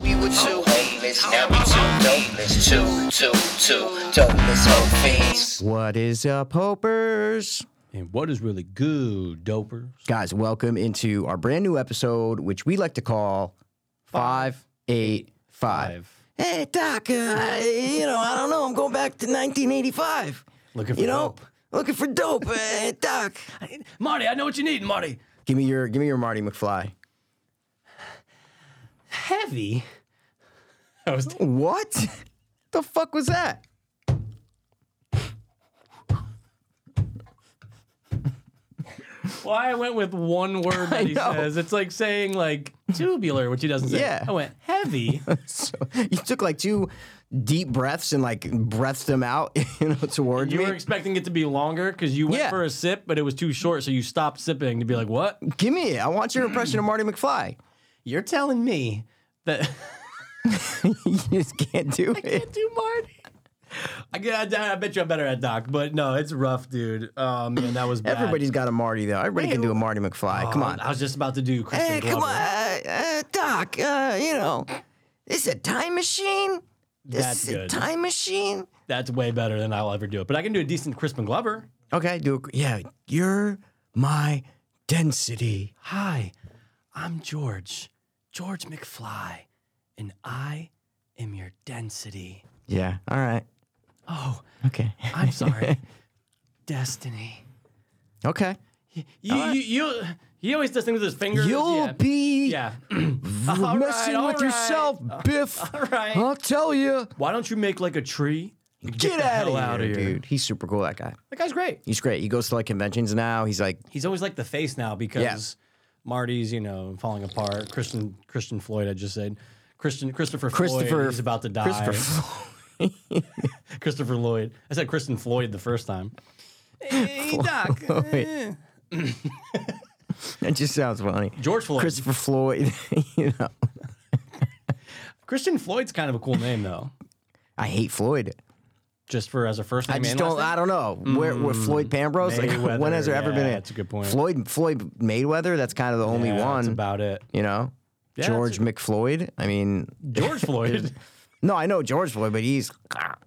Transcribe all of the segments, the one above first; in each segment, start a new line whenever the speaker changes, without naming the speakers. with two homeless. Now we two dopeless. Two, two, two dopeless hoe fiends.
What is up, Hopers?
And what is really good, dopers?
Guys, welcome into our brand new episode, which we like to call 585. Hey, Doc, uh, I- you know, I don't know. I'm going back to 1985.
Looking for
You know,
dope.
looking for dope. Hey, Doc.
Marty, I know what you need, Marty.
Give me your, give me your Marty McFly.
Heavy. I was
What? The fuck was that?
well, I went with one word that he
know.
says. It's like saying like tubular, which he doesn't say.
Yeah.
I went heavy.
So, you took like two deep breaths and like breathed them out, you know, towards
You
me.
were expecting it to be longer because you went
Yeah.
for a sip, but it was too short, so you stopped sipping to be like, "What?"
Give me it. I want your impression of Marty McFly.
You're telling me that
you just can't do it.
do Marty? I, get- I, I bet you I'm better at Doc, but no, it's rough, dude. Oh man, that was bad. Oh,
Everybody's got a Marty though. Everybody can do a Marty McFly. come on.
I was just about to do Kristen
Hey,
Glover.
come on, uh, uh, Doc. Uh, you know, this a time machine. This
That's
is a
good.
time machine.
That's way better than I'll ever do it. But I can do a decent Crispin Glover.
Okay, do a, yeah. You're my density.
Hi, I'm George, George McFly, and I am your density.
Yeah. All right.
Oh,
Okay.
I'm sorry, destiny. Uh,
Okay.
You, you, you, he always does things with his fingers.
You'll
yeah.
be
Yeah.
v-
All
messing with
right, all right.
yourself, Biff.
All right.
I'll tell you.
Why don't you make like a tree? and
Get,
the
out,
hell
of here, dude. He's super cool. That guy.
That guy's great.
He's great. He goes to like conventions now. He's like,
He's always like the face now because Marty's, you know, falling apart. Christian Christian Floyd, I just said. Christian Christopher
Christopher-
Floyd is about to die.
Christopher. Flo-
Christopher Lloyd. I said Kristen Floyd the first time. Hey, Doc.
Floyd. that just sounds funny.
George Floyd.
Christopher Floyd. you know,
Christian Floyd's kind of a cool name though.
I hate Floyd.
Just for as a first name.
I just
and
don't.
last Mm,
I don't know. Where, where Floyd Pambrose? Like, when has there
Mayweather,
ever been
yeah,
a
that's a good point.
Floyd Floyd Mayweather? That's kind of the only
name? Yeah,
one.
That's about it.
you know,
Yeah,
George
that's
McFloyd. I mean,
George Floyd.
no, I know George Floyd, but he's.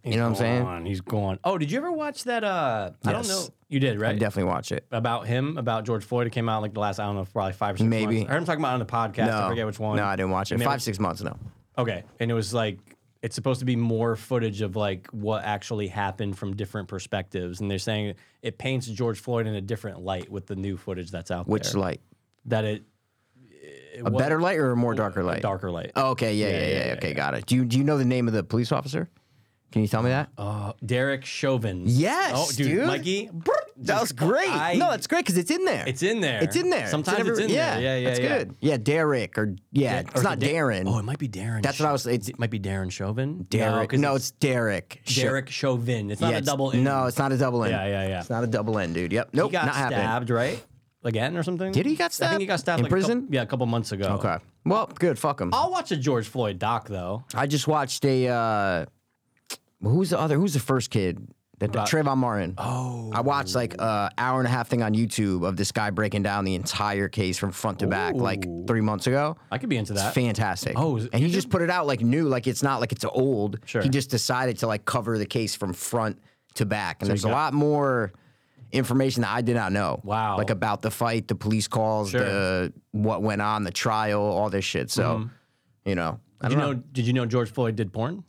You know what I'm saying?
Gone, He's gone. Oh, did you ever watch that? Uh, I don't know.
Yes.
You did, right?
Definitely watch it.
about him, about George Floyd. It came out like the last, I don't know, probably five or six
Maybe.
months. I heard him talking about it on the podcast.
No,
I forget which one.
No, I didn't watch it.
Maybe-
Five six months. No.
Okay. And it was like, it's supposed to be more footage of like what actually happened from different perspectives. And they're saying it paints George Floyd in a different light with the new footage that's out
Which
there.
light?
That it,
A better light or a more darker light?
darker light.
Oh, okay, yeah, yeah, yeah.
yeah, yeah,
okay, got it. Do you do you know the name of the police officer? Can you tell me that?
Uh, Derek Chauvin.
Yes,
Oh, dude.
dude.
Mikey.
that was great.
I-
no, that's great because it's in there.
It's in there.
It's in there.
Sometimes it's,
every-
in there. Yeah, yeah,
That's
yeah.
good. Yeah, Derek or yeah,
Yeah, or
it's
is
not
it Da-
Darren.
Oh, it might be Darren.
That's what I was- it's-
It might be Darren Chauvin.
Derek.
'cause
No, it's Derek. Shit.
Derek Chauvin. It's not
Yeah,
a
it's-
double. N.
No, it's not a double N.
Yeah, yeah, yeah.
It's not a double N, dude. Yep.
he
Nope.
got
not
stabbed,
happening.
right? Again or something?
Did he got
I
stabbed?
think he got stabbed
In
like a couple-
prison?
yeah, a couple months ago.
Okay. Well, good. Fuck him.
I'll watch a George Floyd doc though.
I just watched a. Uh, who's the other? Who's the first kid? That Trayvon Martin.
Oh.
I watched like an hour and a half thing on YouTube of this guy breaking down the entire case from front to back like
Ooh.
three months ago.
I could be into that.
Fantastic.
Oh, is it
and he just put it out like new, like it's not like it's old.
Sure.
He just decided to like cover the case from front to back, and there's
got-
a lot more information that I did not know.
Wow.
like about the fight, the police calls,
Sure.
the what went on, the trial, all this shit. So, you know, I
did Mm-hmm. you
don't
know, did you know George Floyd did porn?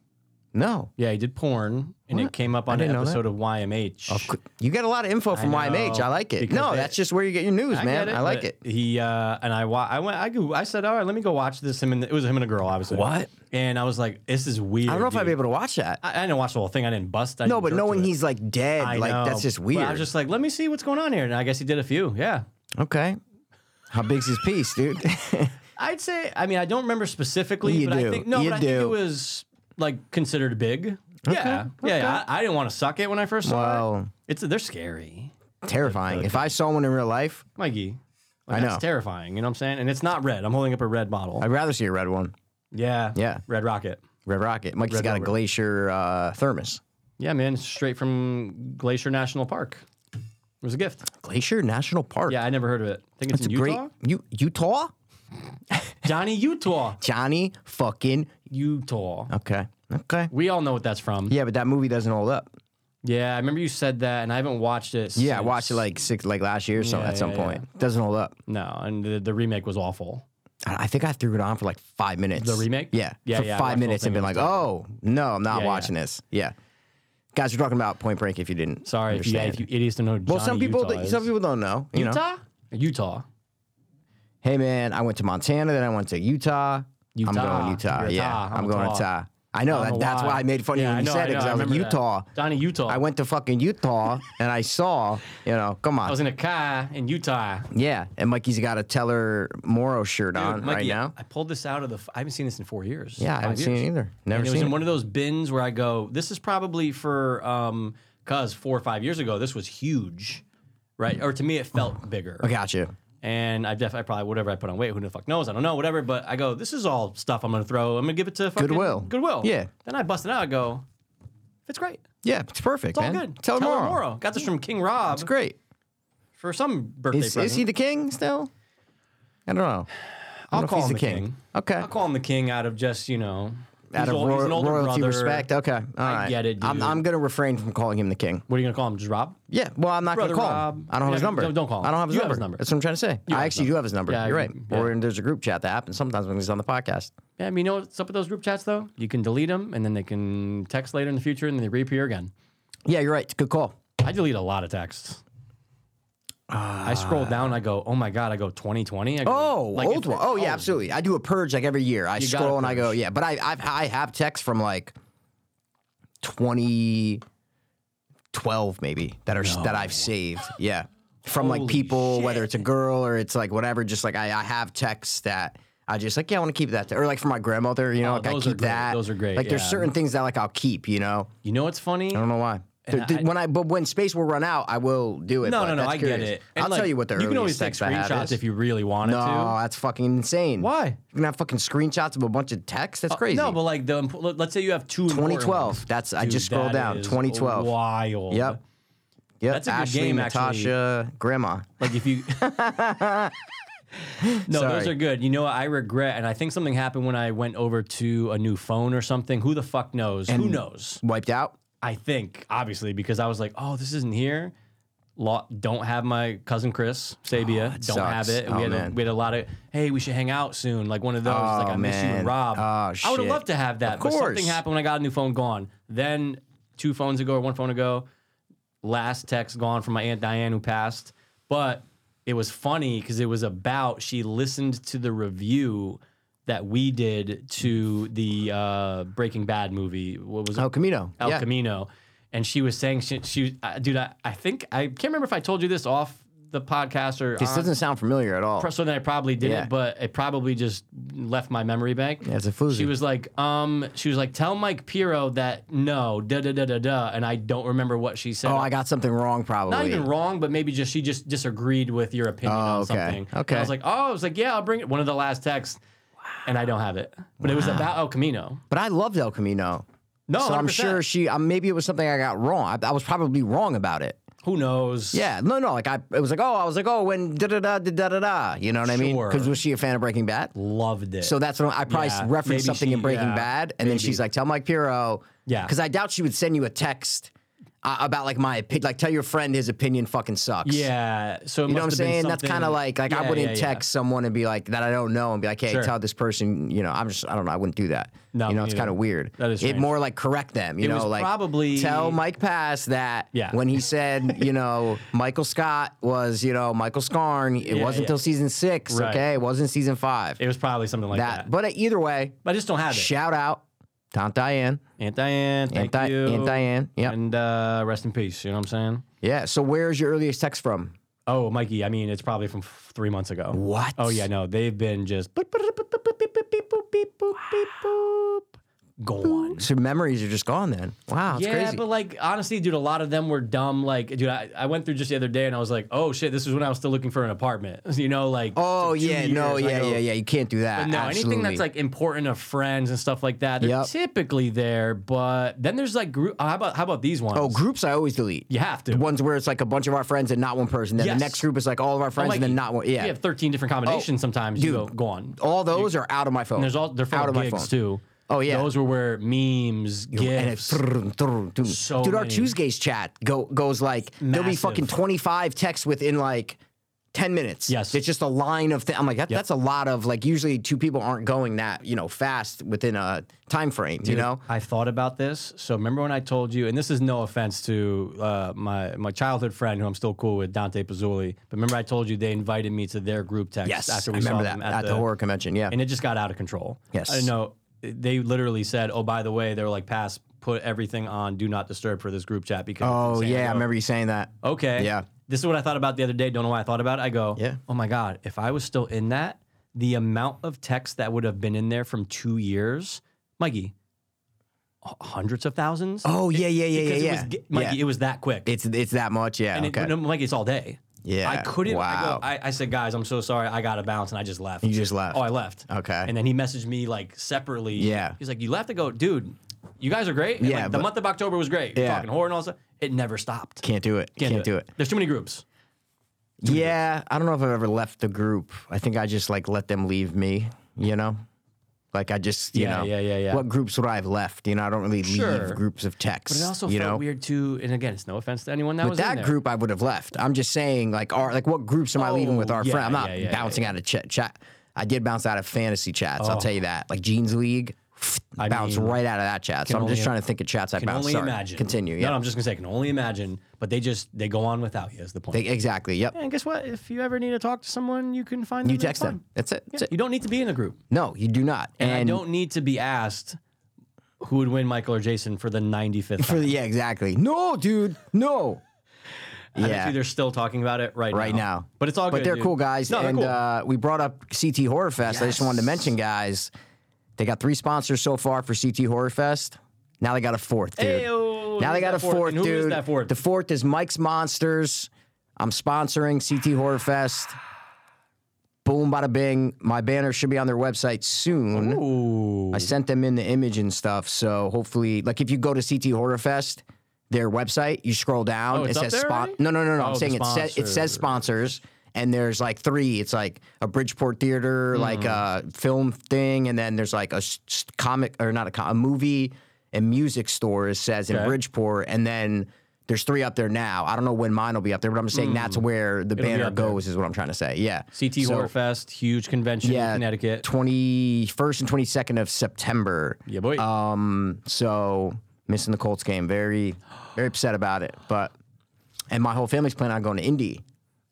No,
Yeah, he did porn and it came up on an
didn't know that.
episode of YMH.
you get a lot of info from
know,
YMH. I like it.
because
No,
they-
that's just where you get your news,
I
man.
get it,
I like
but
it.
He uh, and I wa- I went I go, I said, "All right, let me go watch this him and the, it was him and a girl, obviously."
What?
And I was like, "This is weird."
I don't know if I'd
dude.
be able to watch that.
I, I didn't watch the whole thing. I didn't bust. I
no,
didn't
but
jerk
knowing
to it.
he's like dead,
I
like
know,
that's just
but
weird.
I was just like, let me see what's going on here, and I guess he did a few. Yeah,
okay, how big's his piece, dude?
I'd say. I mean, I don't remember specifically,
You
but
do.
I think no,
You
but I think
do.
it was like considered big. Yeah, yeah. yeah. I, I didn't want to suck it when I first saw it.
Well,
It's they're scary,
terrifying. If I saw one in real life,
Mikey.
I
Like,
know.
That's terrifying. You know what I'm saying? And it's not red. I'm holding up a red bottle.
I'd rather see a red one.
yeah.
Yeah.
Red Rocket.
Red Rocket. Mikey's
Red
got a
Rover.
glacier uh, thermos.
Yeah, man. It's straight from Glacier National Park. It was a gift.
Glacier National Park.
Yeah, I never heard of it. I think it's
it's a
in Utah.
great U- Utah.
Johnny Utah.
Johnny fucking.
Utah.
Okay. Okay.
We all know what that's from.
Yeah, but that movie doesn't hold up.
Yeah, I remember you said that, and I haven't watched it.
Yeah, I
since.
watched it like six, like last year or so.
Yeah,
at some
yeah,
point, doesn't hold up.
no, and the, the remake was awful.
I I think I threw it on for like five minutes.
The remake?
Yeah.
Yeah,
for
yeah, I watched the
five
whole
minutes and
thing
been
and
like,
it
oh, no, I'm not
Yeah,
watching this. Yeah. Guys, we're talking about Point Break if you didn't.
Sorry if you,
understand.
if you idiots don't know. Johnny
well, some people,
Utah
don't-
is.
some people don't know. You know,
Utah, Utah.
hey man, I went to Montana, then I went to Utah.
Utah.
I'm going Utah.
You're a
yeah,
Ta. I'm
I'm,
a
going
Ta.
to Utah. I know that, that's why I made fun of you when you said it because I, was like Utah.
Johnny Utah.
I went to fucking Utah and I saw, you know, come on,
I was in a car in Utah.
yeah. And Mikey's got a Teller Morrow shirt
Dude,
on right
Mikey,
now.
I pulled this out of the. f- I haven't seen this in four years.
Yeah, I
five
haven't seen
years.
it either.
And
Never
it was
seen
in
it.
one of those bins where I go, this is probably for um cuz 4 or 5 years ago this was huge. Right? Or to me it felt bigger.
I got you.
And I definitely probably whatever I put on weight, who the fuck knows? I don't know, whatever, but I go, this is all stuff I'm going to throw. I'm going to give it to fucking
Goodwill.
Goodwill.
Yeah.
Then I bust it out, I go, it's great.
Yeah, it's perfect,
It's all
man.
good.
Teller
Tell her
Morrow.
Morrow. Got this from King Rob
It's great.
for some birthday
Is,
present.
is he the king still? I don't know. I don't
I'll
know if
call
he's
him
the king. Okay.
I'll call him the king out of just, you know,
Out
he's
of
old- he's an
royal,
older
royalty
brother.
respect. Okay. All right.
get it,
I'm,
dude.
I'm going to refrain from calling him the king.
What are you going to call him? Just Rob?
Yeah. Well, I'm not going to
Brother
call
Rob.
him. I don't have his
Yeah,
number.
don't- don't call him.
I don't have his,
You have
number.
his number.
That's what I'm trying to say. I
have his
actually do have his number.
Yeah,
You're
I-
right.
yeah.
Or there's a group chat that happens sometimes when he's on the podcast.
Yeah, I mean, you know what's up with those group chats though? You can delete them, and then they can text later in the future, and then they reappear again.
Yeah, you're right. It's a good call.
I delete a lot of texts. I scroll down. I go, oh my god. I go 2020. I go,
Ah. Oh,
like,
old
if-
one. Oh, yeah, absolutely. I do a purge like every year. I
You gotta
scroll and I go,
purge.
yeah. But I I've, I have texts from like 2012 maybe that are that I've saved. Yeah. From like
Holy
people, whether it's a girl or it's like whatever, just like I, I have texts that I just like, yeah, I want to keep that. Or like for my grandmother, you know,
Oh,
like I
those
keep
are great.
that.
Those are great,
Like there's
yeah.
certain things that like I'll keep, you know?
You know what's funny?
I don't know why. Th- th-
I-
when I but when space will run out, I will do it.
No,
but
no, no.
that's
I
curious.
get it.
I'll
like,
tell you what the
You can always
earliest
take
text I have
screenshots
is.
if you really wanted
No,
to.
that's fucking insane.
Why? Uh,
You're gonna have fucking screenshots of a bunch of text. That's crazy.
No, but like the imp- let- let's say you have two. important
2012.
ones.
That's- I
Dude,
just scrolled
that
down.
is
2012.
Wild.
yep, yep.
That's a good
Ashley,
game, actually.
Natasha, Grandma.
Like if you. no, those
Sorry.
are good. You know, what? I regret, and I think something happened when I went over to a new phone or something. Who the fuck knows? Who knows?
Wiped out.
I think obviously because I was like, oh, this isn't here. Law, don't have my cousin Chris Sabia. don't
sucks.
have it. And
Oh,
we, had a,
man.
we had a lot of hey, we should hang out soon. Like one of those. like
Oh,
I miss you
man.
and Rob.
Oh,
I would have
shit.
loved to have that.
Of
But something
course.
happened when I got a new phone. Gone. Then two phones ago or one phone ago, last text gone from my aunt Diane who passed. But it was funny because it was about she listened to the review that we did to the uh, Breaking Bad movie. What was it?
El Camino.
El
yeah.
Camino, and she was saying she, she uh, dude, I, I think I can't remember if I told you this off the podcast or
This
on-
doesn't sound familiar at all.
so then I probably did
Yeah.
it, but it probably just left my memory bank.
it's a floozy.
She was like, um, she was like, tell Mike Pirro that no, da da da da da, and I don't remember what she said.
Oh, I got something wrong. Probably.
not even wrong, but maybe just she just disagreed with your opinion on
Oh, okay.
something. And
Okay.
I was like, oh, I was like, yeah, I'll bring it. One of the last texts, and I don't have it. But it was about El Camino.
But I loved El Camino.
No,
So i am
100%.
sure she. Um, maybe it was something I got wrong. I, I was probably wrong about it.
Who knows?
Yeah. No, no. Like I, it was like, oh, I was like, oh, when da da da da da da da. You know what I mean?
Sure.
Because was she a fan of Breaking Bad?
loved it.
So that's what I probably
Yeah, maybe
referenced something
she-
in Breaking
yeah,
Bad, and then she's like, "Tell Mike Pirro."
Yeah.
Because I doubt she would send you a text uh, about like my opinion. Like, tell your friend his opinion fucking sucks.
Yeah. So it
You know what I'm
must have been
saying? That's kind of
something-
like like I
Yeah,
wouldn't
yeah, yeah.
text someone and be like that I don't know and be like, hey,
Sure.
tell this person, you know, I'm just I don't know, I wouldn't do that.
No,
you know,
me
it's
neither.
kind of weird.
That
it
is strange.
more like correct them. You
It
know,
was
like
probably-
tell Mike Pass that
Yeah.
when he said, you know, Michael Scott was you know Michael Scarn. It
Yeah,
wasn't
yeah.
till season six.
Right.
Okay, it wasn't season five.
It was probably something like
that,
that.
but uh, either way,
But I just don't have it.
Shout out, Aunt Diane.
Aunt Diane, thank
Aunt, Di-
you.
Aunt Diane. Yeah.
And uh, rest in peace. You know what I'm saying?
yeah. So where's your earliest text from?
Oh, Mikey, I mean, it's probably from f- three months ago.
What?
Oh, yeah, no. They've been just boop, boop, boop, boop, boop, boop, boop, boop, boop, boop, boop, boop, gone. phone.
So memories are just gone then. Wow, it's
yeah,
crazy.
but like honestly, dude, a lot of them were dumb. Like, dude, I, I went through just the other day and I was like, oh shit, this is when I was still looking for an apartment. You know, like
oh
two
yeah, no,
years
yeah,
ago.
yeah, yeah. You can't do that.
But no, anything
absolutely.
that's like important to friends and stuff like that, they're
Yep.
typically there. But then there's like group. oh, How about how about these ones?
oh groups, I always delete.
you have to.
The ones where it's like a bunch of our friends and not one person. Then
Yes.
the next group is like all of our
I'm
friends
like,
and then not one. Yeah. Oh,
you have 13 different combinations. sometimes you go
dude.
gone.
all those are out of my phone.
There's all they're full
out
of
of my
gigs
phone.
too.
Oh, yeah.
those were where memes,
And
gifts.
it's thrrr, thrrr, dude.
So
Dude, our
many.
Tuesdays chat go goes like there'll be
Massive.
fucking twenty five texts within like ten minutes.
Yes.
it's just a line of. Th- I'm like that, that's a lot of like. Usually two people aren't going that you know fast within a time frame. you know.
I thought about this. So remember when I told you, and this is no offense to uh, my my childhood friend who I'm still cool with, Dante Pazzoli. But remember I told you they invited me to their group text
Yes,
after
I
we
remember
saw
that
them
at, the, horror convention. Yeah.
and it just got out of control.
Yes.
I know they literally said, "Oh, by the way, they were like, pass, put everything on do not disturb for this group chat because." it's
oh
insane." I
yeah, I
go,
remember you saying that.
Okay.
Yeah.
This is what I thought about the other day. Don't know why I thought about it. I go,
Yeah.
Oh my God, if I was still in that, the amount of text that would have been in there from two years, Mikey, h- hundreds of thousands.
Oh yeah, yeah, yeah, yeah,
Because it
yeah.
was, ge- Mikey,
yeah.
it was that quick.
It's it's that much. Yeah.
and it,
okay.
no, Mikey, it's all day.
yeah.
I couldn't.
Wow.
I, go, I, I said, guys, I'm so sorry. I got to bounce, and I just left.
You just left.
Oh, I left.
Okay.
And then he messaged me like separately.
Yeah.
He's like, you left to go, dude. You guys are great. And,
Yeah,
like, the
but-
month of October was great.
Yeah.
Talking horror and all that. stuff. It never stopped.
can't do it. Can't, do it.
There's too many groups.
Yeah, I don't know if I've ever left the group. I think I just like let them leave me, you know? Like I just, you
Yeah,
know,
yeah, yeah, yeah.
what groups would I have left? You know, I don't really
Sure.
leave groups of text.
But it also
you
felt
know?
weird too. And again, it's no offense to anyone that
With
was in
that
there.
group, I would have left. I'm just saying, like, our, like what groups am I leaving with
Oh,
our
yeah,
friend? I'm not
yeah, yeah, yeah,
bouncing out of ch- chat. I did bounce out of fantasy chats. I'll tell you that. Like Jeans League,
I
bounce
mean,
right out of that chat. So I'm
only-
just trying to think of chats I
Can
bounced.
only
Sorry.
imagine.
Continue.
No,
Yeah.
no, I'm just gonna say can only imagine. But they just they go on without you. Is the point.
They- exactly. Yep.
and guess what? If you ever need to talk to someone, you can find them.
You
and
text
it's
them.
fine.
That's it.
Yeah,
That's it.
you don't need to be in the group.
No, you do not.
And, I don't need to be asked who would win Michael or Jason for the 95th
For
time.
the, yeah, exactly. No, dude, no.
I bet
Yeah,
you they're still talking about it right,
right now.
But it's all
But
good.
they're
dude.
cool guys,
No, they're
and
cool.
uh, we brought up CT Horror Fest. I just wanted to
Yes.
mention, guys, they got three sponsors so far for CT Horror Fest. Now they got a fourth, dude.
Ayo,
now
who's
they got
that
a fourth,
And who is
dude.
that fourth?
The fourth is Mike's Monsters. I'm sponsoring CT Horror Fest. Boom, bada bing. My banner should be on their website soon.
Ooh.
I sent them in the image and stuff. So hopefully, like if you go to CT Horror Fest, their website, you scroll down,
Oh,
it
it's up
says
there
spon-
already?
No, no, no, no.
Oh,
I'm
the
saying it says it says sponsors, and there's like three. It's like a Bridgeport Theater, like
Hmm.
a film thing, and then there's like a s- s- comic or not a, com- a movie and music store. It says
Okay.
in Bridgeport, and then. There's three up there now. I don't know when mine will be up there, but I'm just saying that's where the banner
Hmm. up there.
goes, is what I'm trying to say. Yeah.
CT
So-
Horror Fest, huge convention in Connecticut.
21st and 22nd of September.
Yeah, boy.
Um, so missing the Colts game. Very, very upset about it. But, and my whole family's planning on going to Indy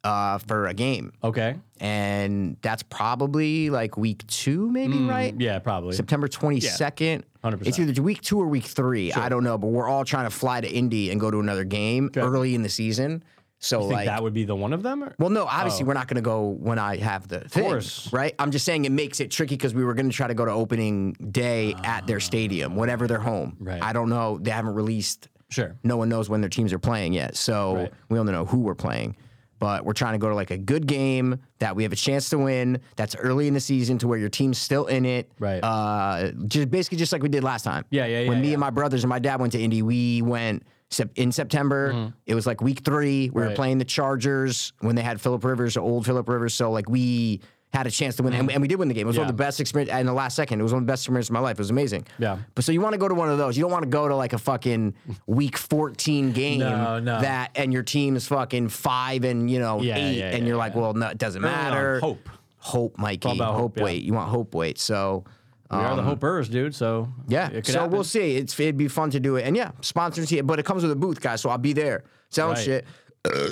uh, for a game.
okay.
And that's probably like week two, maybe, right?
Yeah, probably.
September 22nd.
100%.
It's either week two or week three. I don't know, but we're all trying to fly to Indy and go to another game early in the season. So,
Think
like,
that would be the one of them? Or?
well, no, obviously we're not going to go when I have the thing,
Oh. course.
right? I'm just saying it makes it tricky because we were going to try to go to opening day at their stadium, whenever they're home.
Ah. Right.
I don't know. They haven't released.
sure.
No one knows when their teams are playing yet, so
Right.
we only know who we're playing. But we're trying to go to like a good game that we have a chance to win. That's early in the season to where your team's still in it.
Right.
Uh, just basically just like we did last time.
Yeah, yeah,
When
yeah,
me
yeah.
and my brothers and my dad went to Indy, we went sep- in September. It was like week three. We were
Mm-hmm. Right.
playing the Chargers when they had Philip Rivers, old Philip Rivers. So like we had a chance to win, and, and we did win the game. It was one of
Yeah.
the best experience in the last second. It was one of the best experiences of my life. It was amazing.
Yeah.
But so you want to go to one of those. You don't want to go to like a fucking week 14 game
No, no.
that and your team is fucking five and you know
Yeah,
eight
yeah,
and
yeah,
you're like, well, no, it doesn't
on,
matter.
hope.
Hope, Mikey.
about
hope,
hope, yeah.
weight. You want hope weight. So um,
We are the Hopers, dude. So
yeah.
it could
So
happen.
we'll see. It's it'd be fun to do it. And yeah, sponsors here, but it comes with a booth, guys. So I'll be there selling
Right.
shit.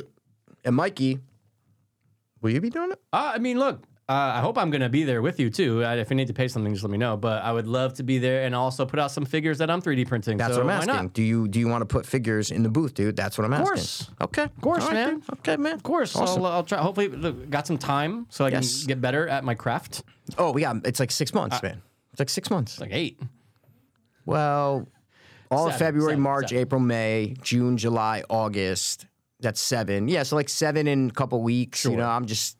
and Mikey, will you be doing it?
Uh, I mean, look, uh, I hope I'm going to be there with you too. Uh, If you need to pay something, just let me know. But I would love to be there and also put out some figures that I'm 3D printing.
That's
so
what
why
I'm asking.
Not?
Do you do you want to put figures in the booth, dude? That's what I'm asking.
course.
Okay. Of
course, man.
Okay, man.
Of course, I'll, I'll try. Hopefully, look, got some time so I
Yes.
can get better at my craft. Uh,
Oh, we got it's like six months, man. It's like six months.
Like eight.
Well, all of
Seven,
February,
seven,
March,
seven.
April, May, June, July, August. That's seven. Yeah, so like seven in a couple weeks. You
Sure.
know, I'm just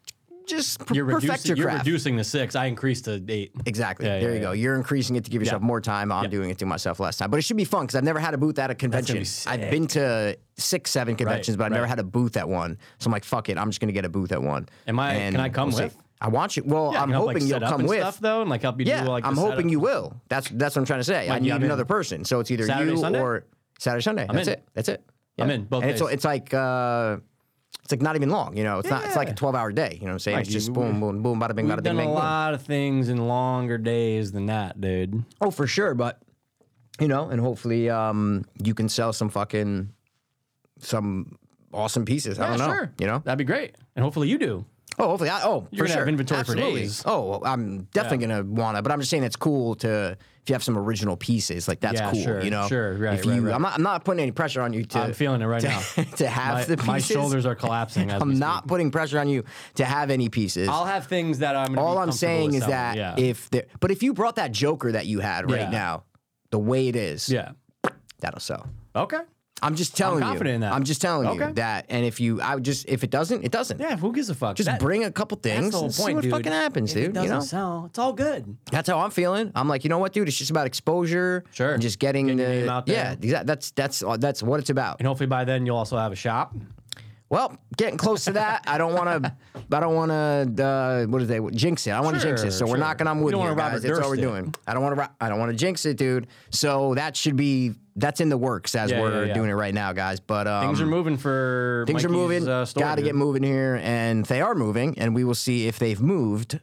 just per-
You're
perfect
reducing.
your
You're
craft.
reducing the six. I increased to eight.
Exactly.
Yeah,
there you
yeah, yeah.
go. You're increasing it to give yourself more time. I'm doing it to myself less time. But it should be fun because I've never had a booth at a
gonna
convention.
be
I've been to six, seven conventions, but I've never
right.
had a booth at one. So I'm like, fuck it. I'm just gonna get a booth at one.
Am I-
And
can I come
see.
with?
I want you. Well,
Yeah, I
I'm
can help,
hoping
like,
you'll
set up
come
and
with.
Stuff though, and like help you
Yeah,
do like. the
I'm hoping
setup.
you will. That's that's what I'm trying to say. I
When
need
you- I'm in.
another person, so it's either
Saturday,
you
Sunday?
or Saturday, Sunday. that's
in.
it. That's it.
I'm in both
and it's
days.
it's like uh, it's like not even long. You know, it's not. It's like a
Yeah.
12 hour day. You know what I'm saying?
Like,
it's just
you-
boom, boom, boom, bada bing,
We've
bada bing,
done
bang,
a
boom.
lot of things in longer days than that, dude.
Oh, for sure, but you know, and hopefully um you can sell some fucking some awesome pieces. I don't know. Oh, You know?
that'd be great, and hopefully you do.
Oh, hopefully I oh,
You're
for
gonna
sure.
have inventory for
Absolutely.
days.
Oh, well, I'm definitely going to want to, but I'm just saying it's cool to if you have some original pieces, like that's
Yeah,
cool,
sure,
you know.
sure, right,
If
right,
you
right.
I'm not I'm not putting any pressure on you to
I'm feeling it right now.
to have
My,
Uh, the pieces.
my shoulders are collapsing. As we
I'm
speak.
not putting pressure on you to have any pieces.
I'll have things that I'm. Gonna be
All I'm
comfortable
saying
with
is
selling,
that
yeah.
if there, but if you brought that Joker that you had right
Yeah.
now, the way it is,
yeah,
that'll sell.
okay,
I'm just telling you.
confident in that.
I'm just telling
Okay.
you that. And if you, I would just if it doesn't, it doesn't.
yeah. Who gives a fuck?
Just
That-
bring a couple things.
That's the whole
and see
point,
what
dude.
fucking happens,
If it
dude. You
doesn't
know,
sell. It's all good.
that's how I'm feeling. I'm like, you know what, dude? It's just about exposure.
Sure.
And just getting,
Getting your
the
name out
yeah.
there.
Exactly. That's that's all- that's what it's about.
And hopefully by then you'll also have a shop.
Well, getting close to that. I don't want to. I don't want to. Uh, what is they jinx it? I want to jinx it. So
Sure,
we're
sure.
knocking on wood
You don't
here,
wanna Robert
guys. That's all we're
Durst it.
doing. I don't want to. I don't want to jinx it, dude. So that should be. That's in the works as
Yeah,
we're
yeah, yeah.
doing it right now, guys. But um,
Things are moving for
Things
Mikey's,
are moving.
Uh, store,
Got to
dude.
get moving here, and they are moving, and we will see if they've moved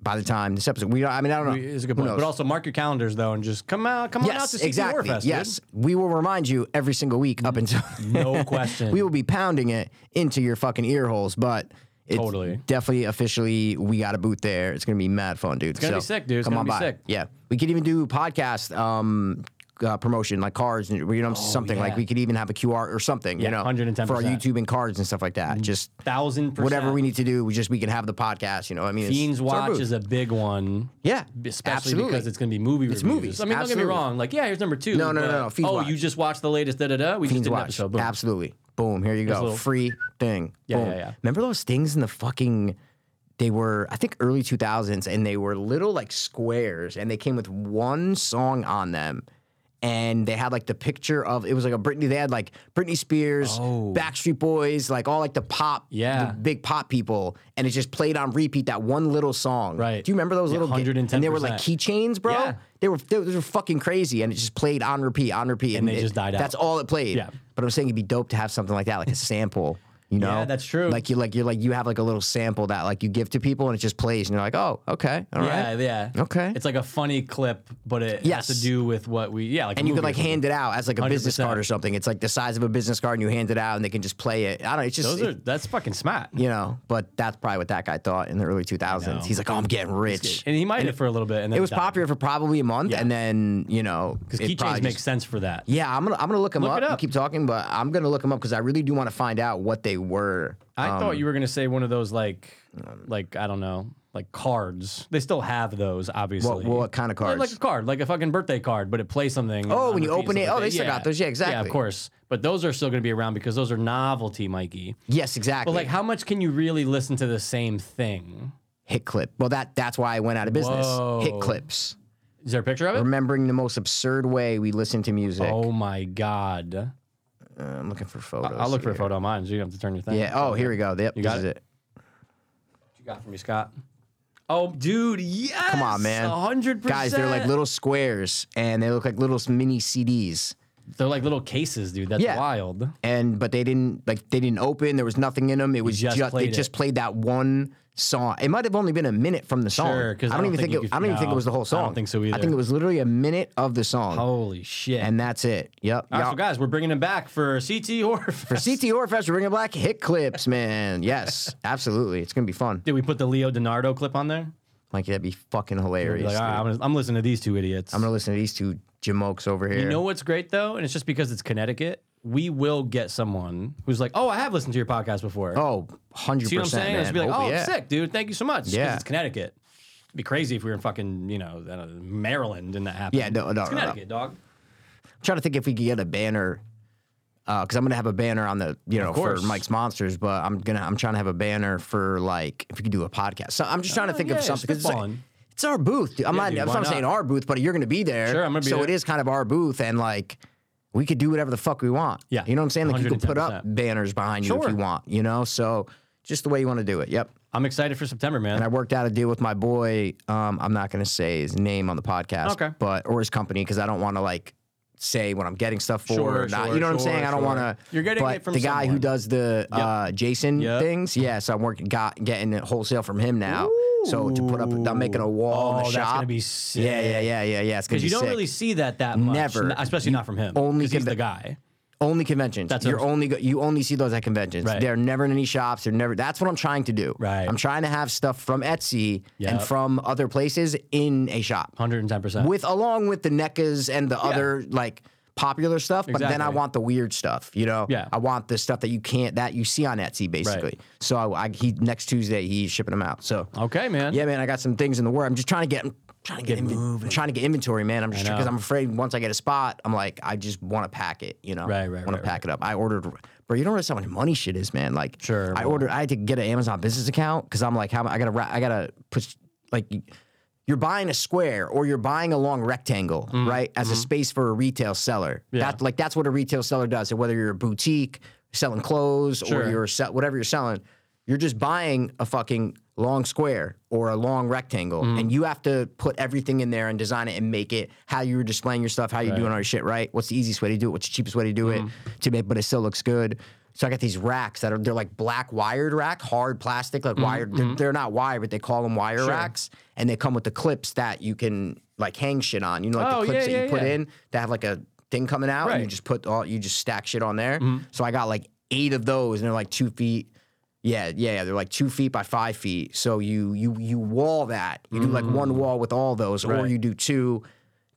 by the time this episode. We, I mean, I don't know.
Is a good
Who
point.
knows?
But also mark your calendars though, and just come out, come on out
yes,
to see
exactly.
Warfest.
yes, we will remind you every single week up until
dude. no question.
we will be pounding it into your fucking ear holes. But it's
Totally.
definitely officially, we got a boot there. It's gonna be mad fun, dude. It's
gonna be sick, dude. It's
come
gonna
on
be
by.
sick.
Yeah, we could even do podcast. Um, uh, promotion like cards and you know something like
Oh, yeah.
we could even have a QR or something you
Yeah,
know
110%.
for our YouTube and cards and stuff like that just
thousand Mm-hmm. percent.
whatever we need to do. We just we can have the podcast. You know, I mean, it's-
Fiends
it's our
Watch
booth.
is a big one.
yeah,
Especially
absolutely.
because it's going to be movie reviews.
movies,
I mean, don't get
absolutely.
me wrong. Like, yeah, here's number two.
No, no, no,
but-
no, Fiends
oh,
Watch.
you just watched the latest. Da da da. We just
Fiends
did an
Watch.
episode. Boom.
Absolutely, boom. Here you go,
little-
free thing.
Yeah,
boom.
yeah, yeah.
Remember those things in the fucking. They were, I think, early 2000s, and they were little like squares, and they came with one song on them. And they had like the picture of it was like a Britney. They had like Britney Spears,
Oh.
Backstreet Boys, like all like the pop, the
Yeah.
big pop people, and it just played on repeat that one little song.
Right.
Do you remember those
Yeah,
little? ga- And they were like
110%.
keychains, bro.
Yeah.
They were they were fucking crazy, and it just played on repeat, on repeat, and,
they
it-
just died out.
That's all it played.
Yeah.
But I'm saying it'd be dope to have something like that, like a sample. You know,
Yeah, that's true.
Like you, like you're like you have like a little sample that like you give to people, and it just plays, and you're like, oh, okay, all right.
Yeah, yeah.
Okay.
It's like a funny clip, but it
Yes.
has to do with what we. Yeah, like a
And you could
movie or
like
something.
hand it out as like a business
100%.
card or something. It's like the size of a business card, and you hand it out, and they can just play it. I don't. It's just
Those
it-
are that's fucking smart.
you know, but that's probably what that guy thought in the early 2000s. He's like, oh, I'm getting rich.
And he might have for a little bit, and then
It was
died.
popular for probably a month,
Yeah.
and then you know,
because
it probably
keychains make
just-
sense for that.
Yeah, I'm gonna I'm gonna look them
Look
up,
it
and
up.
keep talking, but I'm gonna look them up because I really do want to find out what they were.
I
Um,
thought you were gonna say one of those like, like I don't know, like cards. They still have those,
What,
obviously.
what kind of
Like,
cards?
like a card, like a fucking birthday card, but it plays something.
Oh,
on
when you
repeat,
open it-
something
oh, they
like that.
still got those. Yeah,
Yeah,
exactly.
of course. But those are still gonna be around because those are novelty, Mikey.
yes, exactly.
But like, how much can you really listen to the same thing?
hit clip. Well, that that's why I went out of business. Hit
Whoa.
clips.
Is there a picture of it?
Remembering the most absurd way we listen to music.
Oh my god!
Uh, I'm looking for photos.
I'll look for a
here.
photo of mine. So you have to turn your thing.
Yeah. Oh, here we go. Yep.
got
this is
it?
it.
What you got for me, Scott? Oh, dude, yes.
Come on, man.
hundred percent.
Guys, they're like little squares, and they look like little mini CDs.
They're like little cases, dude. That's
Yeah.
wild.
and but they didn't like they didn't open. There was nothing in them. It was
just
just, they
played it.
just played that one song. It might have only been a minute from the song.
Sure, 'cause
I don't even think,
you
it,
could-
I don't even think it
no,
was the whole
I
song.
don't think so
I
either.
think it was literally a minute of the song,
Holy shit.
and that's it. Yep.
All right,
Y'all-
so guys, we're bringing him back for CT or
for CT Horrorfest, Ring of Black hit clips, man. Yes, absolutely. It's gonna be fun.
Did we put the Leo Donardo clip on there?
Like that'd be fucking
Be
hilarious.
Like, "Ah, all right,
dude.
I'm, gonna, I'm listening to these two idiots.
I'm gonna listen to these two jamokes over here.
you know what's great though, and it's just because it's Connecticut. We will get someone who's like, "Oh, I have listened to your podcast before."
oh, 100
See what I'm
percent. Oh,
saying? It's be like, "Oh, sick, "Oh, dude! Thank you so much." 'cause
Yeah.
it's Connecticut. be crazy if we were in fucking, you know, uh, Maryland and that happened.
Yeah, no, no,
It's
no, no.
Connecticut, dog.
I'm trying to think if we could get a banner, because I'm gonna have a banner on the you know for
course.
Mike's Monsters, but I'm gonna I'm trying to have a banner for like if we could do a podcast. So I'm just trying to
Oh,
think
yeah,
of something. 'cause It's, like,
spitballing.
it's our booth. dude. I'm
Yeah,
not.
dude,
I'm
why
not
not?
saying our booth, but you're gonna be there.
Sure, I'm gonna be
So it
there.
is kind of our booth, and like we could do whatever the fuck we want.
Yeah,
you know what I'm saying. Like you could put up
110%.
banners behind you if
Sure.
you want. You know, so just the way you want to do it. Yep.
I'm excited for September, man.
And I worked out a deal with my boy. Um, I'm not going to say his name on the podcast,
Okay.
but or his company because I don't want to like say what I'm getting stuff for.
Sure,
or not.
sure,
you know what I'm
sure,
saying? I don't
sure.
want to.
You're getting
but
it from
the guy who
someone.
does the uh, Jason
Yep.
things. Yeah, so I'm working got getting it wholesale from him now. So to put up, I'm making a wall in
Oh,
the
that's
shop.
gonna be sick.
Yeah, yeah, yeah, yeah, yeah. It's gonna
Because
be
you don't
sick.
really see that that much.
Never.
n- Especially not from him.
only
'cause he's
can-
the guy.
only conventions.
That's what
You're
I'm-
only go- you only see those at conventions.
Right.
They're never in any shops. They're never. That's what I'm trying to do.
Right.
I'm trying to have stuff from Etsy and
Yep.
from other places in a shop.
110%.
with along with the NECAs and the other like popular stuff. But then I
Exactly.
want the weird stuff, you know.
Yeah.
I want the stuff that you can't that you see on Etsy basically. So I, I he next Tuesday he's shipping them out. So
okay, man.
yeah, man, I got some things in the work. I'm just trying to get. I'm trying to get, inven- I'm trying to get inventory, man. I'm just
know.
because I'm afraid once I get a spot, I'm like, I just want to pack it, you know.
Right, right,
Want to
right,
pack it up. I ordered, bro. You don't realize how much money shit is, man. Like,
Sure,
I
well.
ordered. I had to get an Amazon business account because I'm like, how am I I gotta, ra- I gotta push, like. you- You're buying a square or you're buying a long rectangle, right? As a space for a retail seller.
Mm-hmm. Yeah.
That, like that's what a retail seller does. So whether you're a boutique selling clothes or
Sure.
you're se- whatever you're selling, you're just buying a fucking long square or a long rectangle,
Mm-hmm.
and you have to put everything in there and design it and make it how you're displaying your stuff, how you're doing all your shit. Right? What's the easiest way to do it? What's the cheapest way to do
Mm-hmm.
it to make, but it still looks good. So I got these racks that are they're like black wired rack, hard plastic,
Mm-hmm,
like wired. They're, they're not wired, but they call them wire racks, and they come with the clips that you can like hang shit on. You know, like
Oh,
the clips
yeah,
that you
yeah,
put
yeah.
in that have like a thing coming out, and you
Right. Mm-hmm.
just put all you just stack shit on there. So I got like eight of those, and they're like two feet. Yeah, yeah, yeah. They're like two feet by five feet. So you you you wall that. You do like one wall with all those, or
Mm. Right.
you do two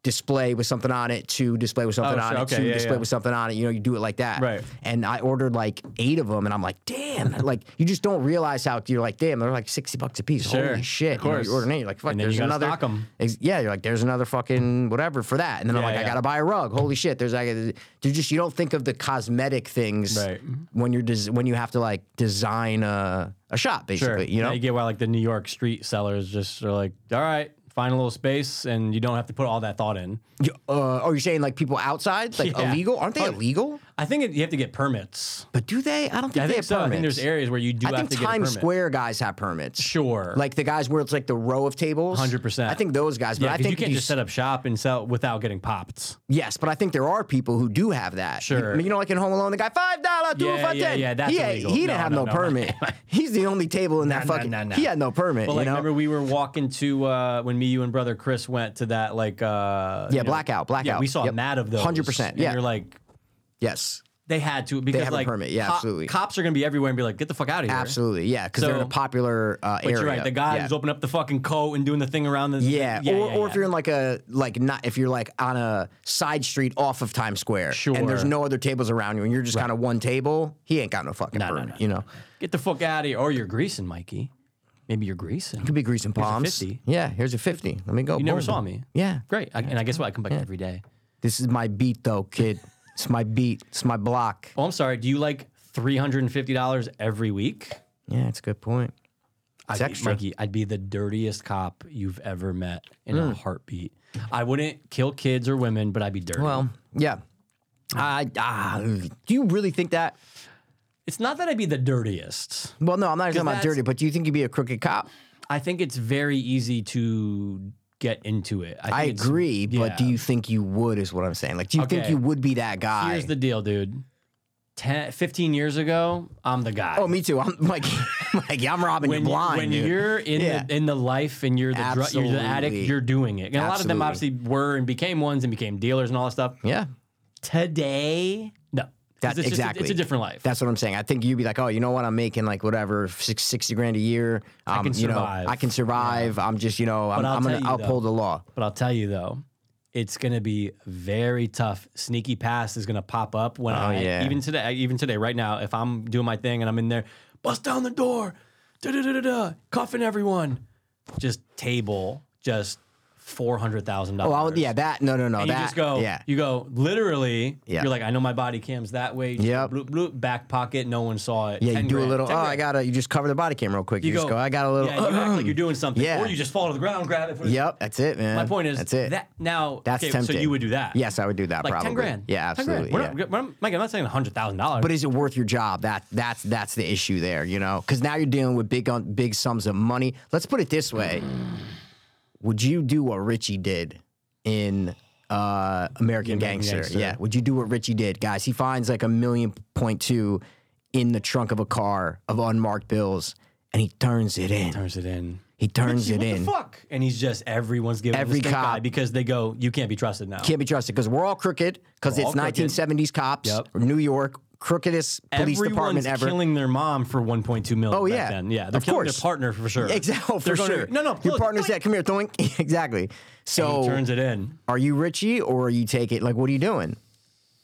display with something on it, two display with something
Oh,
on
sure.
it,
Okay,
two
yeah,
display
yeah.
with something on it. You know, you do it like that.
Right.
And I ordered like eight of them, and I'm like, damn, like you just don't realize how you're like, damn, they're like sixty bucks a piece.
Sure.
Holy shit!
Of
You know,
course.
You order eight, you're like fuck.
And then you
there's
gotta
another.
stock 'em.
Ex- yeah, you're like, there's another fucking whatever for that. And then I'm
Yeah,
like, I
yeah.
gotta buy a rug. Holy shit! There's like, they're just you don't think of the cosmetic things
Right.
when you're des- when you have to like design a a shop
Sure.
basically. You know,
Now you get why like the New York street sellers just are like, all right, find a little space and you don't have to put all that thought in.
You- uh, are you saying like people outside like
Yeah.
illegal? Aren't they
Oh.
illegal?
I think it, you have to get permits.
But do they? I don't think
I
they
think
have
so.
permits.
I think there's areas where you do
I
have
think
to get a
Times
permit.
Square guys have permits.
Sure.
Like the guys where it's like the row of tables.
100%.
I think those guys. But
yeah,
I
'cause
think
you
if
can't
you
just set up shop and sell without getting popped.
Yes, but I think there are people who do have that. You-
Sure.
You, know, like in Home Alone, the guy five dollar, two
Yeah,
for
yeah,
ten.
yeah, that's
he, had-
illegal.
he didn't
No,
have no,
no, no, no.
permit. He's the only table in that
Nah, nah,
fucking.
nah, nah.
He had no permit.
But
you
like,
know.
remember we were walking to uh, when me, you, and brother Chris went to that like uh, you
yeah,
know-
blackout, blackout.
Yeah, we saw a mat of those.
Hundred percent.
And
Yeah.
you're like,
yes.
they had to because
have a
like
permit. Yeah, absolutely.
Cops are gonna be everywhere and be like, get the fuck out of here.
Absolutely. Yeah, because they're in a
So-
popular uh,
But
area.
you're right. The guy
yeah.
who's opening up the fucking coat and doing the thing around the
Yeah.
yeah,
or,
yeah,
or if
yeah.
you're in like a like not if you're like on a side street off of Times Square and there's
Sure.
no other tables around you and you're just kind of one table, he ain't got no fucking
no,
permit,
no,
you know.
Get the fuck out of here. Or you're greasing, Mikey. Maybe you're greasing.
Could be greasing palms.
50.
Yeah, here's a fifty. Let me go.
You never
boom.
saw me.
Yeah.
Great. I, and I guess what? I come back every day.
This is my beat though, kid. it's my beat. It's my block.
Oh, I'm sorry. Do you like $350 every week?
Yeah, it's a good point. It's
I'd be-
extra.
Mikey, I'd be the dirtiest cop you've ever met in
Hmm.
a heartbeat. I wouldn't kill kids or women, but I'd be dirty.
Well, yeah. I ah, do you really think that?
it's not that I'd be the dirtiest.
Well, no, I'm not talking about
that's-
dirty, but do you think you'd be a crooked cop?
I think it's very easy to get into it.
I
think it's-
agree, but do
yeah.
you think you would? Is what I'm saying. Like, do you think
Okay.
you would be that guy?
Here's the deal, dude. 10, 15 years ago, I'm the guy.
Oh, me too. I'm like, like yeah, I'm robbing
when
you blind.
when
dude.
you're in
Yeah.
the in the life and you're the dr- you're the
Absolutely.
addict, you're doing it. And a lot of them
Absolutely.
obviously were and became ones and became dealers and all that stuff.
yeah,
Today, no, 'Cause
That's
it's just a-
exactly.
it's a different life.
that's what I'm saying. I think you'd be like, oh, you know what? I'm making like whatever six, sixty grand a year. Um,
can
you know,
survive.
I can survive. I'm just you know, I'm,
I'll
I'm gonna
tell you, though-
uphold the law.
but I'll tell you though, it's gonna be very tough. Sneaky pass is gonna pop up when I
Oh, yeah.
even today, even today, right now, if I'm doing my thing and I'm in there, bust down the door, da da da da da, cuffing everyone. just table just four hundred thousand
Oh,
dollars.
I would- yeah, that. No, no, no.
And
that.
you just go,
Yeah.
you go literally.
Yeah.
You're like, I know my body cam's that way. just
Yep.
Bloop, bloop, back pocket. No one saw it.
Yeah,
10
you do
grand,
a little.
10
Oh, I
grand."
gotta. You just cover the body camera real quick. You,
You
just go. I got a little.
Yeah, you act like you're doing something.
Yeah.
Or you just fall to the ground, grab it. put it-
Yep, that's it, man.
My point is
that's it.
That now
that's
okay,
tempting.
So you would do that?
Yes, I would do that.
Like
probably.
ten grand.
Yeah,
10 grand.
absolutely.
We're
yeah.
not- we're not- Mike, I'm not saying hundred thousand dollars.
But is it worth your job? That that's that's the issue there, you know, because now you're dealing with big on big sums of money. Let's put it this way: Would you do what Richie did in uh, American Gangster?
Gangster.
Yeah. Would you do what Richie did, guys? He finds like a million point two in the trunk of a car of unmarked bills, and he turns it in.
turns it in.
He turns
See,
it
what
in.
the fuck? And he's just everyone's giving
Every
every cop
cop.
because they go, you can't be trusted now.
Can't be trusted because we're all crooked because
We're
it's
all crooked.
1970s cops,
Yep.
New York, crookedest police
Everyone's
department ever.
killing their mom for 1.2 million.
Oh,
back
yeah.
then. yeah. They're
Of
killing
course.
their partner for sure.
Exactly, Oh, for
They're going to-
sure.
no, no.
Your
look,
partner's
wait.
that. Come here, doink. exactly.
He
So,
turns it in.
are you Richie or are you take it? Like, what are you doing?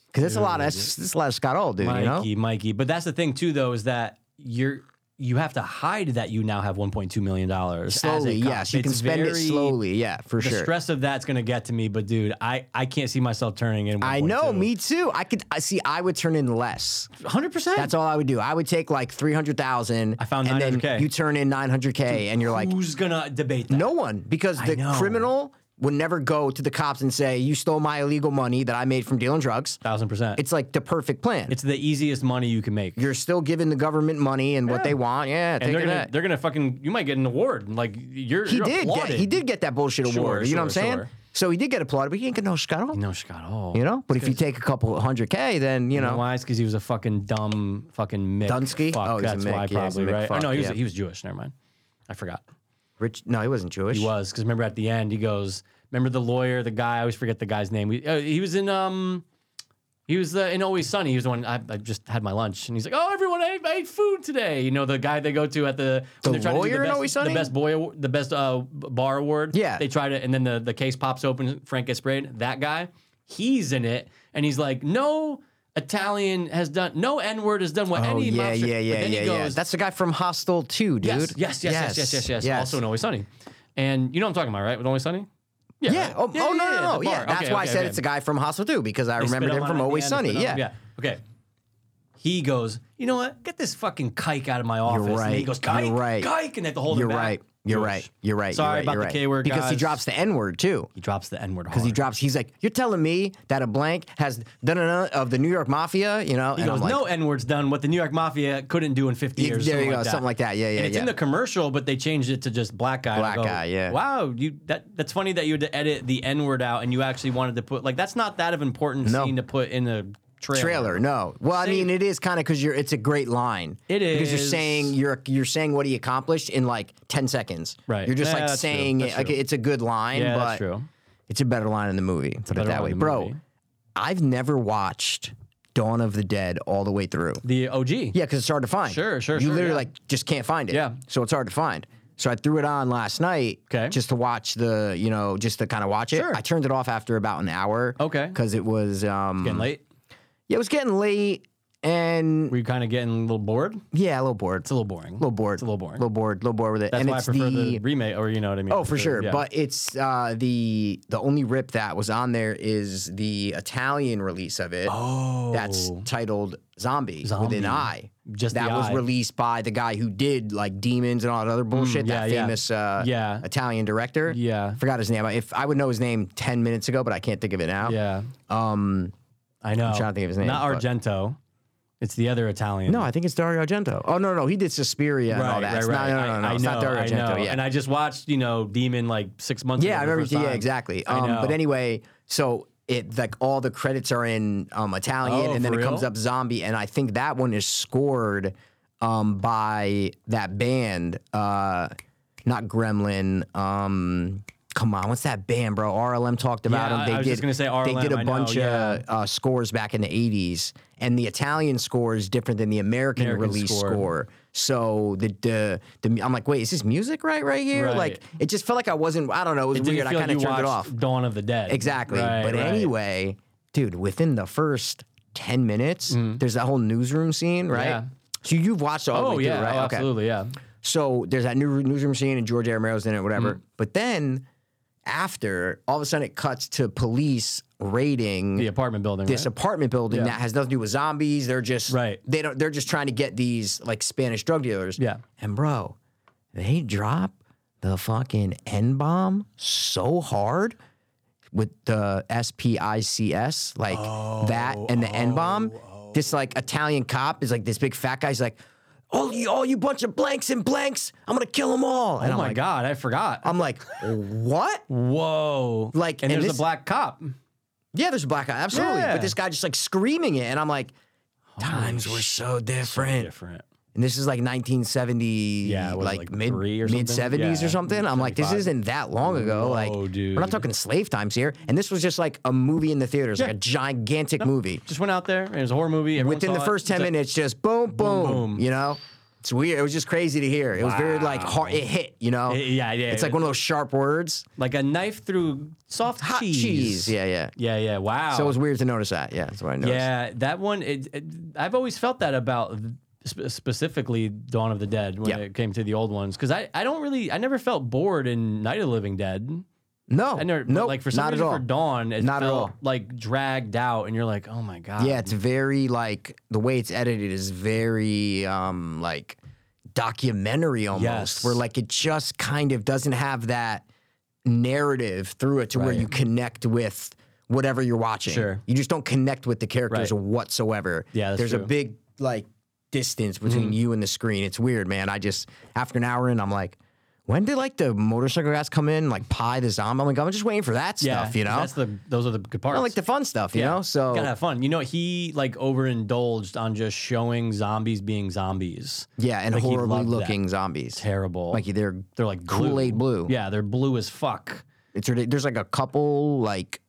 Because that's a lot. Of, that's, that's a lot of Scott All, dude.
Mikey,
You know.
Mikey. But that's the thing too, though, is that you're you have to hide that you now have 1.2 million dollars.
Slowly, yes. You can spend it slowly. Yeah, for
The
sure.
stress of that's going to get to me, but dude, I I can't see myself turning in. 1.2.
I know. Me too. I could. I see. I would turn in less.
100. percent
That's all I would do. I would take like three hundred thousand.
I found
and then
900K.
you turn in nine hundred k, and you're like,
Who's gonna debate that?
no one, because the
know.
criminal would never go to the cops and say, "You stole my illegal money that I made from dealing drugs."
thousand percent. It's
It's like the perfect plan.
it's the easiest money you can make.
you're still giving the government money and what they want. Yeah,
and
take
they're
it
gonna
that.
they're gonna fucking you might get an award. Like you're
He
you're
did get
applauded.
he did get that bullshit award.
Sure,
you know what I'm
sure,
saying?
sure.
So he did get applauded, but he ain't get no scuttle.
No Scott Hall.
You know, but if you take a couple hundred k, then you
You know
know.
why? It's because he was a fucking dumb fucking Mick.
Dunsky?
Fuck,
Oh, he's a
that's
Mick.
why
Yeah, he's a
probably
Mick
right.
fuck,
oh no, he was
yeah.
he was Jewish. Never mind. I forgot.
Rich? No, he wasn't Jewish.
He was because remember at the end he goes. Remember the lawyer, the guy. I always forget the guy's name. We, uh, he was in um. He was the, in Always Sunny. He was the one I, I just had my lunch, and he's like, "Oh, everyone, I ate, I ate food today." You know, the guy they go to at the
The
when they're trying to do
lawyer in
the best,
Always Sunny?
the best boy, award, the best uh, b- bar award.
Yeah.
they try to, and then the, the case pops open. Frank gets sprayed. That guy, he's in it, and he's like, "No Italian has done, no N word has done what
Oh
any
yeah,
mobster-"
yeah,
But
yeah,
then
yeah, yeah.
he goes,
That's the guy from Hostel too, dude.
Yes, yes, yes, yes, yes, yes, yes, Also in Always Sunny. And you know what I'm talking about, right? With Always Sunny?
yeah. Oh, oh, no, no, no.
the
Yeah,
bar.
that's
Okay,
why
okay,
I said
okay.
it's a guy from Hostel too because I
They spit
remembered him
on
from
it at the
Always
end, they
Sunny.
spit on it.
Yeah.
Yeah. Okay. He goes, you know what? Get this fucking kike out of my office. And he
right.
goes, kike,
You're right.
kike, and they have to hold him
You're
back.
right. You're
Jewish.
right. You're right.
Sorry
you're right,
about
you're
the
right.
K-word,
because he
guys.
drops the N word too.
He drops the N word
Because he drops, he's like, "You're telling me that a blank has da da da of the New York Mafia, you know?"
He
and
goes,
I'm like,
no N word's done what the New York Mafia couldn't do in 50
Yeah,
years.
there you
something
go,
like that.
something like that. Yeah, yeah,
And it's
yeah.
in the commercial, but they changed it to just black guy. and I
Black guy, yeah.
Wow, you that that's funny that you had to edit the N word out, and you actually wanted to put like that's not that of important
No.
scene to put in a trailer.
trailer. No, well, I
Say-
mean, it is kind of because you're. It's a great line.
It
because you're
is.
saying you're you're saying what he accomplished in like ten seconds.
Right.
You're just
Yeah,
like
that's true.
saying
That's
it, like
true.
it's a good line,
Yeah,
but
that's true.
it's a better line in the movie. Put it
better
that
line
way,
in the
bro.
movie.
I've never watched Dawn of the Dead all the way through.
The OG.
Yeah, because it's hard to find.
Sure, sure,
You
sure,
literally
yeah.
like just can't find it.
Yeah.
So it's hard to find. So I threw it on last night,
'Kay.
just to watch the, you know, just to kind of watch it.
Sure.
I turned it off after about an hour,
Okay.
because it was, um,
Getting late.
yeah, it was getting late, and
Were you kind of getting a little bored? It's
yeah, a little bored,
a little boring.
a little bored,
It's a little boring.
little bored, little bored with it.
That's
and
why I
it's
prefer the,
the,
remake, or you know what I mean?
oh, for sure,
yeah.
but it's uh, the the only rip that was on there is the Italian release of it.
oh,
that's titled Zombie, with an
Zombie.
I.
Just
that
the
was
eye. Mm,
released by the guy who did like Demons and all that other bullshit. that
yeah, yeah.
famous Uh,
Yeah.
Italian director.
Yeah.
forgot his name. If I would know his name ten minutes ago, but I can't think of it now.
yeah.
Um,
I know.
trying to think of his name,
Not
but-
Argento. It's the other Italian.
no, I think it's Dario Argento. Oh no, no, he did Suspiria and all that. It's not- no, no, no, no,
I, I
it's
know,
not Dario
I
Argento.
know.
Yeah,
And I just watched, you know, Demon like six months ago.
Yeah, I
the
remember.
first
Yeah,
time.
exactly.
I
Um, but
know.
anyway, so it like all the credits are in um, Italian,
Oh,
and then
for
it comes
real?
up zombie, and I think that one is scored um, by that band, uh, not Gremlin. Um, come on, what's that band, bro? RLM talked about
Yeah,
them.
I-
They
I was
did,
just gonna say
They did
RLM,
a
I know,
bunch
yeah.
of uh, scores back in the '80s, and the Italian score is different than the American,
American
release
score.
score. So the, the the I'm like, wait, is this music right right here?
Right.
Like it just felt like I wasn't. I don't know. It was
Didn't
weird. I
feel
kind of
you
turned it off.
watched Dawn of the Dead.
Exactly.
Right,
but
right.
anyway, dude, within the first 10 minutes, there's that whole newsroom scene, right?
Mm-hmm. Yeah.
So you've watched all the
Oh
way
yeah.
through, right?
oh, Absolutely. Yeah.
So there's that new newsroom scene, and George A. Romero's in it, whatever.
Mm-hmm.
But then after, all of a sudden, it cuts to police raiding
the apartment building.
this
right?
apartment building
Yeah.
that has nothing to do with zombies. They're just
Right.
They don't. They're just trying to get these like Spanish drug dealers.
Yeah.
And bro, they drop the fucking n bomb so hard with the S P I C S like that
Oh,
and the n bomb. This like Italian cop is like this big fat guy's like, all you, all you bunch of blanks and blanks, I'm gonna kill them all. And
oh
I'm
my
like,
god, I forgot.
I'm like, what?
Whoa.
Like,
and,
and
there's
this-
a black cop.
Yeah, there's a black guy, absolutely.
Yeah.
But this guy just like screaming it, and I'm like, times were so different.
Different.
And this is like 1970,
Yeah, what is it,
like,
like
mid
three or
mid
something?
70s
Yeah,
or something. I'm like, this
75.
isn't that long ago. like,
Whoa,
we're
dude.
not talking slave times here. And this was just like a movie in the theaters,
Yeah.
like a gigantic movie.
Just went out there. and It was a horror movie. everyone
Within
saw
the
it.
first 10
It's like-
minutes, just boom, boom,
boom.
You know, it's weird. It was just crazy to hear. It was very like hard. It hit. You know,
It- eh, yeah, yeah,
It's
yeah.
like one of those sharp words.
Like a knife through soft
Hot cheese.
cheese.
Yeah, yeah.
Yeah, yeah. Wow.
So it was weird to notice that. Yeah, that's what I noticed.
yeah, that one. It, it, I've always felt that about sp- specifically Dawn of the Dead when
Yeah.
it came to the old ones because I, I don't really I never felt bored in Night of the Living Dead.
No,
I never but,
no,
like for some
not at
reason
all.
for Dawn it
Not at
felt
all.
like dragged out and you're like oh my god
Yeah, it's very like the way it's edited is very um like documentary almost,
Yes.
where like it just kind of doesn't have that narrative through it to where you connect with whatever you're watching.
Sure.
You just don't connect with the characters
Right.
whatsoever.
Yeah, that's
There's a
true. Mm-hmm.
big like distance between you and the screen. It's weird, man. I just after an hour in, I'm like when did like the motorcycle guys come in, and, like pie the zombie? I'm like, I'm just waiting for that
yeah
stuff, you know?
that's the those are the good parts
I like the fun stuff, you know? So
gotta have fun you know he like overindulged on just showing zombies being zombies
Yeah, and
Like, he
horribly
loved that.
looking zombies.
terrible
Like they're
they're like blue.
Kool-Aid blue.
yeah they're blue as fuck
it's ridic- there's like a couple like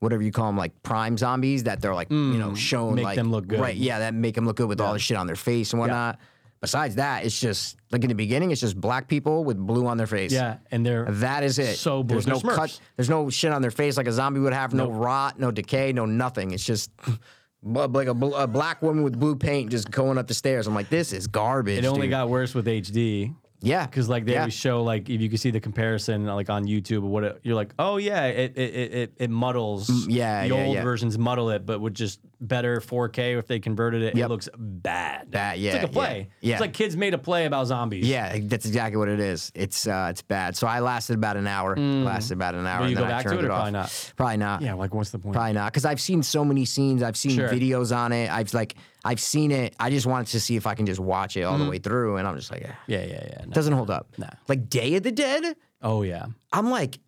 whatever you call them like prime zombies that they're like you know shown
Mm. make
like
them look good.
right yeah that make them look good with all the shit on their face and whatnot. Besides that, it's just like in the beginning, it's just black people with blue on their face.
yeah and they're
That is it.
So blue.
There's
They're
no
Smurfs.
cut. There's no shit on their face like a zombie would have. No rot. No decay. No nothing. It's just bu- like a, bl- a black woman with blue paint just going up the stairs. I'm like, this is garbage.
it only
dude.
got worse with HD
yeah
because like they
Yeah.
always show like if you can see the comparison like on YouTube or what it, you're like oh yeah it it it, it, it muddles
Mm, yeah,
the
yeah,
old
yeah.
versions muddle it but with just better 4K if they converted it
Yep.
it looks bad
Bad, yeah,
it's like a
yeah,
play
yeah.
it's like kids made a play about zombies
Yeah, e, that's exactly what it is. It's uh, it's bad. So I lasted about an hour. Lasted about an hour.
Mm. Will you
and
go
then I
back to
turned
it or
off.
probably not?
Probably not.
yeah like what's the point
Probably not. Because I've seen so many scenes. I've seen
Sure.
videos on it. I've like I've seen it. I just wanted to see if I can just watch it all the way through. And I'm just like, eh.
yeah yeah yeah no.
doesn't hold up.
Mm. Nah.
Like Day of the Dead.
oh yeah
I'm like,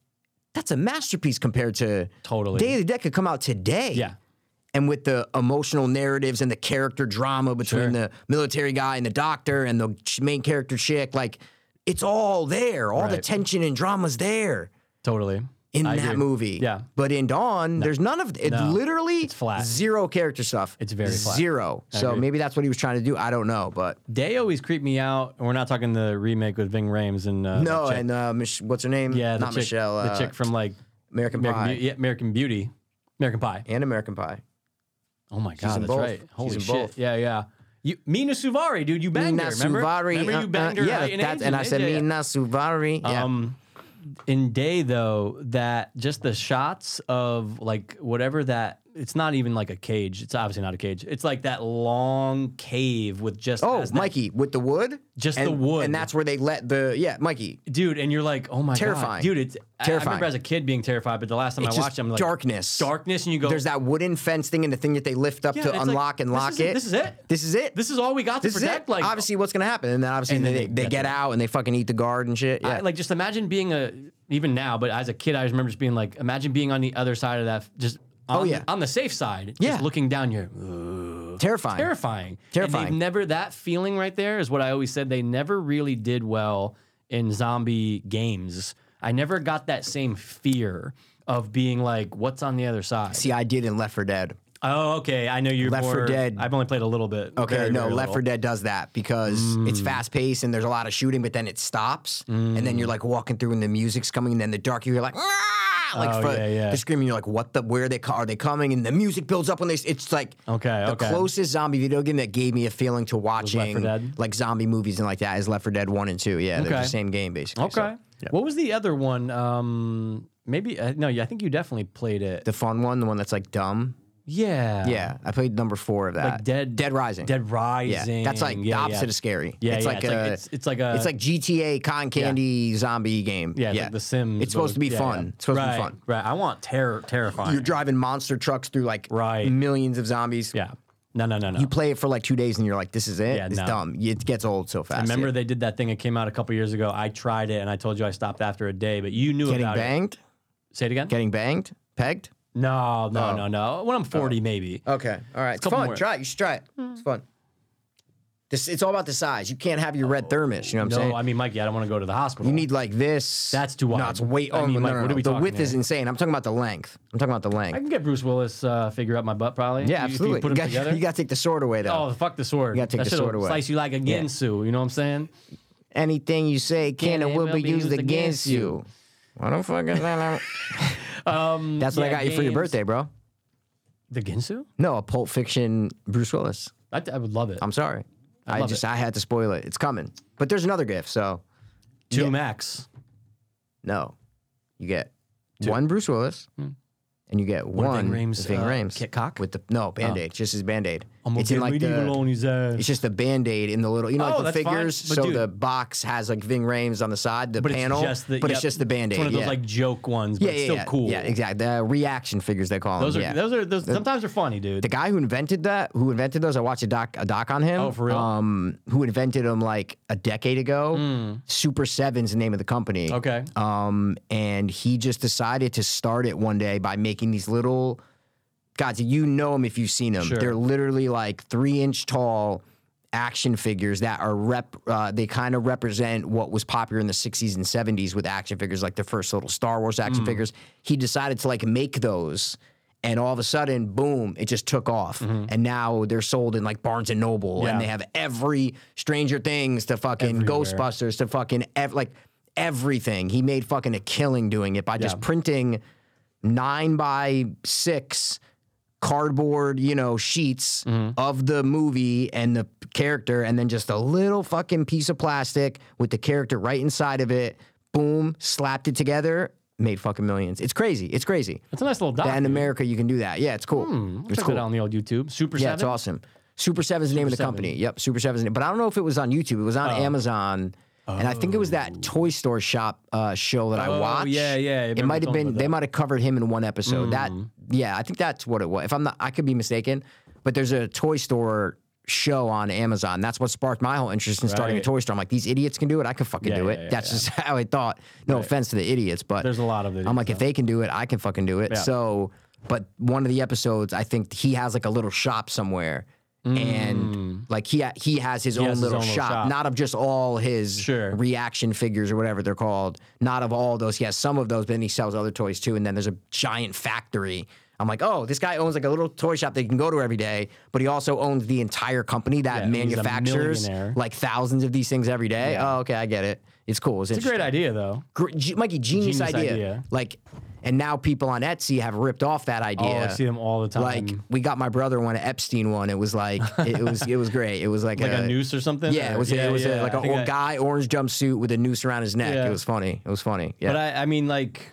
that's a masterpiece compared to
Totally.
Day of the Dead could come out today.
yeah
And with the emotional narratives and the character drama between
Sure.
the military guy and the doctor and the ch- main character chick, like it's all there. All the
Right.
tension and drama's there
totally
in
I
that
agree.
movie.
Yeah.
But in Dawn, there's none of it.
No.
Literally,
It's flat.
Zero character stuff.
It's very flat.
zero. so
agree. Oh,
maybe that's what he was trying to do. I don't know, but
they always creep me out and we're not talking the remake with Ving Rhames and uh,
no.
the chick-
And uh, Mich- what's her name?
yeah the
not
chick,
Michelle.
the
uh,
chick from like
American,
American,
Pie
Beauty, yeah, American Beauty American Pie
and American Pie.
Oh my god,
in
that's
both.
right.
She's
Holy
in
shit.
both.
Yeah, yeah. You, Mina Suvari, dude, you banged
Mina
her. Remember?
Suvari,
remember you
uh,
banged
uh,
her.
yeah,
in
that's-
Angel-
and I said
yeah, yeah.
Mina Suvari. Yeah.
Um, in day though, that just the shots of like whatever that it's not even like a cage. It's obviously not a cage. It's like that long cave with just
Oh,
as that-
Mikey with the wood,
Just
and,
the wood.
and that's where they let the yeah, Mikey.
dude, and you're like, oh my god,
Terrifying.
dude, it's I- I
Terrifying.
remember as a kid being terrified, but the last time
It's
I
just
watched, it, I'm like
darkness.
darkness, and you go,
There's that wooden fence thing and the thing that they lift up
Yeah, it's
to
like,
unlock and
this
lock
is it,
it.
this is it.
This is it.
this is all we got to
This is
protect.
it.
Like
obviously, what's gonna happen? And then obviously
And then
they,
they
they,
get
get
them.
out and they fucking eat the guard and shit. Yeah.
I, like just imagine being a even now, but as a kid, I remember just being like, imagine being on the other side of that, just on,
Oh, yeah.
on the safe side, just
Yeah.
looking down here,
terrifying.
terrifying, And
Terrifying.
they've never that feeling right there is what I always said. They never really did well in zombie games. I never got that same fear of being like, what's on the other side?
See, I did in Left 4 Dead.
oh, okay, I know you're
Left 4
more-
Dead.
I've only played a little bit.
Okay,
very,
no,
very Mm.
Left
little.
4 Dead does that because it's fast paced and there's a
Mm.
lot of shooting, but then it stops, and then you're like walking through and the music's coming, and then the dark, you're like, "Ah!" like
Oh,
fr-
yeah, yeah.
they're screaming. You're like, what the? Where are they? co- Are they coming? And the music builds up when they. s- It's like
Okay,
the
okay.
closest zombie video game that gave me a feeling to
Left 4
watching
Dead?
like zombie movies and like that is Left 4 Dead One and Two. Yeah, they're
Okay.
the same game basically.
Okay.
so, yeah.
What was the other one? Um, maybe uh, no. yeah, I think you definitely played it.
The fun one, the one that's like dumb.
yeah.
Yeah, I played number four of that.
Like Dead-
Dead Rising.
Dead
Yeah,
Rising.
that's like the
yeah,
opposite
yeah.
of scary.
Yeah,
it's
yeah,
like
it's
a,
like- it's- it's like a-
it's like GTA con candy zombie game.
Uh, Yeah, it's like The Sims.
It's
but
supposed to be
with- yeah,
fun.
yeah.
It's supposed
right,
to be fun.
Right. I want terror, terrifying.
You're driving monster trucks through like
Right.
millions of zombies.
yeah. No, no, no, no.
You play it for like two days and you're like, this is it.
Yeah,
it's
no.
dumb. It gets old so fast.
Remember
yeah.
they did that thing. It came out a couple years ago. I tried it and I told you I stopped after a day, but you knew
getting
about it.
banged?
Say it again.
Getting banged? Pegged?
no, no,
Oh.
no, no. When I'm 40, maybe.
Okay. All right. It's
couple
fun.
more.
Try it. You should try it. It's fun. This, it's all about the size. You can't have your red thermos. You know what I'm
Oh, no,
saying?
I mean, Mikey, I don't want to go to the hospital.
You need like this.
That's too
No,
wide.
it's way.
I
Oh,
mean,
no,
like,
no, no,
what are we
The
talking
width is
here?
insane. I'm talking about the length. I'm talking about the length.
I can get Bruce Willis uh, figure out my butt probably.
yeah,
If you-
absolutely.
If you put them
you, got,
together.
you got to take the sword away though.
Oh, fuck the sword.
You gotta take
That
the
shit'll
sword away.
Slice you like a Ginsu. You know what I'm saying?
Anything you say can and will be used against you. I don't fucking. um, That's what I
yeah,
got you for your
games.
birthday, bro.
The Ginsu?
No, a Pulp Fiction Bruce Willis.
I, I would love it.
I'm sorry. I,
love
just I had to spoil it. It's coming, but there's another gift. So
Two
yeah.
max.
no, you get one Bruce Willis,
Hmm.
and you get one,
Ving Rhames,
Ving
uh,
Rhames
kick cock? Oh.
with the no band aid, just his band aid.
I'm
It's in like the
on his ass.
It's just the band aid in the little, you know,
Oh,
like the
that's fine.
figures.
But
So
dude-
the box has like Ving Rhames on the side, the
but
panel.
it's just the,
but
yep,
it's just the band aid.
It's one of those
yeah.
like joke ones, but
yeah,
it's
yeah,
still
yeah,
cool.
Yeah, exactly. The reaction figures they call
Those are
them. yeah.
those are those. Sometimes they're funny, dude.
the guy who invented that, who invented those, I watched a doc, a doc on him.
Oh, for real?
Um, who invented them like a decade ago? Super Seven's the name of the company.
Hmm. Okay.
Um, and he just decided to start it one day by making these little gods. You know them if you've seen them.
Sure.
They're literally like three inch tall action figures that are rep. Uh, they kind of represent what was popular in the '60s and '70s with action figures, like the first little Star Wars
Mm.
action figures. He decided to like make those. And all of a sudden, boom! It just took off, and now they're sold in like Barnes and Noble,
Mm-hmm. Yeah.
and they have every Stranger Things to fucking
Everywhere.
Ghostbusters to fucking ev- like everything. He made fucking a killing doing it by just printing nine by six cardboard, you know, sheets
Mm-hmm.
of the movie and the character, and then just a little fucking piece of plastic with the character right inside of it. Boom, slapped it together, made fucking millions. It's crazy. It's crazy.
That's a nice little doc.
That in
dude. Hmm,
America, you can do that. Yeah, it's cool.
I'll
it's
check
cool.
that out on the old YouTube. Super
Yeah,
Seven.
it's awesome. Super Seven's the name of the
Seven. Oh.
company. Yep, Super Seven's the name. But I don't know if it was on YouTube. It was on Amazon. And I think it was that Toy Store Shop uh, show that I
Oh,
watched.
yeah, yeah, I
It
remember
might have
talking
been
about
they
that. Mm-hmm.
might have covered him in one episode. That yeah, I think that's what it was. If I'm not I could be mistaken, but there's a Toy Store show on Amazon. That's what sparked my whole interest in starting a
Right.
toy store. I'm like, these idiots can do it. I can fucking
Yeah,
do
yeah,
it.
yeah,
that's just how I thought. No offense to the idiots, but
There's a lot of it.
I'm like, if they can do it, I can fucking do it. So, but one of the episodes, I think he has like a little shop somewhere, and like he ha- he has his own
Mm. has his
little
own little
shop,
shop.
not of just all his
Sure.
reaction figures or whatever they're called, not of all those. He has some of those, but then he sells other toys too. And then there's a giant factory. I'm like, oh, this guy owns like a little toy shop that you can go to every day, but he also owns the entire company that
Yeah, he's a
manufactures
millionaire.
like thousands of these things every day. Oh, okay, I get it. It's cool. It's,
it's a great idea though.
gr- ge- Mikey, genius,
Genius
idea.
idea.
Like, and now people on Etsy have ripped off that idea.
Oh, I see them all the time.
Like, we got my brother one, an Epstein one. It was like, it, it was, it was great. It was like,
like a noose or something.
uh, Yeah,
Or-
it was, it was a, like
I
a
think
old
I-
guy orange jumpsuit with a noose around his neck.
Yeah.
It was funny. It was funny. Yeah,
But
I,
I, I mean, like,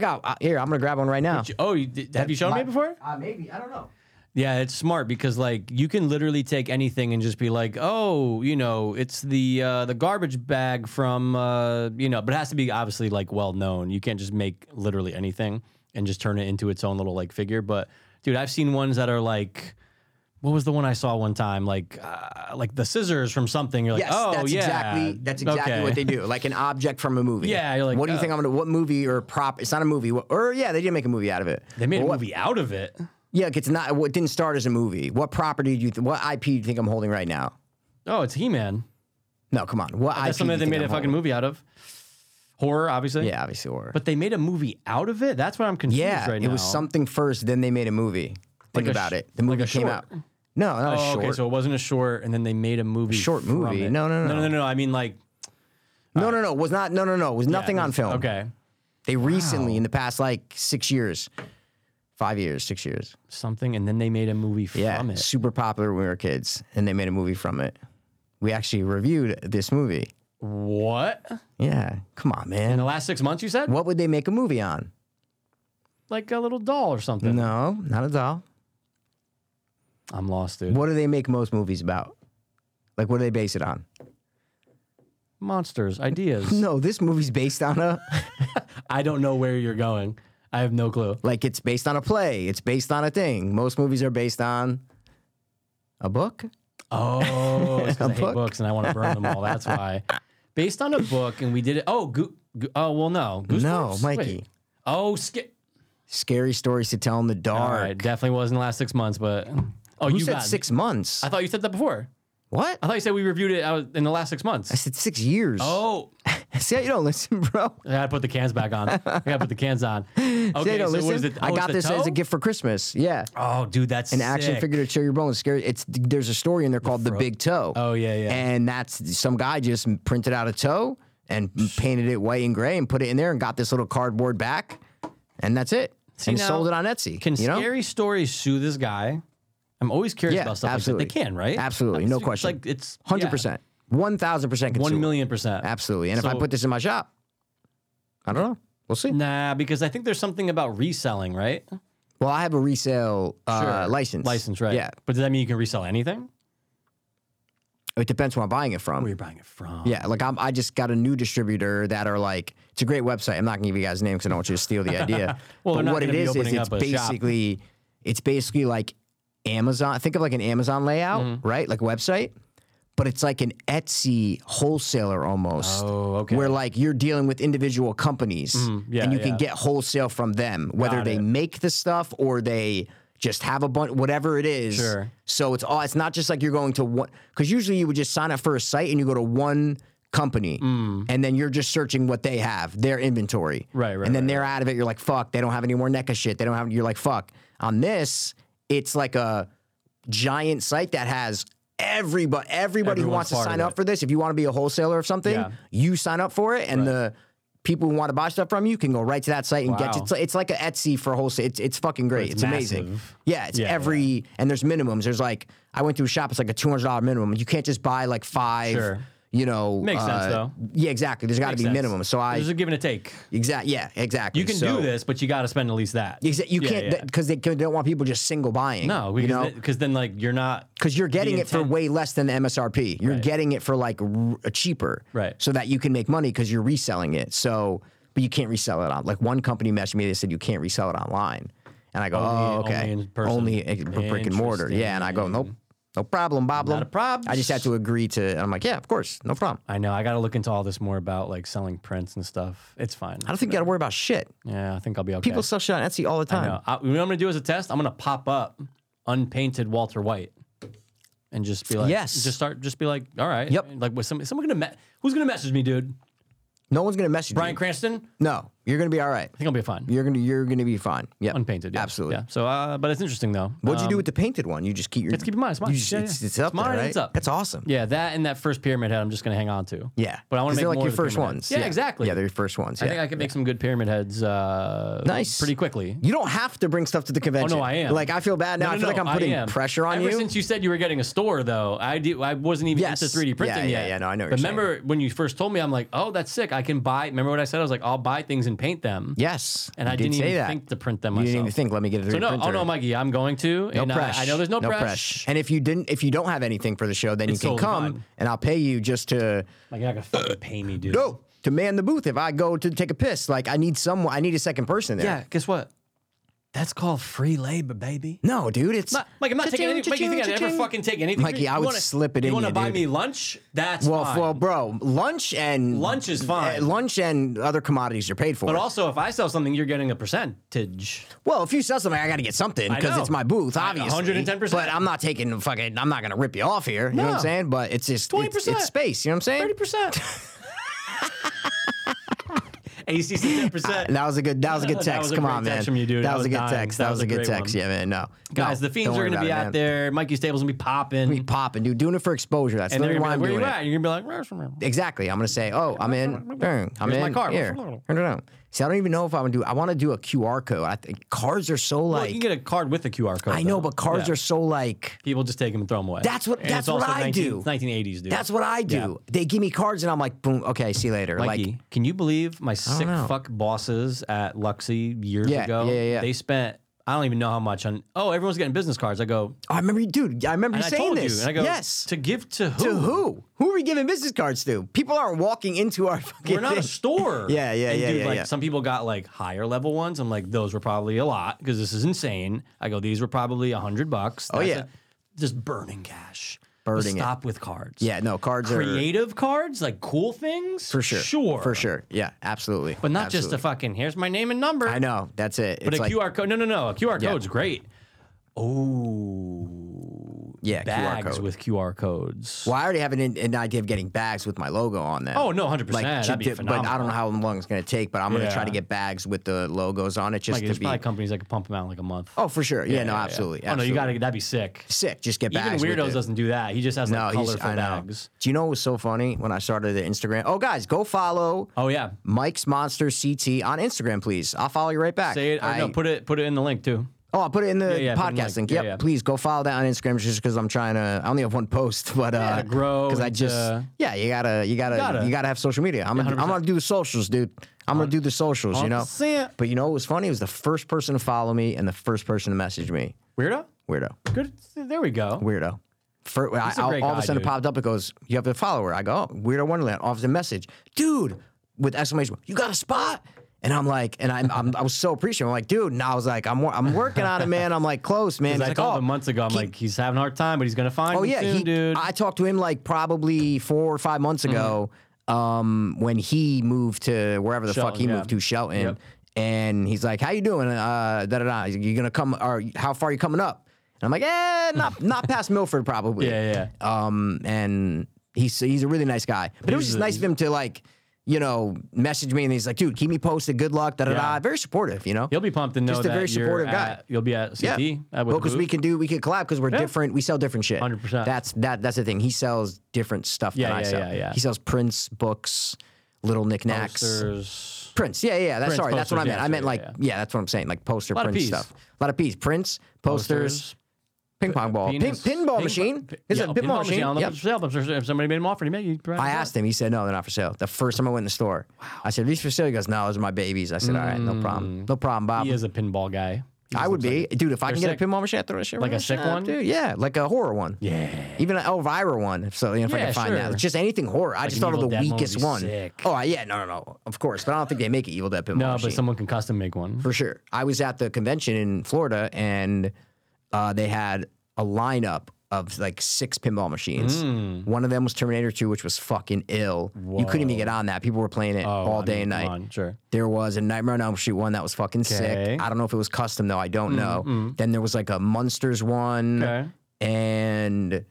got I, here. I'm gonna grab one right now.
oh, you, did- have you shown me
My-
it before?
Uh, maybe I don't know.
Yeah, it's smart because like you can literally take anything and just be like, oh, you know, it's the uh, the garbage bag from uh, you know, but it has to be obviously like well known. You can't just make literally anything and just turn it into its own little like figure. But dude, I've seen ones that are like. What was the one I saw one time? Like, uh, like the scissors from something. You're like,
Yes,
oh
that's
yeah,
exactly that's exactly
okay.
what they do. Like an object from a movie.
Yeah, you're like,
what do you
uh,
think I'm gonna? What movie or prop? It's not a movie. What, or yeah, they did make a movie out of it.
They made
But
a
what-
movie out of it.
Yeah, like it's not. It didn't start as a movie. What property do you? Th- what IP do you think I'm holding right now?
Oh, it's He Man.
No, come on. What IP?
That's something
do
they
you think I'm
made a fucking
holding?
movie out of. Horror, obviously.
Yeah, obviously. Or
But they made a movie out of it. That's what I'm confused
yeah,
right
it
now.
was something first. Then they made a movie. Think
Like a
about
sh-
it. The movie
like a
came
short.
out. No, not
Oh,
a short.
okay. So it wasn't a short, and then they made a movie.
short
from
movie.
it.
No, no, no.
no, no, no. I mean, like
no, no, no. It was not. No, no, no. It was nothing
yeah,
on film.
Okay.
They recently, in the past like six years, five years, six years.
something, and then they made a movie from
Yeah.
it.
Super popular when we were kids. And they made a movie from it. We actually reviewed this movie.
What?
Yeah. Come on,
In
man.
the last six months, you said
What would they make a movie on?
like a little doll or something.
No, not at all.
I'm lost, dude.
What do they make most movies about? Like, what do they base it on?
Monsters, ideas.
No, this movie's based on a
I don't know where you're going. I have no clue.
like it's based on a play. It's based on a thing. Most movies are based on a book.
Oh, it's 'cause
A
I hate
book?
books and I want to burn them all. That's why. Based on a book, and we did it. Oh, go, go, oh well, no.
No,
Goosebumps?
Mikey.
Wait. Oh, skip.
Scary stories to tell in the
All
dark.
right, definitely was in the last six months, but oh,
Who
you
said
got me.
six months?
I thought you said that before.
what?
I thought you said we reviewed it out in the last six
I
months.
said six years.
Oh,
See how you don't listen, bro.
I gotta put the cans back on. I gotta put the cans on. Okay,
See how you don't
so
listen.
what is it?
I
oh, it's
got
the
this as
toe?
a gift for Christmas. Yeah.
Oh, dude, that's
An action
sick.
figure to chill your bones. Scary. It's there's a story in there called The, Big Toe.
Oh yeah, yeah.
and that's some guy just printed out a toe and painted it white and gray and put it in there and got this little cardboard back, and that's it. and
now,
sold it on Etsy.
can
you know?
scary stories sue this guy? I'm always curious
Yeah,
about stuff
absolutely.
like that. They can, right?
Absolutely,
It's-
no
it's
question.
Like it's yeah,
Hundred percent, one thousand percent,
one million percent.
absolutely. And if I
So-
put this in my shop, I don't know. We'll see.
Nah, because I think there's something about reselling, right?
Well, I have a resale uh, license.
License, right?
Yeah,
But does that mean you can resell anything?
it depends where I'm buying it from.
Where you're buying it from?
Yeah, like I'm, I just got a new distributor that are like it's a great website. I'm not gonna give you guys names because I don't want you to steal the idea.
Well,
but
they're not
what it
gonna be
is is
opening
it's
up a shop.
basically it's basically like Amazon. Think of like an Amazon layout,
Mm-hmm.
right? Like a website, but it's like an Etsy wholesaler almost.
Oh, okay. Mm,
Where like you're dealing with individual companies,
yeah,
and you
yeah.
can get wholesale from them, whether
Got
they
it.
make the stuff or they just have a bunch, whatever it is.
Sure.
So it's all. It's not just like you're going to one because usually you would just sign up for a site and you go to one company and then you're just searching what they have, their inventory.
Mm. Right, right,
And then
right,
they're out of it. You're like, fuck, they don't have any more NECA shit. They don't have. You're like, fuck. On this, it's like a giant site that has. Everybody, everybody who
Everyone's
wants to
part of
sign
it.
up for this, if you want to be a wholesaler of something,
Yeah.
you sign up for it, and the people who want to buy stuff from you can go right to that site and get
Wow.
it. It's like- It's like an Etsy for wholesale. It's it's fucking great. It's,
it's
amazing.
massive.
Yeah, it's
Yeah,
every and there's minimums. There's like I went to a shop. It's like a two hundred dollar minimum. You can't just buy like five.
Sure.
You know, uh,
Makes sense, though.
Yeah, exactly. There's got to
Makes
be
sense.
minimum. So I
There's a give and a take.
exactly. Yeah, exactly.
You can
So-
do this, but you got to spend at least that.
Exa- you
Yeah, yeah.
can't because they don't want people just single buying.
No,
you
because
know,
th- 'cause then like you're not
because you're getting
the
it for
intent-
way less than the MSRP. You're getting it for like r- cheaper,
Right.
So that you can make money because you're reselling it. So, but you can't resell it on. Like one company messaged me, they said you can't resell it online, and I go, oh,
Only-
okay,
only in person.
Only i- b- brick and mortar, yeah. And I go, nope, no problem, Bob.
Not a problem.
I just had to agree to. And I'm like, yeah, of course, no problem.
I know. I got to look into all this more about like selling prints and stuff. It's fine.
I don't think you got to worry about shit.
yeah, I think I'll be okay.
People sell shit on Etsy all the
I
time.
know. I, you know what I'm gonna do as a test? I'm gonna pop up unpainted Walter White and just be like,
Yes.
just start, just be like, all right,
Yep.
Like, with some, someone gonna me- who's gonna message me, dude?
No one's gonna message
Brian
you.
Cranston? I
No, you're gonna be all right.
think I'll be fine.
You're gonna you're gonna be fine. Yeah,
Unpainted, yeah.
absolutely.
Yeah. So, uh, but it's interesting though.
What'd you
Um,
do with the painted one? You just keep your.
Let's keep it mine. It's mine.
You just,
Yeah,
it's,
yeah.
it's up
It's mine
there,
and
right?
it's up.
That's awesome.
Yeah, that and that first pyramid head, I'm just gonna hang on to.
Yeah.
But I want
'Cause
to make
they're like
more
your
of the
first
pyramid
ones.
heads. Yeah, exactly.
Yeah, they're your first ones.
I
Yeah.
think I could make some good pyramid heads. Uh,
Nice.
Pretty quickly.
you don't have to bring stuff to the convention.
Oh, no, I am.
Like I feel bad now.
No,
I
no,
feel like
no,
I'm putting
am.
pressure on
Ever
you.
Since you said you were getting a store, though, I do. I wasn't even
Yes.
into 3D printing
Yeah, yeah,
yet.
yeah, no, I know what
But
you're saying.
remember when you first told me, I'm like, oh, that's sick. I can buy. Remember what I said? I was like, I'll buy things and paint them.
yes.
And
you
I
did
didn't
say
even
that.
think to print them
You
myself.
didn't even think. Let me get it.
So no, oh no, Mikey, I'm going to.
No
and uh, I-
press.
I, know there's no, press.
And if you didn't, if you don't have anything for the show, then
It's
you can
totally
come
fine.
and I'll pay you just to
Like you're not gonna fucking pay me, dude.
go to man the booth. If I go to take a piss, like I need someone. I need a second person there.
Yeah. Guess what? That's called free labor, baby.
No, dude, it's
Not, Mike, I'm not taking anything. Mike, you think I'd ever fucking take anything?
Mikey,
from you?
I
You
would
wanna-
slip it in
You wanna
you,
buy
dude.
me lunch? That's
Well,
fine.
well, bro, lunch and
Lunch is fine.
uh, lunch and other commodities are paid for.
But also, if I sell something, you're getting a percentage.
well, if you sell something, I got to get something
I
because
know.
it's my booth,
I-
obviously.
110%.
But I'm not taking the fucking. I'm not gonna rip you off here. You know what I'm
No.
saying? But it's just it's,
20%.
it's space. You know what I'm saying?
Thirty percent. ACC ten percent.
That was a good. That was a good
That
text.
was a
Come
great
on, man.
text from you, dude.
That
I
was a
was
good
dying.
text. That, was a good text. Yeah, man. No,
Guys,
No,
the fiends
don't
are
worry
gonna be
about it,
out
man.
there. Mikey's table's gonna be popping,
Be popping, dude. Doing it for exposure. That's
and they're
literally why
gonna be like,
I'm
"Where
doing
you
it.
at?" And you're gonna be like,
Exactly. I'm gonna say, oh, I'm in. Bang. I'm
Here's
in
my card.
Here. Turn it around. See, I don't even know if I would do. I want to do a QR code. I think cards are so
Well,
like.
you can get a card with a QR code.
I know,
though.
but cards
Yeah.
are so like.
people just take them and throw them away.
That's what-
And
that's
it's
what
also
I
19
do.
It's 1980s, dude.
That's what I do.
Yeah.
They give me cards and I'm like, boom. Okay, see you later.
Mikey,
Like,
can you believe my sick
know.
fuck bosses at Luxy years
Yeah,
ago?
yeah, yeah, yeah.
They spent I don't even know how much on. Oh, everyone's getting business cards. I go
oh, I remember you, dude. I remember
and
you
I
saying
told
this.
you, and I go
yes.
to give to who?
To who? Who are we giving business cards to? People aren't walking into our fucking.
We're not a
thing.
store.
Yeah, yeah,
and
yeah,
Dude,
yeah,
like
yeah.
some people got like higher level ones. I'm like, those were probably a lot because this is insane. I go, these were probably a hundred bucks.
Oh,
That's
yeah.
it. just burning cash. Let's
Burning it.
Stop with cards.
yeah, no, cards are
Creative cards, like cool things,
for sure.
sure,
For sure. Yeah, absolutely.
But not
absolutely.
just a fucking here's my name and number.
I know. That's it.
But
it's
a
like,
QR code. No, no, no. A QR
Yeah.
code's great. Oh.
Yeah, QR
Bags
code.
with QR codes.
well, I already have an, an idea of getting bags with my logo on them.
Oh, no, 100%.
chip
That'd be
dip-
phenomenal.
But I don't know how long it's going to take, but I'm going to try
Yeah.
to get bags with the logos on it just
Like,
to
there's
be.
probably companies that could pump them out in like a month.
oh, for sure. Yeah, no,
yeah.
absolutely.
Oh, no, you
absolutely.
got to, that'd be sick.
sick. Just get
Even
bags. with
Weirdos
it.
doesn't do that. He just has
No,
like
he's.
colorful
I know.
bags.
Do you know what was so funny when I started the Instagram? Oh, guys, go follow
Oh, yeah.
Mike's Monster CT on Instagram, please. I'll follow you right back.
Say it. Or
I-
no, put it, put it in the link too.
Oh, I'll put it in the
Yeah, yeah, put it in
podcast
like-
link.
yeah,
Yep,
yeah.
please go follow that on Instagram just because I'm trying to. I only have one post, but uh,
to grow
because I
and
just
to-
yeah, you gotta you gotta you gotta,
gotta.
have social media. I'm gonna, I'm gonna do the socials, dude. I'm gonna do the socials, you know.
100%.
But you know what was funny? It was the first person to follow me and the first person to message me.
Weirdo?
Weirdo,
Good. There we go.
weirdo. Fir- I,
a
all
great
all of a
guy,
sudden it
dude.
popped up. It goes, you have a follower. I go, oh, weirdo Wonderland. Off the message, dude, with exclamation, you got a spot. And I'm like, and I'm, I'm I was so appreciative. I'm like, dude, and I was like, I'm wor- I'm working on it, man. I'm like close, man. He's
I
like,
told
oh,
him months ago, I'm
keep-
like, he's having a hard time, but he's going to find
Oh
me
yeah,
soon,
he,
dude.
I talked to him like probably four or five months ago, um, when he moved to wherever the fuck
Shelton,
he
Mm-hmm. yeah.
moved to Shelton,
Yep.
and he's like, "How you doing? Uh, da da da. He's like, You gonna come? Or how far you coming up?" And I'm like, "Eh, not not past Milford probably."
yeah, yeah.
Um, and he's he's a really nice guy, but it was
He's
just
a-
nice of him to like, you know, message me, and he's like, "Dude, keep me posted. Good luck." Da da da.
Yeah.
Very supportive, you know.
He'll be pumped to know
Just a
that
very
you're
supportive guy.
at- you'll be at CT. at with the
because we
booth.
can do we can collab because we're different. We sell different shit.
100%.
That's that. That's the thing. He sells different stuff
Yeah,
than I
yeah,
sell.
yeah, yeah.
He sells prints, books, little knickknacks,
Posters.
prints. Yeah, yeah. That's
Prints,
sorry. that's what I
posters,
meant.
yeah,
I meant
sure,
like
yeah,
yeah, that's what I'm saying. Like poster
Lot of
print
peas.
stuff. A lot of peas, prints, posters,
Posters.
Oh, ping pong ball, pin,
Penis.
pinball
Ping-
machine.
pi-
Is
yeah,
it a pinball machine?
I don't know
Yep.
if it's for sale, but I'm sure if somebody made them offer, you make you
I asked him. He said, "No, they're not for sale." The first time I went in the store, I said, "Are these for sale?" He goes, "No, those are my babies." I said, "All right, no problem, no problem, Bob."
Mm. He is a pinball guy. He
I
just
would
looks
be,
like-
dude. If I
They're
can get
sick.
a pinball machine, I throw that shit.
Like
right
a
in the
sick
shop,
one?
dude. Yeah, like a horror one.
yeah.
Even an Elvira one. If so, you know, if I
Yeah,
can find that,
sure.
It's just anything horror. I just
an
thought of the
Evil Dead one would
weakest
be
one.
sick.
Oh yeah, no, no, no. Of course, but I don't think they make it Evil Dead pinball
No,
machine
but someone can custom make one.
for sure. I was at the convention in Florida and uh, they had a lineup of like six pinball machines.
Mm. Hmm.
One of them was Terminator 2, which was fucking ill. You couldn't even get on that. People were playing it all
Oh, I
day and
mean, come
night.
on, sure.
There was a Nightmare on Elm Street one that was fucking
Okay. Mm-hmm.
sick. I don't know if it was custom though. I don't know. Then there was like a Munsters one,
Okay.
and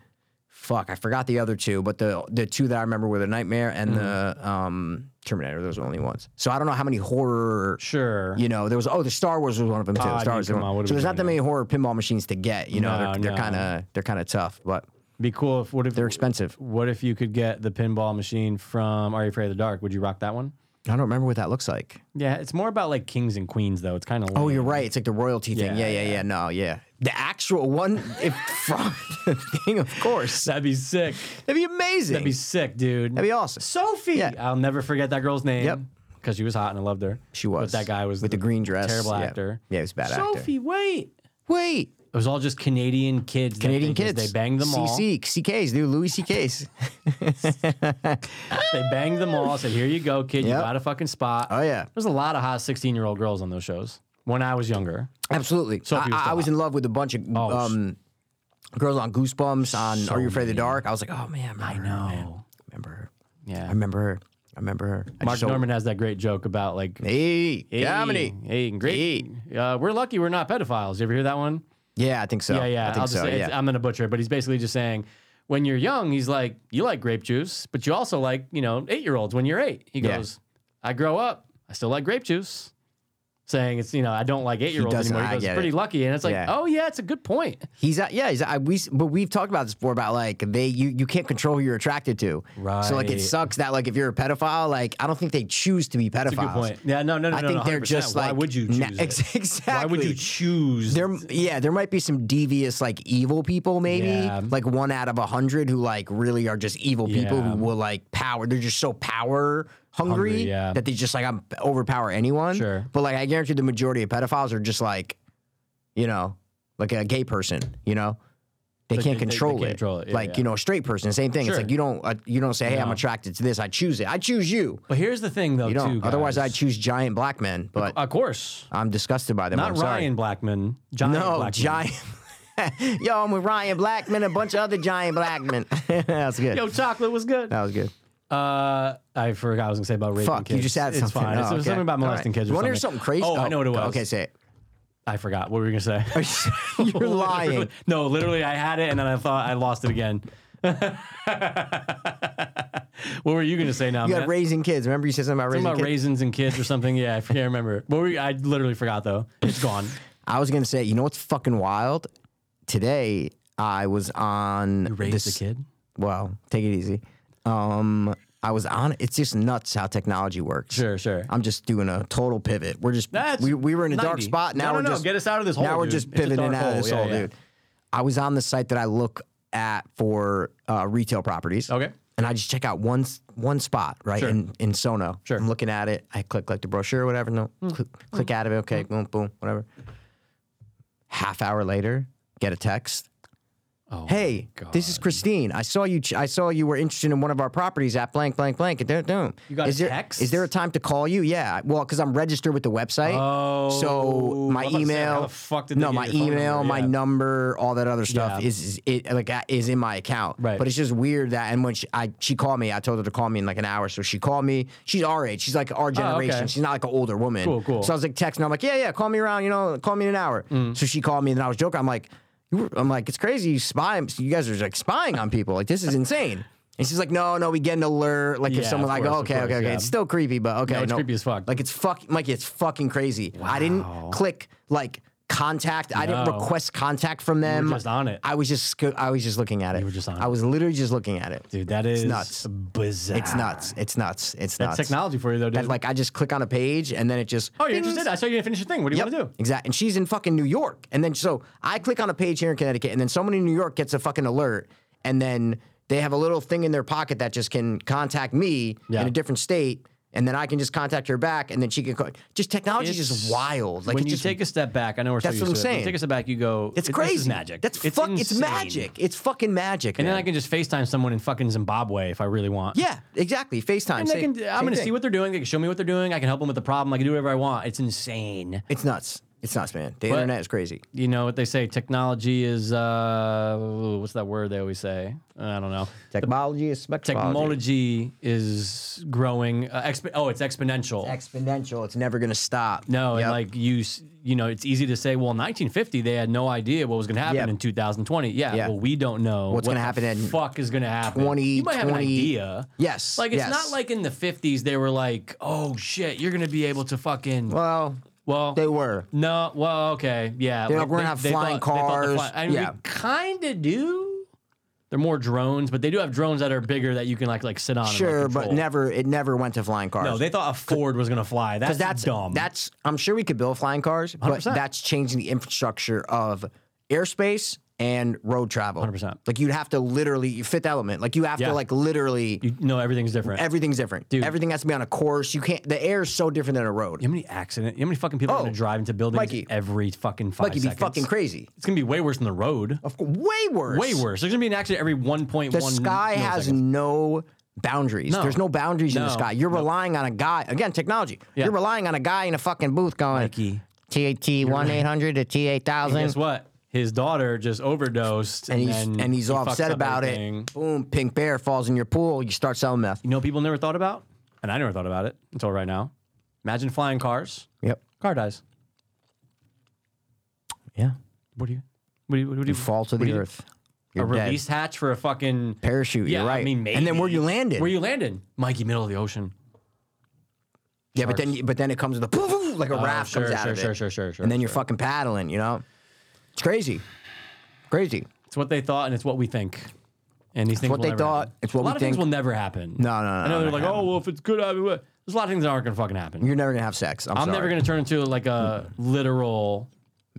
fuck, I forgot the other two. But the the two that I remember were the Nightmare and
Mm-hmm.
the um, Terminator. Those were the only ones. So I don't know how many horror.
Sure.
You know, there was oh, the Star Wars was one of them too.
Ah, dude,
Star Wars. was
come
one-
on, what are
so
we
there's not
doing
that many horror pinball machines to get. You know,
No,
they're, they're
no.
kind of they're kind of tough, but
Be cool if what if
they're expensive.
what if you could get the pinball machine from Are You Afraid of the Dark? Would you rock that one?
I don't remember what that looks like.
Yeah, it's more about like kings and queens though. It's kind of
Oh, you're right. It's like the royalty thing. Yeah, yeah,
Yeah,
yeah.
yeah.
No, yeah. The actual one if, from the thing, of course.
That'd be sick.
That'd be amazing.
That'd be sick, dude.
That'd be awesome.
Sophie.
Yeah.
I'll never forget that girl's name.
Yep.
Because she was hot and I loved her.
she was.
But that guy was
with the, green dress.
Terrible
yeah.
actor.
Yeah, he was a bad actor.
Sophie, wait.
Wait,
It was all just Canadian kids. that
Canadian
they-
kids.
They banged them all.
CC, CKs, dude. Louis CKs.
They banged them all. Said, "Here you go, kid. You
Yep.
got a fucking spot."
Oh yeah,
There's a lot of hot 16 year old girls on those shows when I was younger.
absolutely.
Sophie was
I, I
the
was
hot.
in love with a bunch of
Oh, sh-
um, girls on Goosebumps on Are You
So
Afraid of the Dark. I was like, oh man, I remember her,
No.
man. remember her. I
Yeah.
remember her. I remember her. I
Mark
just don't-
Norman has that great joke about like
Hey,
hey,
Dominique.
Hey, great. Uh, we're lucky we're not pedophiles. You ever hear that one?
Yeah, I think so.
Yeah, yeah.
I think
will just
so.
say it's- uh,
yeah.
I'm gonna butcher it, but he's basically just saying when you're young, he's like, you like grape juice, but you also like, you know, eight year olds when you're eight. He
Yeah.
goes, I grow up, I still like grape juice. saying it's you know I don't like eight year olds
doesn't-
anymore.
I
He goes
get
pretty
it.
lucky, and it's like
Yeah.
oh yeah, it's a good point.
He's uh, yeah. He's I, we but we've talked about this before about like they you you can't control who you're attracted to. So like
Right.
it sucks that like if you're a pedophile, like I don't think they choose to be pedophiles.
It's a good point. Yeah, no, no, no,
I
no,
think
no,
they're
100%.
just like
why would you choose
na-
it?
ex- exactly.
Why would you choose?
There, yeah, there might be some devious, like evil people, maybe
Yeah.
like one out of a hundred who like really are just evil people
Yeah.
who will like power. They're just so power hungry,
Hungry, yeah.
that they just like I'm overpower anyone.
Sure.
but like I guarantee the majority of pedophiles are just like, you know, like a gay person. You know, they
Like,
can't
they- they- they
control
can't
it.
control it, yeah,
like
yeah.
you know, a straight person, same thing.
Sure.
It's like you don't uh, you don't say, hey, I'm
No.
attracted to this. I choose it. I choose you.
but here's the thing though,
You
too.
don't. Otherwise,
guys.
I'd choose giant black men. But
Of course,
I'm disgusted by them.
not
I'm sorry.
Ryan Blackman. John
No,
Blackman.
giant. Yo, I'm with Ryan Blackman, and a bunch of other giant Blackmen. That's good.
Yo, chocolate was good.
that was good.
Uh, I forgot I was gonna say about raping
Fuck,
kids.
you just had
it's
something.
Fine.
Oh,
it's it was
okay.
something about
All right.
molesting kids.
You
Or
wanna hear
something.
something crazy?
Oh, I know what it was.
Okay, say it.
I forgot. What were we gonna say?
You're lying.
no, literally, I had it and then I thought I lost it again. what were you gonna say now,
You
man?
got raising kids. Remember you said something about raising
Something about
kids?
raisins and kids or something. Yeah, I forget. I remember. What were you, I literally forgot though. It's gone.
I was gonna say, you know what's fucking wild? Today I was on this.
Raise the kid.
Well, take it easy. Um, I was on. It's just nuts how technology works.
Sure, sure.
I'm just doing a total pivot. We're just
That's
Uh, we, we were in a dark
90.
spot. Now
No, no,
we're
no,
just
get us out of this hole,
Now we're
dude.
just
It's a
pivoting
dark
out of this
hole.
hole,
Yeah, yeah.
dude. I was on the site that I look at for uh, retail properties.
Okay.
And I just check out one s- one spot, right?
Sure.
In in Sono.
Sure. Hmm.
I'm looking at it. I click like the brochure or whatever. No. Click, click out of it. Okay. Boom, boom, whatever. Half hour later, get a text.
Oh,
Hey, this is Christine. I saw you. Ch- I saw you were interested in one of our properties at blank, blank, blank. And don't, don't.
You got a
is there,
text?
Is there a time to call you? Yeah. Well, because I'm registered with the website.
Oh,
so my
I'm about to say,
email.
how the fuck did they
no,
get
my
your phone
email,
number?
my
Yeah.
number, all that other stuff
Yeah.
is, is it like uh, is in my account.
Right.
But it's just weird that and when she, I she called me, I told her to call me in like an hour. So she called me. She's our age. She's like our generation. She's not like an older woman.
Oh, Cool, Mm. cool.
So I was like texting. her. I'm like, yeah, yeah, call me around. You know, call me in an hour. So she called me, and then I was joking. I'm like, you were, I'm like, it's crazy. You spy. You guys are like spying on people. Like this is insane. And she's like, no, no, we get an alert. Like if
Yeah,
someone
of
like,
course, of
okay,
course,
okay, okay,
yeah.
it's still creepy, but okay,
it's creepy as fuck.
Like it's fuck, Mike, it's fucking crazy. I didn't click like contact. I didn't
No.
request contact from them.
just on it.
I was just, sc- I was just looking at it. You
were just on
I
it.
was literally just looking at it.
dude, that is
nuts.
Bizarre.
It's nuts. It's nuts. It's nuts.
That's technology for you though, dude.
That, like I just click on a page and then it just.
oh, you're
dings.
interested? I saw you didn't finish your thing. What do you want to do?
Exactly. And she's in fucking New York. And then so I click on a page here in Connecticut, and then someone in New York gets a fucking alert, and then they have a little thing in their pocket that just can contact me
Yeah.
in a different state, and then I can just contact her back, and then she can. Co- just technology is
It's-
just wild. Like
when
it
you
just,
take a step back, I know we're so
That's
used
what I'm
to it. When you
saying.
take a step back, you go.
it's
"This
crazy.
is magic.
That's
It's
fuck. It's
insane."
magic. It's fucking magic.
And then
man.
I can just Facetime someone in fucking Zimbabwe if I really want.
Yeah, exactly. Facetime.
And they
same-
can, I'm
same
going to
thing.
see what they're doing. They can show me what they're doing. I can help them with the problem. I can do whatever I want. It's insane.
It's nuts. It's nuts, man. The internet is crazy.
You know what they say? Technology is uh, ooh, what's that word they always say? I don't know.
Technology is technology.
Technology is growing. Uh, exp- oh, it's exponential.
Exponential. It's never gonna stop.
no,
Yep.
and like you, s- you know, it's easy to say. Well, in 1950, they had no idea what was going to happen
Yeah.
in 2020. Yeah,
Yeah.
Well, we don't know
What's
what
gonna
the
happen in
Fuck is going to happen.
20,
you might have an
20
idea.
Yes.
Like it's
yes.
not like in the 50s they were like, oh shit, you're going to be able to fucking.
Well,
Well,
they were.
No, well, okay, yeah.
They're like, "We're gonna have flying
the
cars."
I mean,
Yeah.
we kind of do. They're more drones, but they do have drones that are bigger that you can like like sit on. and, like,
Sure, but
control.
never it never went to flying cars.
No, they thought a Ford was gonna fly. That's,
that's
dumb.
That's I'm sure we could build flying cars, but
100%.
that's changing the infrastructure of airspace and road travel.
100%.
Like you'd have to literally you fifth element. Like you have
Yeah.
to like literally
you know everything's different.
everything's different. Everything has to be on a course. You can't the air is so different than a road.
you know how many accident? You know how many fucking people are
Oh,
gonna drive into buildings
Mikey.
every fucking five
Like you'd be
seconds?
fucking crazy.
It's gonna be way worse than the road.
Of course, way worse.
Way worse. There's gonna be an accident every one point
The
one.
sky has no boundaries. There's no boundaries in the
No.
sky. You're relying on a guy again, technology. You're relying on a guy in a fucking booth going
Mikey.
TAT one eight hundred to T eight
Guess
thousand,
what? His daughter just overdosed,
and he's
then
and he's
he
all
fucks
upset
up
about
everything.
it. Boom, pink bear falls in your pool. You start selling meth.
You know, what people never thought about, and I never thought about it until right now. Imagine flying cars.
Yep.
Car dies.
Yeah.
What do you? What do you? What do you?
You fall to
what do
the
you-
earth.
A
You're dead.
release hatch for a fucking
Parachute.
Yeah,
you're right.
I mean, maybe.
And then where you landed.
Where you landed, Mikey, middle of the ocean.
yeah, but then but then it comes with a poof, poof, like a raft
Oh, sure,
comes out
sure,
of it.
sure, sure, sure, sure.
and then you're
sure.
fucking paddling, you know? It's crazy. Crazy.
It's what they thought, and it's what we think. And these things
what
will
they
never
thought,
happen.
it's what
a
we
lot of things
think.
will never happen.
No, no, no,
I
no,
know they're
no,
like,
no.
oh well, if it's good, I mean, what? there's a lot of things that aren't gonna fucking happen.
You're never gonna have sex. I'm,
I'm
sorry. Mm.
never gonna turn into like a literal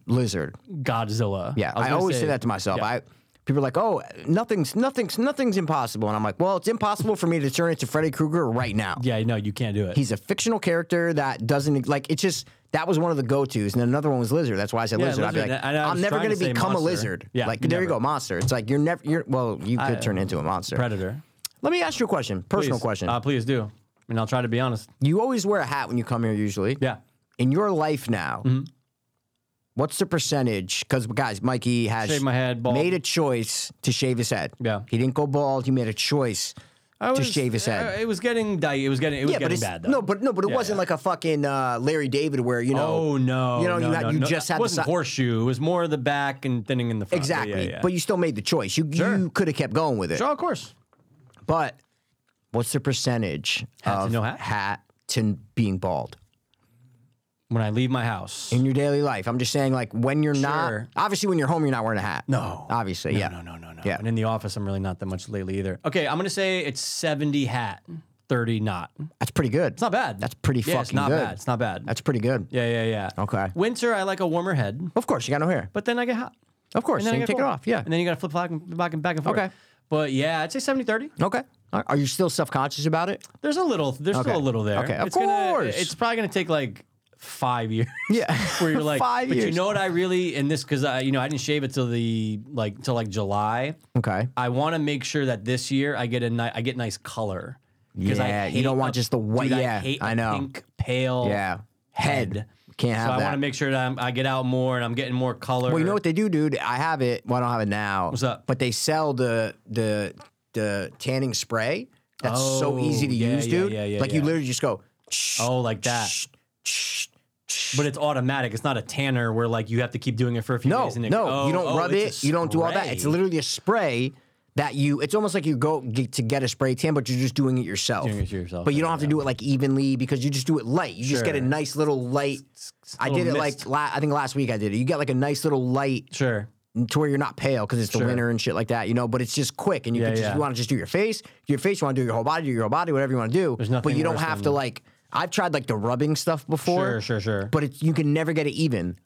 lizard.
Godzilla.
Yeah,
was
I,
gonna
always say, that to myself.
yeah.
I people are like, "Oh, nothing's nothing's nothing's impossible," and I'm like, "Well, it's impossible for me to turn into Freddy Krueger right now."
yeah, no, you can't do it.
He's a fictional character that doesn't like. It's just that was one of the go tos, and then another one was lizard. That's why I said
Yeah,
lizard. I'd
lizard,
be like,
and I was
"I'm never
trying
gonna
to say
become a
monster.
lizard."
Yeah,
like there you
never. uh,
go, monster. It's like you're never. You're well, you could turn into a monster.
Predator.
Let me ask you a question. Personal
Please.
question.
Uh, please do, and I'll try to be honest.
you always wear a hat when you come here, usually.
Yeah.
In your life now,
Mm-hmm.
what's the percentage? Because guys, Mikey has
Shave my head, bald.
made a choice to shave his head.
Yeah.
he didn't go bald. He made a choice
I
to
was-
shave his head.
uh, it was getting di- It was getting. It was
yeah, but
getting
it's
bad though.
no, but no, but it
Yeah,
wasn't
yeah.
like a fucking uh, Larry David where you know.
Oh no!
You know,
no,
you had-
no,
you
no.
just
It
had the
wasn't
si-
horseshoe. It was more the back and thinning in the front. Yeah,
Exactly,
yeah, yeah.
but you still made the choice. You
Sure.
you could have kept going with it,
Sure, of course.
but what's the percentage
Hat to
of
no hat?
hat to being bald?
When I leave my house,
in your daily life. I'm just saying, like when you're
Sure.
not obviously when you're home, you're not wearing a hat.
No.
obviously,
no,
yeah.
no, no, no, no.
Yeah.
And in the office, I'm really not that much lately either. Okay, I'm gonna say it's 70 hat, 30 not. It's
That's pretty good. It's
not bad.
That's pretty
yeah, It's
fucking
not
good.
bad. It's not bad.
That's pretty good.
yeah, yeah, yeah.
Okay.
Winter, I like a warmer head,
Of course, you got no hair.
but then I get hot.
Of course,
then
then
I
you
get
take it
cold.
off. Yeah.
And then you gotta flip back and back and back and forth.
Okay.
But yeah, I'd say 70 30.
okay. All right. Are you still self conscious about it?
There's a little. There's
Okay.
still a little there.
Okay, of
it's gonna-
course.
it's probably gonna take like five years.
Yeah.
where you're like
Five
But you
years.
know what I really and this because I you know I didn't shave it till the like till like July.
Okay.
I want to make sure that this year I get a ni- I get nice color.
Yeah, you don't want just the white-
white.
yeah,
I, hate
I
a
know.
Pink pale.
Yeah.
Head.
Can't have
so I
that.
want to make sure that I'm, I get out more and I'm getting more color.
well, you know what they do, dude. I have it. Well, I don't have it now. What's
up?
But they sell the the the tanning spray. That's so
Oh,
easy to
yeah,
use,
yeah,
dude.
yeah, yeah,
like you
yeah.
literally just go.
Oh, like that. But it's automatic. It's not a tanner where like you have to keep doing it for a few
No,
days. And it,
no,
oh,
you don't
oh,
rub
it's
it.
a
You don't do all that. It's
spray.
literally a spray that you. It's almost like you go get, to get a spray tan, but you're just doing it yourself.
Doing it yourself,
But you
yeah,
don't have to do it like evenly because you just do it light. You just get a
Sure.
nice little light. I
little
did it
mist.
like la- I think last week I did it. You get like a nice little light
Sure.
to where you're not pale because it's the
Sure.
winter and shit like that, you know. But it's just quick, and you
Yeah,
can just
yeah.
you want to just do your face, do your face. You want to do your whole body, do your whole body, whatever you want to do.
There's nothing
but you don't
worse
have to
than-
like. I've tried like the rubbing stuff before
Sure, sure, sure.
but it's you can never get it even.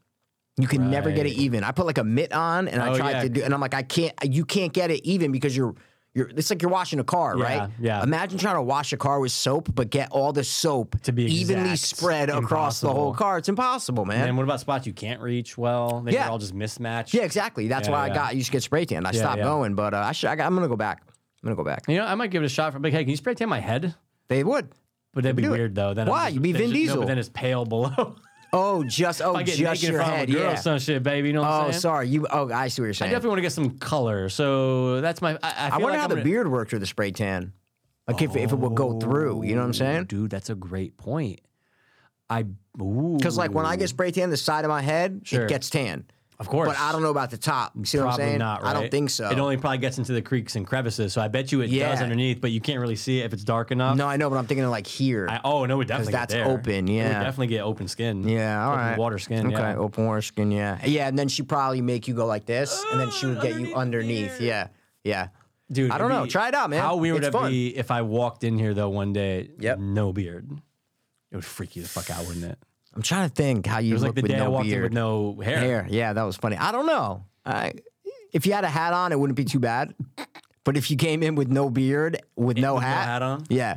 You can never get it even. I put like a mitt on and I
Oh,
tried
yeah.
to do, and I'm like, I can't. You can't get it even because you're you're. It's like you're washing a car, right?
yeah.
Imagine trying to wash a car with soap, but get all the soap
To be
evenly
exact,
spread across the whole
impossible.
car. It's impossible, man.
and what about spots you can't reach well? They
Yeah.
all just mismatched.
yeah, exactly. That's
Yeah,
why I
yeah.
got. I used to get spray tan. I stopped
yeah.
going, but uh, I should. I got, I'm gonna go back. I'm gonna go back.
You know, I might give it a shot for like, hey, can you spray tan my head?
They would.
But that'd be
do it.
weird though. Then I'm
Why?
just-
You'd be
then
Vin
just- No,
Diesel.
but then it's pale below.
Oh, just oh,
I get
just
naked in
your
front
head.
of a girl or
Yeah.
some shit, baby. You know what I'm
Oh,
saying?
sorry. You. Oh, I see what you're
I
saying.
definitely want to get some color. So that's my. I, I,
I
feel
wonder
like
how
I'm
the
gonna-
beard worked with the spray tan. Like if, if it would go through, you know what I'm saying?
dude. That's a great point. I
Because like when I get spray tan, the side of my head
Sure.
it gets tan,
of course,
but I don't know about the top. You see what I'm
Probably
saying?
not.
I
Right?
don't think so.
It only probably gets into the creeks and crevices. So I bet you it
Yeah.
does underneath, but you can't really see it if it's dark enough.
no, I know, but I'm thinking of like here.
I, oh no, it definitely get
that's
there.
open,
It would
yeah.
definitely get open skin.
yeah, all
open
right.
water skin.
Okay,
yeah.
open water skin. Yeah, yeah, and then she probably make you go like this, and then she would get you underneath. Yeah, yeah.
Dude,
I don't
it'd
know.
be-
Try it out, man.
How weird
It's
would it
fun.
be if I walked in here though one day,
Yep.
no beard? It would freak you the fuck out, wouldn't it?
I'm trying to think how you
It was
look
like the
with
day I
no
walked in with
beard.
no hair.
hair. Yeah, that was funny. I don't know. I, if you had a hat on, it wouldn't be too bad. But if you came in with no beard, with no
with no
hat,
hat on?
yeah,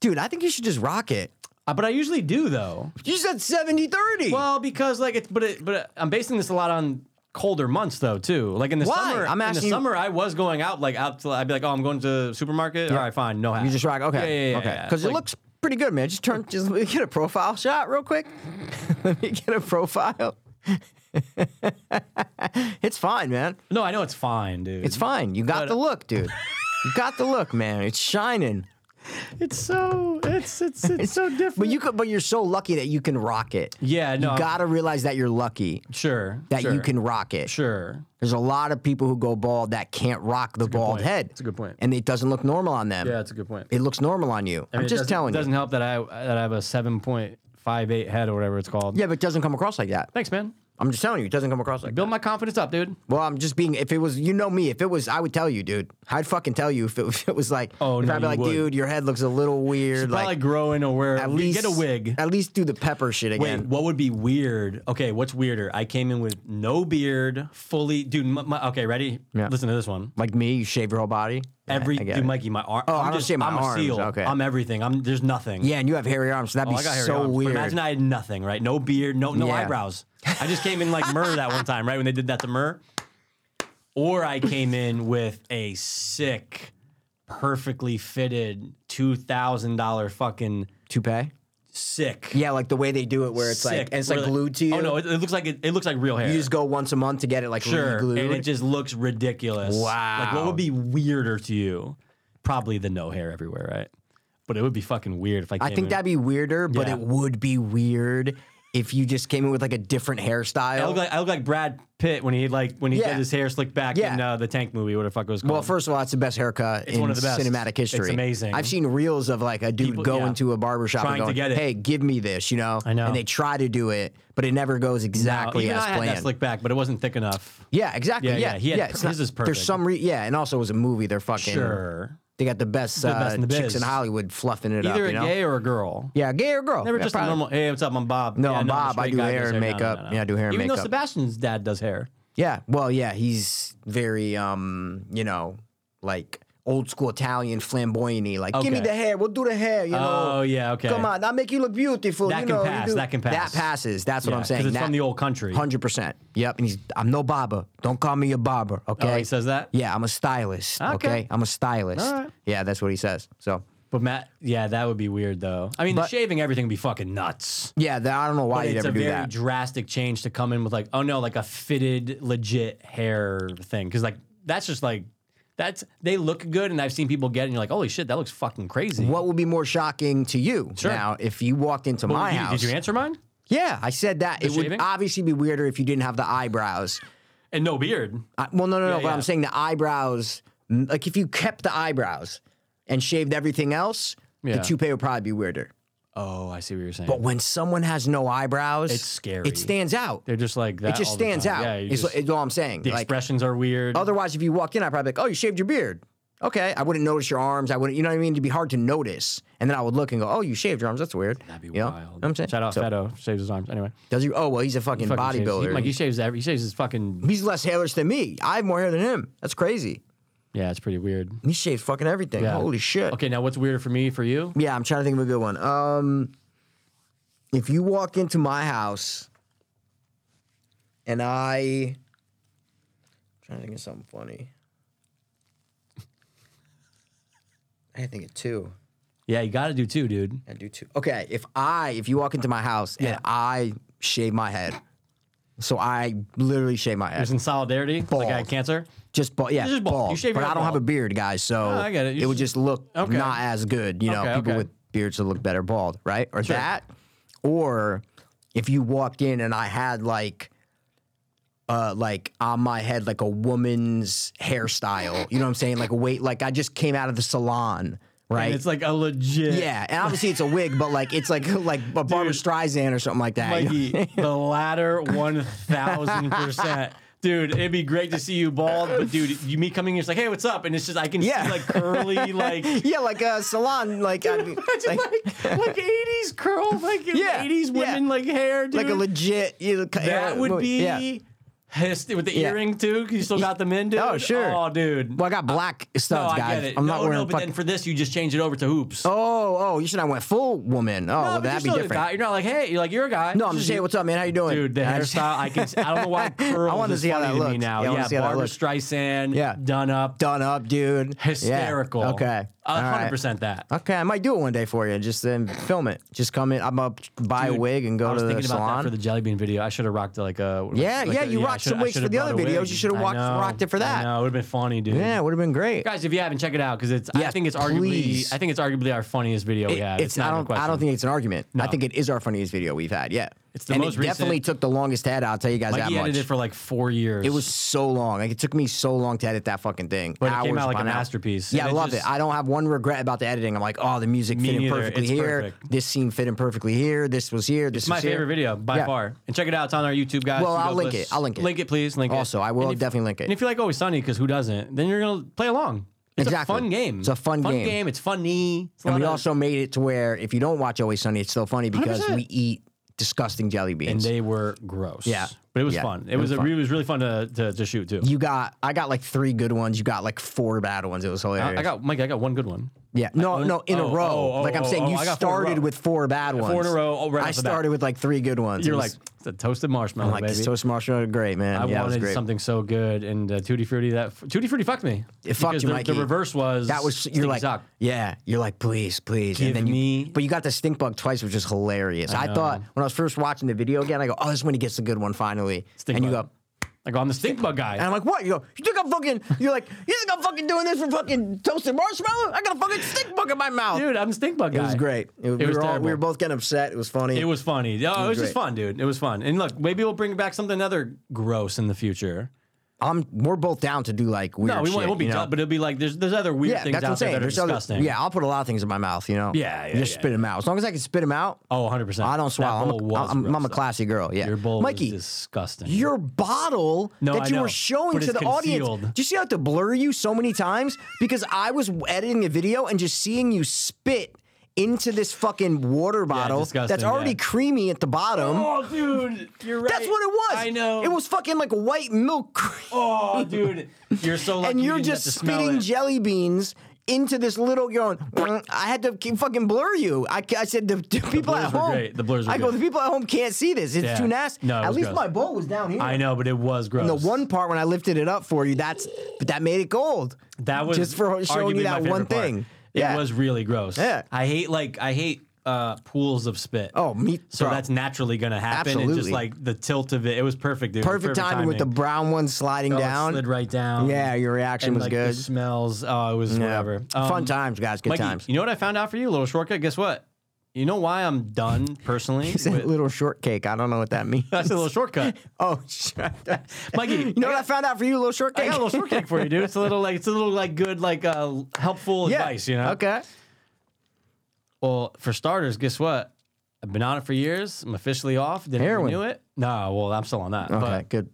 dude, I think you should just rock it.
Uh, but I usually do though.
You said 70-30.
Well, because like it's but it, but uh, I'm basing this a lot on colder months though too. Like in the
Why?
summer,
I'm
in
asking
the
you-
summer I was going out like out. To, I'd be like, oh, I'm going to supermarket. All right, fine, no hat.
you just rock. Okay,
Yeah, yeah, yeah,
okay,
yeah.
because
Like,
it looks pretty good, man. Just turn. Just let me get a profile shot real quick. let me get a profile. it's fine, man.
No, I know it's fine, dude.
It's fine. You got the look, dude. you got the look, man. It's shining.
It's so it's it's it's so different.
But you could, but you're so lucky that you can rock it.
yeah, no,
you gotta realize that you're lucky
sure
that you
sure,
can rock it.
sure.
There's a lot of people who go bald that can't rock the bald
point.
head.
That's a good point.
And it doesn't look normal on them.
Yeah, that's a good point.
It looks normal on you. I am
mean,
just
it doesn't-
telling
Doesn't
you.
help that I that I have a seven point five eight head or whatever it's called.
Yeah, but it doesn't come across like that.
Thanks, man.
I'm just telling you, it doesn't come across like
Build my confidence up, dude.
that. Well, I'm just being. If it was, you know me. If it was, I would tell you, dude. I'd fucking tell you if it, if it was like.
Oh,
if
no,
I'd be
you
like,
would.
dude, your head looks a little weird.
Probably
Like,
growing or wear.
at least
get a wig.
At least do the pepper shit
Wait,
again.
what would be weird? Okay, what's weirder? I came in with no beard, fully, dude. My, my, okay, ready?
Yeah.
Listen to this one.
like me, you shave your whole body. Yeah,
Every
I get
dude,
it.
Mikey, my arm.
Oh, I don't shave my
I'm
arms.
a seal.
Okay.
I'm everything. I'm there's nothing.
Yeah, and you have hairy arms, so that'd
Oh,
be
I got hairy
so
arms, but
weird.
Imagine I had nothing, right? No beard, no no
Yeah.
eyebrows. I just came in like Murr that one time, right? When they did that to Murr. Or I came in with a sick, perfectly fitted two thousand dollar fucking
Toupee.
sick.
Yeah, like the way they do it, where it's like
sick,
and it's
where
like glued to you.
Oh no, it, it looks like it, it looks like real hair.
you just go once a month to get it like
sure,
glued.
and it just looks ridiculous. Like what
Wow.
would be weirder to you? Probably the no hair everywhere, right? But it would be fucking weird if I. Came
I think
in.
that'd be weirder, but
Yeah.
it would be weird if you just came in with like a different
I
hairstyle.
look like I look like Brad Pitt when he like when he
Yeah.
did his hair slicked back
Yeah.
in uh, the Tank movie, what the fuck it was called.
well, first of all, that's the best haircut in
one of the best.
cinematic history.
It's amazing.
I've seen reels of like a dude
People-
go
yeah.
into a barbershop and
Trying to
going,
get it.
"Hey, give me this," you know.
I know.
And they try to do it, but it never goes exactly
even
as
I had
planned.
that slick back, but it wasn't thick enough.
yeah, exactly.
Yeah,
Yeah,
yeah, he had-
it's
his
not-
is perfect.
There's some re- yeah, and also it was a movie. They're fucking
Sure,
They got the best,
best
uh,
in the
chicks
biz.
in Hollywood fluffing it
either
up.
a
You know?
gay or a girl.
Yeah, gay or girl.
Never
Yeah,
just a
probably.
normal. Hey, what's up? I'm Bob.
No,
Yeah,
I'm
the
Bob. I
straight
do
guy does
hair and
No,
makeup.
no, no.
Yeah, I do hair and
Even though
makeup.
Sebastian's dad does hair.
Yeah. Well, yeah, he's very um, you know, like old school Italian flamboyant like give me
Okay.
the hair, we'll do the hair, you know.
Oh yeah, okay.
Come on, I'll make you look beautiful.
That
you
can
know, you
pass,
do-
that can pass.
That passes. That's what I'm saying.
Because it's from the old country.
hundred percent. Yep. And he's I'm no barber. Don't call me a barber. Okay.
Oh, he says that.
Yeah, I'm a stylist.
Okay.
Okay. I'm a stylist.
All right.
Yeah, that's what he says. So
But Matt, yeah, that would be weird though. I mean, the
But-
shaving everything would be fucking nuts.
yeah, that, I don't know why
But
you'd
it's
ever
a
do
very
that.
drastic change to come in with like, oh no, like a fitted, legit hair thing. Because like that's just like that's they look good, and I've seen people get, it and you're like, holy shit, that looks fucking crazy.
What would be more shocking to you now if you walked into
But
my
you-
house?
Did you answer mine?
Yeah, I said that. it
shaving?
would obviously be weirder if you didn't have the eyebrows.
And no beard.
I, well, no, no, no.
Yeah,
but
yeah.
I'm saying the eyebrows, m- like if you kept the eyebrows and shaved everything else,
Yeah.
the toupee would probably be weirder.
Oh, I see what you're saying.
But when someone has no eyebrows,
It's scary.
It stands out.
They're just like that.
it just
all the
stands
time.
out.
Yeah, you
it's,
just-
it's all I'm saying.
the
Like
expressions are weird.
otherwise, if you walked in, I'd probably be like, oh, you shaved your beard. Okay, I wouldn't notice your arms. I wouldn't, you know what I mean? It'd be hard to notice. And then I would look and go, oh, you shaved your arms. That's weird.
That'd be
You know?
wild.
I'm saying.
Shout out
So,
Fetto shaves his arms anyway.
does he? Oh, well, he's a fucking,
Fucking shaves-
bodybuilder.
He, like he shaves every. He shaves his fucking.
He's less hairless than me. I have more hair than him. That's crazy.
Yeah, it's pretty weird.
He shaved fucking everything.
Yeah.
Holy shit.
Okay, now what's weirder for me for you?
Yeah, I'm trying to think of a good one. Um, if you walk into my house and I, I'm trying to think of something funny. I think it too.
Yeah, you got to do two, dude.
I do too. Okay, if I, if you walk into my house
Yeah.
and I shave my head, so I literally shave my head.
It's in solidarity. Like I had
Bald.
cancer.
Just bald, yeah,
Just bald.
bald.
You shave
but
your
I
head
don't have a
bald.
beard, guys, so
No, I get it. You
it would
just-
just look
Okay.
not as good. You know,
Okay,
people
okay.
with beards would look better bald, right? Or that, or if you walked in and I had like, uh, like on my head like a woman's hairstyle. You know what I'm saying? Like a weight, like I just came out of the salon,
And
right?
it's like a legit.
yeah, and obviously it's a wig, but like it's like like a Barbara Streisand or something like that. you know?
Mikey, the latter one thousand percent. Dude, it'd be great to see you bald, but dude, you me coming in, it's like, hey, what's up? And it's just I can
Yeah.
see like curly, like
Yeah, like a salon, like I mean,
imagine
like,
like like eighties curl, like
Yeah,
eighties
yeah.
women like hair, dude.
like a legit. You know,
that would be
yeah.
hist- with the
Yeah.
earring too, 'cause you still got them in, dude.
Oh, sure.
Oh, dude.
Well, I got black
no,
studs,
I
guys.
get it. Oh,
I'm
no,
not wearing
no, but
fuck-
then for this, you just change it over to hoops.
Oh, oh, you should have went full woman. Oh,
No,
well,
but you're
that'd be
still a
different.
guy. You're not like, hey, you're like you're a guy.
No, I'm just
you.
saying, what's up, man? How you doing,
Dude, the
And I
hairstyle,
just-
I can. I don't know why curls. I want
wanna
to see how that looks now.
Yeah, I
Yeah,
wanna see how that
Barbara
looks.
Streisand.
Yeah.
done up,
done up, dude. Yeah.
hysterical.
Okay, All
A
right.
hundred percent that.
Okay, I might do it one day for you. Just then film it. Just come in. I'm up, buy a
Dude,
wig and
I
go
was
to the
thinking about
salon.
that for the jelly bean video. I should have rocked like a. like-
Yeah,
like
yeah,
a-
you
I
rocked
should-
some
I
wigs
should
for
have
the other
brought a
videos.
wig.
You should have
I
walked-
know.
rocked it for
I
that.
know, it would have been funny, dude.
yeah, it would have been great.
Guys, if you haven't, check it out because it's. I
Yes,
think it's arguably.
please.
I think it's arguably our funniest video we have. It's,
I
Oh, not even a
don't.
question.
I don't think it's an argument.
No.
I think it is our funniest video we've had. Yeah.
It's the
and
most
it definitely
recent.
took the longest to edit. I'll tell you guys
Mikey
that much.
edited it for like four years.
It was so long. Like it took me so long to edit that fucking thing.
But it came
Hours
out like a
upon hours.
masterpiece.
Yeah, I
And
love
just-
it. I don't have one regret about the editing. I'm like, oh, the music
Me
fit in
neither.
perfectly
It's
here.
perfect.
This scene fit in perfectly here. This was here. This
It's
was
my
here.
favorite video by
Yeah.
far. And check it out. It's on our YouTube, guys.
Well,
Who
I'll
Goes
link
Lists.
it. I'll link it.
Link it, please. Link
Also,
it.
I will
And if-
definitely link it.
And if you like Always Sunny, because who doesn't? Then you're gonna play along. It's
Exactly.
a fun game.
It's a fun game.
It's funny. It's a
And
lot
we
of-
also made it to where if you don't watch Always Sunny, it's still funny because
100%.
we eat disgusting jelly beans.
and they were gross.
Yeah.
but it was
Yeah.
fun. It,
It
was,
was
a,
fun.
it was really fun to to, to shoot too.
you got, I got like three good ones. You got like four bad ones. It was hilarious.
I, I got Mike. I got one good one.
yeah, no, no, in
oh,
a row.
oh, oh,
like I'm
oh,
saying,
oh,
you
I got four in a
started
row.
with four bad ones.
in a row, oh, right
I
off the bat.
started with like three good ones.
You're
It
like
was-
it's a toasted marshmallow,
I'm like
Oh, baby.
this toast marshmallow, great man.
I
yeah, it was
wanted
great.
something so good, and uh, Tutti Frutti that Tutti Frutti fucked me.
It fucked
Because
you,
the,
Mikey.
The reverse was
That was
Stinky
you're like
Sock.
yeah you're like please please
Give
and then you
me-
but you got the stink bug twice which is hilarious. I, thought when I was first watching the video again I go oh this is when he gets the good one finally
Stink
and you
bug.
go
Like "Oh, I'm the stink bug guy.
and I'm like what you go you think I'm fucking you're like you think I'm fucking doing this for fucking toasted marshmallow I got a fucking stink bug in my mouth.
Dude, I'm the stink bug guy.
It was great. It, we,
was
were all,
terrible.
we were both getting upset. It was funny.
It was funny. Oh, it was, just
great.
fun, dude. It was fun. And look, maybe we'll bring back something other gross in the future.
I'm we're both down to do like weird.
No, we
shit,
won't. It won't be
you know?
done, but it'll be like there's there's other weird
yeah,
things
that's what I'm
out there
saying.
that are
There's other-
disgusting.
yeah, I'll put a lot of things in my mouth. You know.
Yeah, yeah,
Just
yeah.
spit them out. As long as I can spit them out,
Oh, 100 percent.
I don't swallow. I'm a- I'm, I'm a classy girl. Yeah.
Your bowl
Mikey,
was disgusting.
your bottle
No, I
that you
know,
were showing
but
to
it's
the
concealed.
audience. Do you see how I have to blur you so many times? Because I was editing a video and just seeing you spit into this fucking water bottle that's
disgusting,
already
yeah.
creamy at the bottom.
oh, dude, you're right.
that's what it was.
I know.
It was fucking like white milk cream.
Oh, dude, you're so lucky.
and
you
you're
didn't have
just
to smell
spitting
it.
jelly beans into this little going. "Mm, I had to keep fucking blur you. I, I said the, the people at
blurs were
home.
great. The blurs were
I go.
good.
The people at home can't see this. It's
Yeah.
too nasty.
No, it
at
was
least
gross.
my bowl was down here.
I know, but it was gross.
The one part when I lifted it up for you, that's but that made it gold.
That was
just for showing
arguably
you
my
that
favorite
one
part.
thing.
It
Yeah.
was really gross.
Yeah.
I hate like I hate uh, pools of spit.
Oh, me-
So
bro.
that's naturally gonna happen. And just
Absolutely.
like the tilt of it, it was perfect, dude. It was
perfect, timing, with the brown one sliding
Oh, it
down.
slid right down.
Yeah, your reaction
And,
was
like, The
good.
smells. Oh, it was
Yeah.
whatever.
Fun
Um,
times, guys. Good
Mikey,
times.
You know what I found out for you? A little shortcut. Guess what? You know why I'm done personally?
It's a
with-
little shortcake. I don't know what that means.
that's a little shortcut.
Oh, shut up.
Mikey,
you know what I found out for you? A little
I
shortcake.
got a little shortcake for you, dude. It's a little like it's a little like good like uh, helpful
yeah.
advice, you know.
Okay.
Well, for starters, guess what? I've been on it for years. I'm officially off. Didn't
Heroin.
renew it. No, well, I'm still on that.
Okay.
But
good.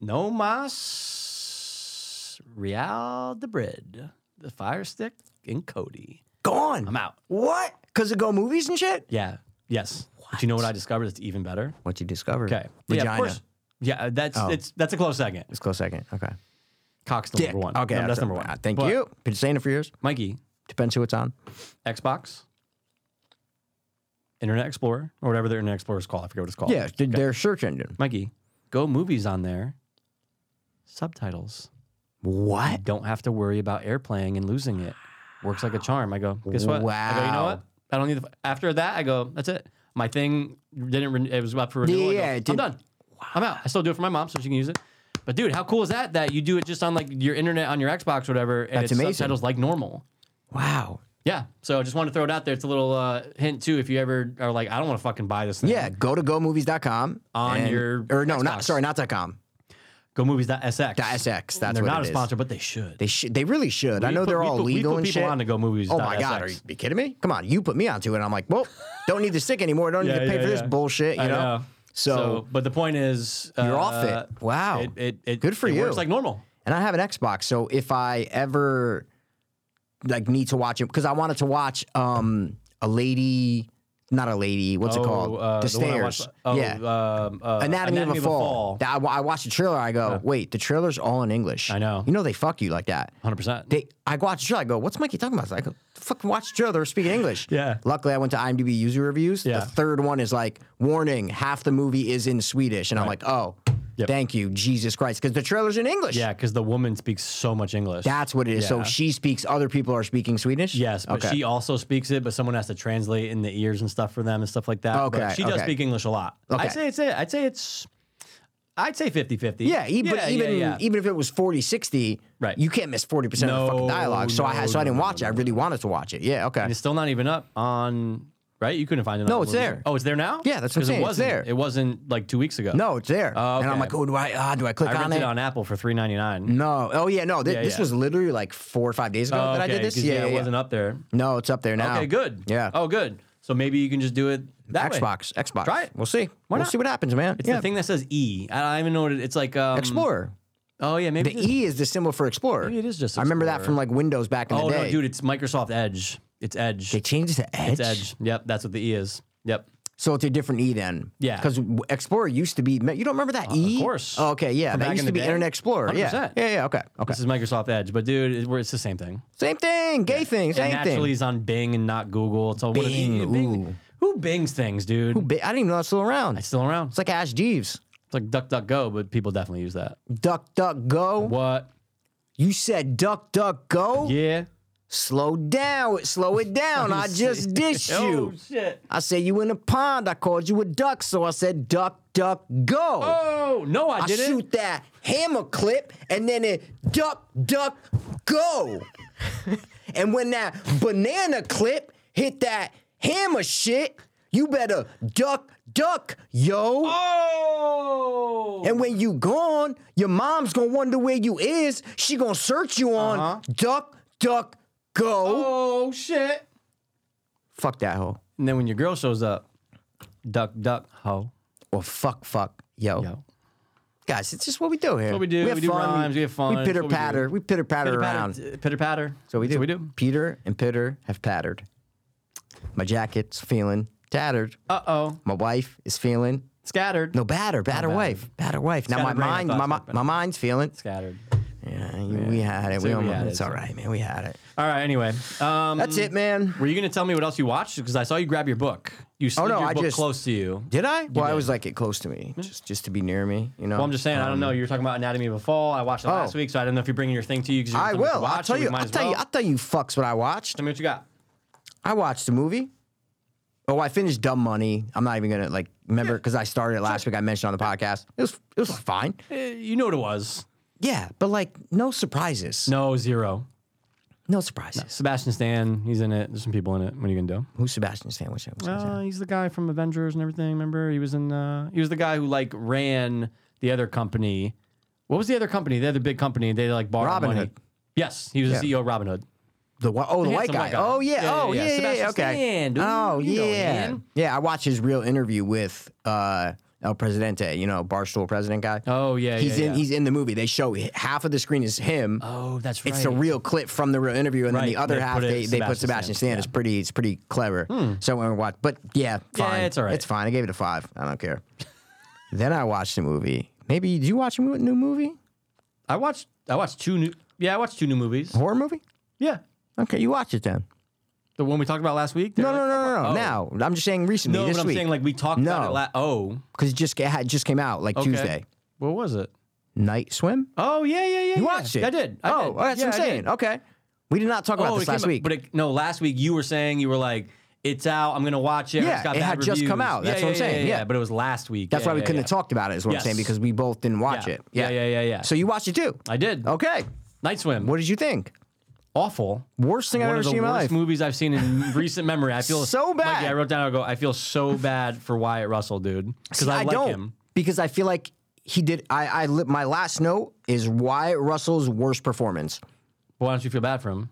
no mas real de bread, the fire stick, and Cody.
Gone.
I'm out.
What? Because of go movies and shit?
Yeah. Yes. But you know what I discovered? That's even better.
What you discover?
Okay.
Vagina.
Yeah, of course. Yeah, uh, that's
Oh.
it's that's a close second.
It's close second. Okay.
Cock's the
Dick.
number one.
Okay.
No, that's number one.
Uh, Thank
But,
you. Been saying it for years.
Mikey.
Depends who it's on.
Xbox, Internet Explorer, or whatever their Internet Explorer is called. I forget what it's called.
Yeah, it's their search engine.
Mikey, go movies on there. Subtitles.
What?
You don't have to worry about airplaying and losing it. Works like a charm. I go, guess what? I go, you know
Wow.
what? I don't need the, after that, I go, that's it. My thing didn't renew, it was up for renewal. I
Yeah,
go,
it
I'm
didn't-
done. I'm out. I still do it for my mom so she can use it. But dude, how cool is that? That you do it just on like your internet on your Xbox or whatever, and
That's
it's
amazing.
subtitles like normal.
Wow.
Yeah. So I just want to throw it out there. It's a little uh, hint too. If you ever are like, I don't want to fucking buy this thing.
Yeah, go to gomovies.com
On
and-
your
or no, not
Xbox.
sorry, not .com.
GoMovies.sx.
.sx. That's
They're
what
not
it
a
is.
sponsor, but they should.
They should. They really should. I know they're all legal
we put
and
people
shit.
on to GoMovies.
oh my god, are you, you kidding me? Come on, you put me onto it. and I'm like, well, don't need the stick anymore. Don't
Yeah,
need to pay
yeah,
for this
yeah.
bullshit. You
I
know.
know.
So,
but the point is,
You're off
uh,
it. Wow.
It, it, it,
Good for
it
you.
Works like normal.
and I have an Xbox, so if I ever like need to watch it, because I wanted to watch um a lady, not a lady. What's it called?
uh,
the
the one I watched-
stairs.
oh,
yeah.
Um, uh,
Anatomy, of a Fall. That- I, wa- I watched the trailer. I go, wait, the trailer's all in English.
I know.
You know they fuck you like that.
100%.
They, I watched the trailer. I go, what's Mikey talking about? I go, fucking watch the trailer. They're speaking English.
Yeah.
Luckily, I went to IMDb user reviews.
Yeah.
The third one is like, warning, half the movie is in Swedish, and I'm like, oh,
Yep.
thank you, Jesus Christ, because the trailer's in English.
yeah, because the woman speaks so much English.
That's what it is.
Yeah.
So she speaks. Other people are speaking Swedish.
Yes, but she also speaks it, but someone has to translate in the ears and stuff for them and stuff like that. But
Okay,
she does
okay.
speak English a lot.
Okay.
I'd say it's it. I'd say it's I'd say 50-50.
Yeah, e- but even
yeah, yeah.
even if it was 40 60,
Right.
you can't miss 40% of the
No,
fucking dialogue. So I
no,
had so I
no,
didn't
no,
watch it. I really wanted to watch it. Yeah, okay.
it's still not even up on right? You couldn't find it. on
No,
the
it's
movie.
there.
Oh, it's there now.
Yeah, that's what I'm
'Cause
saying,
It
it's
wasn't.
there.
It wasn't like two weeks ago.
No, it's there.
Oh,
And I'm
okay.
like, oh, do I? Ah, do I click
I
on
rented
it?
it on Apple for three ninety nine.
no. Oh yeah, no. Th-
Yeah,
this
yeah.
was literally like four or five days ago
Oh,
that I
okay,
did this.
'cause,
Yeah,
it
yeah, yeah.
wasn't up there.
No, it's up there now.
Okay, good.
Yeah.
Oh, good. So maybe you can just do it that way.
Xbox, Xbox.
Try it.
We'll see. we'll
not?
see what happens, man.
It's
yeah.
the thing that says E. I don't even know what it, it's like. Um,
Explorer.
Oh yeah, maybe
The
it is.
E is the symbol for Explorer.
Maybe it is just
I remember that
Explorer.
from like Windows back in
Oh
the day.
no, dude, it's Microsoft Edge. It's Edge.
They changed it to Edge.
It's Edge. Yep, that's what the E is. Yep.
So it's a different E then.
Yeah. Uh,
Because Explorer used to be. You don't remember that E?
course.
Oh, okay. Yeah.
From
that
back
used
in
to
the
be
day.
Internet Explorer. Yeah.
100%.
Yeah. Yeah. Okay. Okay.
This is Microsoft Edge, but dude, it, we're- it's the same thing.
Same thing. Gay thing.
It
Same
naturally
thing.
is on Bing and not Google. It's all one of the-
Bing, ooh.
Who Bings things, dude?
Ba- I didn't even know that's still around.
it's still around.
It's like Ash Jeeves.
It's like DuckDuckGo, but people definitely use that.
Duck, duck, go.
What?
You said duck, duck, go.
Yeah.
Slow down. Slow it down. I just dissed
Oh
you.
shit.
I said you in a pond. I called you a duck, so I said duck, duck, go.
Oh no, I
I
didn't.
shoot that hammer clip and then it duck, duck, go. and when that banana clip hit that hammer shit, you better duck, duck, yo.
Oh.
And when you gone, your mom's gonna wonder where you is. She gonna search you on duck, duck, go.
Uh-huh. oh shit.
Fuck that hoe.
And then when your girl shows up, duck duck ho.
Or fuck, fuck, yo.
Yo.
Guys, it's just what we do here.
what we do.
have
We do rhymes. We have fun.
We
It's what we
pitter
do.
patter. We pitter patter
Pitter
around.
patter. Pitter patter.
So we do.
So we do.
Peter and Pitter have pattered. My jacket's feeling tattered.
Uh oh.
My wife is feeling
Scattered.
no batter, batter wife, batter wife. Now my
Scattered brain, I
mind,
thought
my,
so,
mi-
but-
my mind's feeling.
Scattered.
Yeah, you- we had it.
So
we
we
almost,
had it,
it's
so-
all right, man. We had it.
All right. Anyway, um,
That's it, man.
Were you gonna tell me what else you watched? Because I saw you grab your book. You slid
Oh, no,
your
I
book
just-
close to you. Mm.
Did I? Well, I was like it close to me, just just to be near me. You know.
Well, I'm just saying. I don't know. You were talking about Anatomy of a Fall. I watched it last week, so I don't know if you're bringing your thing to you. 'cause you're
Oh. I
gonna
will. I'll
watch it,
tell
we
you.
might
I'll
as
tell you.
well.
I'll tell you. Fucks what I watched.
Tell me what you got.
I watched a movie. Oh, I finished Dumb Money. I'm not even gonna like remember because I started it last week. I mentioned on the podcast. It was it was fine.
Eh, You know what it was.
Yeah, but like no surprises.
No zero.
No surprises.
Sebastian Stan. He's in it. There's some people in it. What are you gonna do?
Who's Sebastian Stan? Which which-
Uh, he's the guy from Avengers and everything. Remember, he was in. Uh, he was the guy who like ran the other company. What was the other company? The other big company. They like borrowed
Robin
money.
Hood.
Yes, he was the CEO of Robin Hood.
the whi- oh the,
the
white
handsome
guy.
white guy.
Oh yeah.
Yeah, yeah,
oh yeah.
yeah.
yeah,
Sebastian
okay.
Stan, dude.
oh
You know
yeah.
him.
yeah. I watched his real interview with uh, El Presidente. You know, Barstool President guy.
Oh yeah,
he's
yeah,
in.
yeah.
He's in the movie. They show h- half of the screen is him.
Oh, that's right.
It's the real clip from the real interview, and then the
Right,
other
they
half
put it
they, they put Sebastian Stan.
Sebastian Stan, Hmm.
It's pretty. It's pretty clever. So when we watch, but yeah, fine.
it's all right.
It's fine. I gave it a five. I don't care. then I watched the movie. Maybe did you watch a mo- new movie?
I watched. I watched two new. Yeah, I watched two new movies.
Horror movie?
Yeah,
Okay, you watch it then.
the one we talked about last week.
No, no, no, no, no. Now I'm just saying recently
Oh. No,
this
but I'm
week
saying like we talked about
No.
it. La- oh,
because it just ca- had just came out like
okay.
Tuesday.
What was it?
Night swim.
Oh yeah, yeah, yeah.
You
yeah.
watched it?
I did. I
oh, that's
did. yeah,
what
I
I'm
did. Oh,
saying. Okay, we did not talk about
it
this
came
last
out-
week.
But it, no, last week you were saying you were like, it's out. I'm gonna watch it. I
Yeah,
just got
it
bad
had just come
reviews."
out, that's
yeah,
what I'm
yeah,
saying,
Yeah,
yeah.
but it was last week.
that's
Yeah,
why we
yeah,
couldn't
yeah.
have talked about it. Is what I'm saying
Yes.
because we both didn't watch
Yeah.
it.
Yeah, yeah, yeah, yeah.
So you watched it too.
I did.
Okay.
Night swim.
Oh. What did you think?
Awful.
Worst thing
One
I've ever
of the
seen in my
worst
life.
movies I've seen in recent memory. I feel
So
like,
bad.
yeah, I wrote down. I go. I feel so bad for Wyatt Russell, dude. Because
See,
I, like
don't
him.
because I feel like he did. I I li- my last note is Wyatt Russell's worst performance
Why don't you feel bad for him?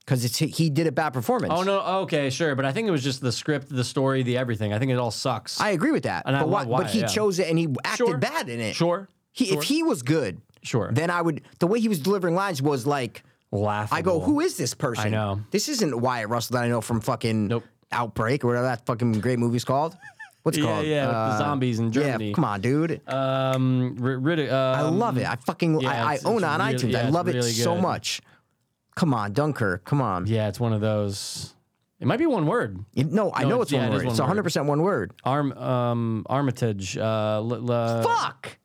because it's he did a bad performance.
Oh no. Okay, sure. But I think it was just the script, the story, the everything. I think it all sucks.
I agree with that.
And I
but
love
but
Wyatt,
he
yeah.
chose it and he acted
Sure.
bad in it.
sure.
He,
sure.
If he was good,
Sure.
then I would. The way he was delivering lines was like,
Laughable.
I go, who is this person?
I know.
This isn't Wyatt Russell that I know from fucking
Nope.
Outbreak or whatever that fucking great movie's called. What's it
Yeah,
called? Uh,
yeah. with the zombies in Germany.
Yeah, come on, dude.
Um, R- Riddick.
I love it. I fucking
yeah,
I, I
it's-
own
it's
it on
really-
iTunes.
yeah,
I
it's
love
really
it so
good.
much. Come on, Dunkirk. Come on.
Yeah, it's one of those. It might be one word.
It- no, I
No,
know
it's-
it's,
yeah,
one
it is
word.
one
it's
word.
100% one word.
Arm, um, Armitage. Uh, l- l-
Fuck.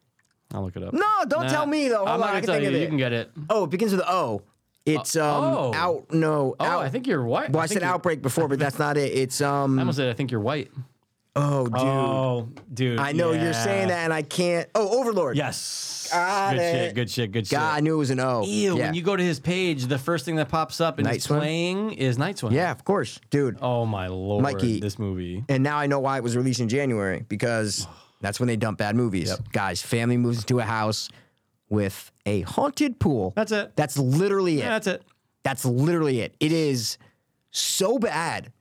I'll look it up.
No, don't
Nah,
tell me though. Hold
I'm
on,
not gonna
I can
tell
think
you.
of
You
it.
can get it.
Oh, it begins with O. It's um
oh.
out no
Oh,
out.
I think you're white.
well, I,
think
said
you're-
outbreak before, but that's not it. It's
I
um
almost said I think you're white.
Oh, dude.
Oh, dude.
I know
yeah.
you're saying that, and I can't. Oh, Overlord.
Yes.
Got
good
it.
shit. Good shit. Good
God, I
shit.
knew it was an O.
Ew.
yeah.
When you go to his page, the first thing that pops up and
Night
he's
Swim?
playing is Night Swim.
yeah, of course, dude.
Oh my lord.
Mikey.
This movie.
And now I know why it was released in January because that's when they dump bad movies. Guys, family moves into a house with a haunted pool.
That's it.
That's literally it.
Yeah, that's it.
That's literally it. It is so bad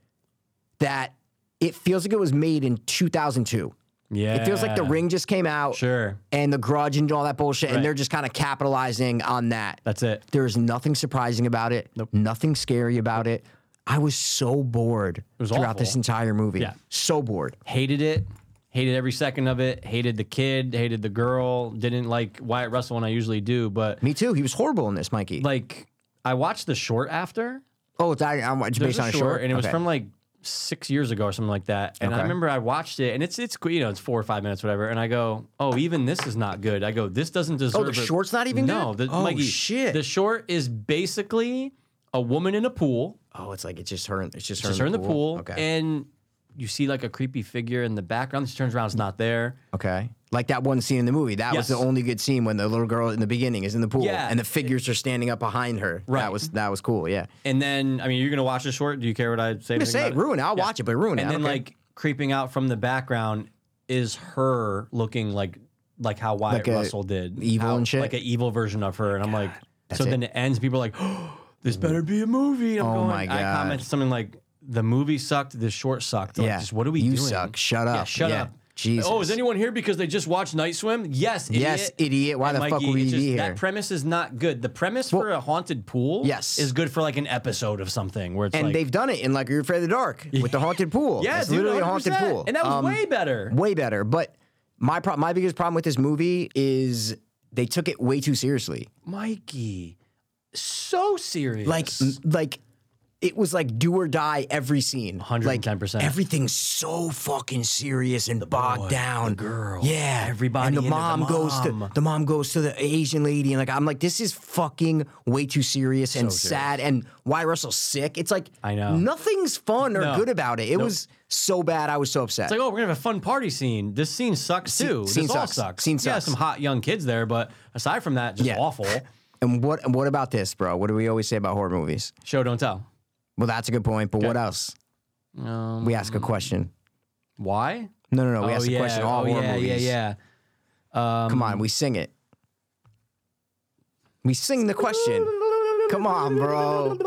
that it feels like it was made in 2002.
Yeah.
It feels like The Ring just came out
Sure.
and The Grudge and all that bullshit,
Right.
and they're just kind of capitalizing on that.
That's it.
There is nothing surprising about it. Nothing scary about it. I was so bored
was
throughout
awful.
this entire movie.
Yeah.
So bored.
Hated it. Hated every second of it. Hated the kid. Hated the girl. Didn't like Wyatt Russell when I usually do, but
Me too. He was horrible in this, Mikey.
like I watched the short after.
oh, it's, I, I'm, it's
There's
based on
a short, and it was from like six years ago or something like that. And I
Okay.
remember I watched it, and it's it's you know it's four or five minutes whatever, and I go, oh, even this is not good. I go, this doesn't deserve. a-
Oh, short's not even
no,
good?
The,
Oh,
Mikey,
shit.
The short is basically a woman in a pool.
Oh, it's like it's just her. It's just her.
She's her in the pool,
Okay.
and you see like a creepy figure in the background. She turns around, it's not there.
okay. Like that one scene in the movie. That was
Yes.
the only good scene when the little girl in the beginning is in the pool
Yeah.
and the figures are standing up behind her.
Right.
That was that was cool. Yeah.
And then, I mean, you're gonna watch the short. Do you care what I say?
I'm
anything
just saying,
about it?
ruin it. I'll
Yeah.
watch it, but ruin it.
And
I
then,
don't care.
like creeping out from the background is her looking like like how Wyatt
Like a
Russell did,
evil
How-
and shit?
like an evil version of her. And I'm like, so
it.
then it ends. People are like, this better be a movie. I'm
Oh
going,
my
I
God.
commented something like, the movie sucked. The short sucked. Like,
Yeah.
just what are we
You
doing?
suck. Shut
Yeah,
up.
shut
Yeah.
up.
Jesus.
Oh, is anyone here because they just watched Night Swim? Yes, idiot.
Yes, idiot. Why
And
the fuck
Mikey,
would
it's
we
just-
be here?
That premise is not good. The premise for a haunted pool
Yes.
is good for like an episode of something where it's
and
like,
they've done it in like You're Afraid of the Dark with the haunted pool.
yeah,
it's
dude,
literally a haunted
100%.
pool.
And that was
Um,
way better.
way better. But my pro- my biggest problem with this movie is they took it way too seriously.
Mikey, so serious.
Like m- like it was like do or die every scene. Like,
110%.
everything's so fucking serious and bogged down.
girl,
Yeah.
everybody
And the
into the
mom, goes to
mom.
the mom goes to the Asian lady and like I'm like, this is fucking way too serious and sad and why Russell's sick. It's like
I know.
nothing's fun or
No.
good about it. It was so bad, I was so upset.
it's like, oh, we're gonna have a fun party scene. This scene sucks too.
scene
this all
sucks.
sucks.
Scene
Yeah,
sucks.
some hot young kids there, but aside from that, just
Yeah.
awful.
and what and what about this, bro? What do we always say about horror movies?
Show don't tell.
Well, that's a good point, but what else?
Um,
We ask a question.
why?
No, no, no. We
oh
ask
yeah.
a question. All
oh
horror
yeah,
movies.
yeah, yeah. Um,
Come on, we sing it. We sing the question. Come on, bro.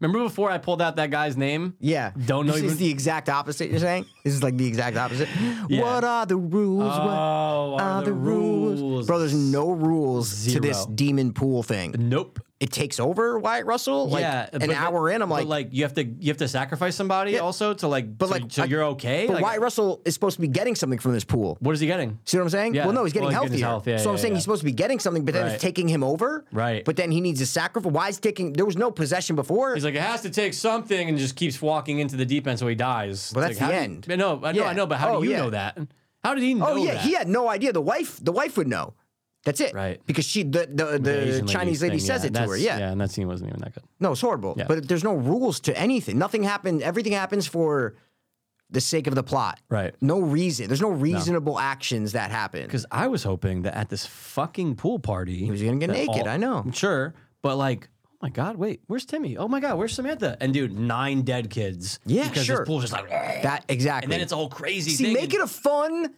Remember before I pulled out that guy's name?
Yeah.
Don't know
This
even-
is the exact opposite you're saying? This is like the exact opposite.
Yeah.
What are the rules? what
Oh, are,
are
the, rules?
Bro, there's no rules to this
Zero.
demon pool thing.
Nope.
It takes over Wyatt Russell. Like
yeah,
an
but-
hour in, I'm like,
but, like you have to you have to sacrifice somebody also to like, but
like,
so
I-
you're okay.
but
Like,
Wyatt Russell is supposed to be getting something from this pool.
what is he getting?
See what I'm saying?
Yeah.
Well, no, he's getting
Well, he's
healthier.
getting his health. Yeah,
so I'm
yeah,
saying
yeah.
he's supposed to be getting something, but then
Right.
it's taking him over.
Right.
But then he needs a sacrifice. Why is taking? There was no possession before.
He's like, it has to take something, and just keeps walking into the deep end, so he dies.
Well,
It's
that's
like,
the
how-
end.
but no, I know, I
Yeah.
know, but how
Oh,
do you
yeah.
know that? How did he know?
oh yeah,
that?
he had no idea. The wife, the wife would know. That's it.
Right.
Because she, the the, the,
Asian
Chinese lady
thing,
says
yeah,
it to her.
that's-
Yeah.
yeah, and that scene wasn't even that good.
No, it's horrible. But there's no rules to anything. Nothing happened. Everything happens for the sake of the plot.
Right.
No reason. There's no reasonable actions that happen.
Because I was hoping that at this fucking pool party, he
was gonna get naked, I know.
sure, but like, oh my god, wait, where's Timmy? Oh my god, where's Samantha? And dude, nine dead kids.
Yeah,
because
sure.
This pool's just like,
that exactly.
and then it's a whole crazy
See,
thing.
make it a fun,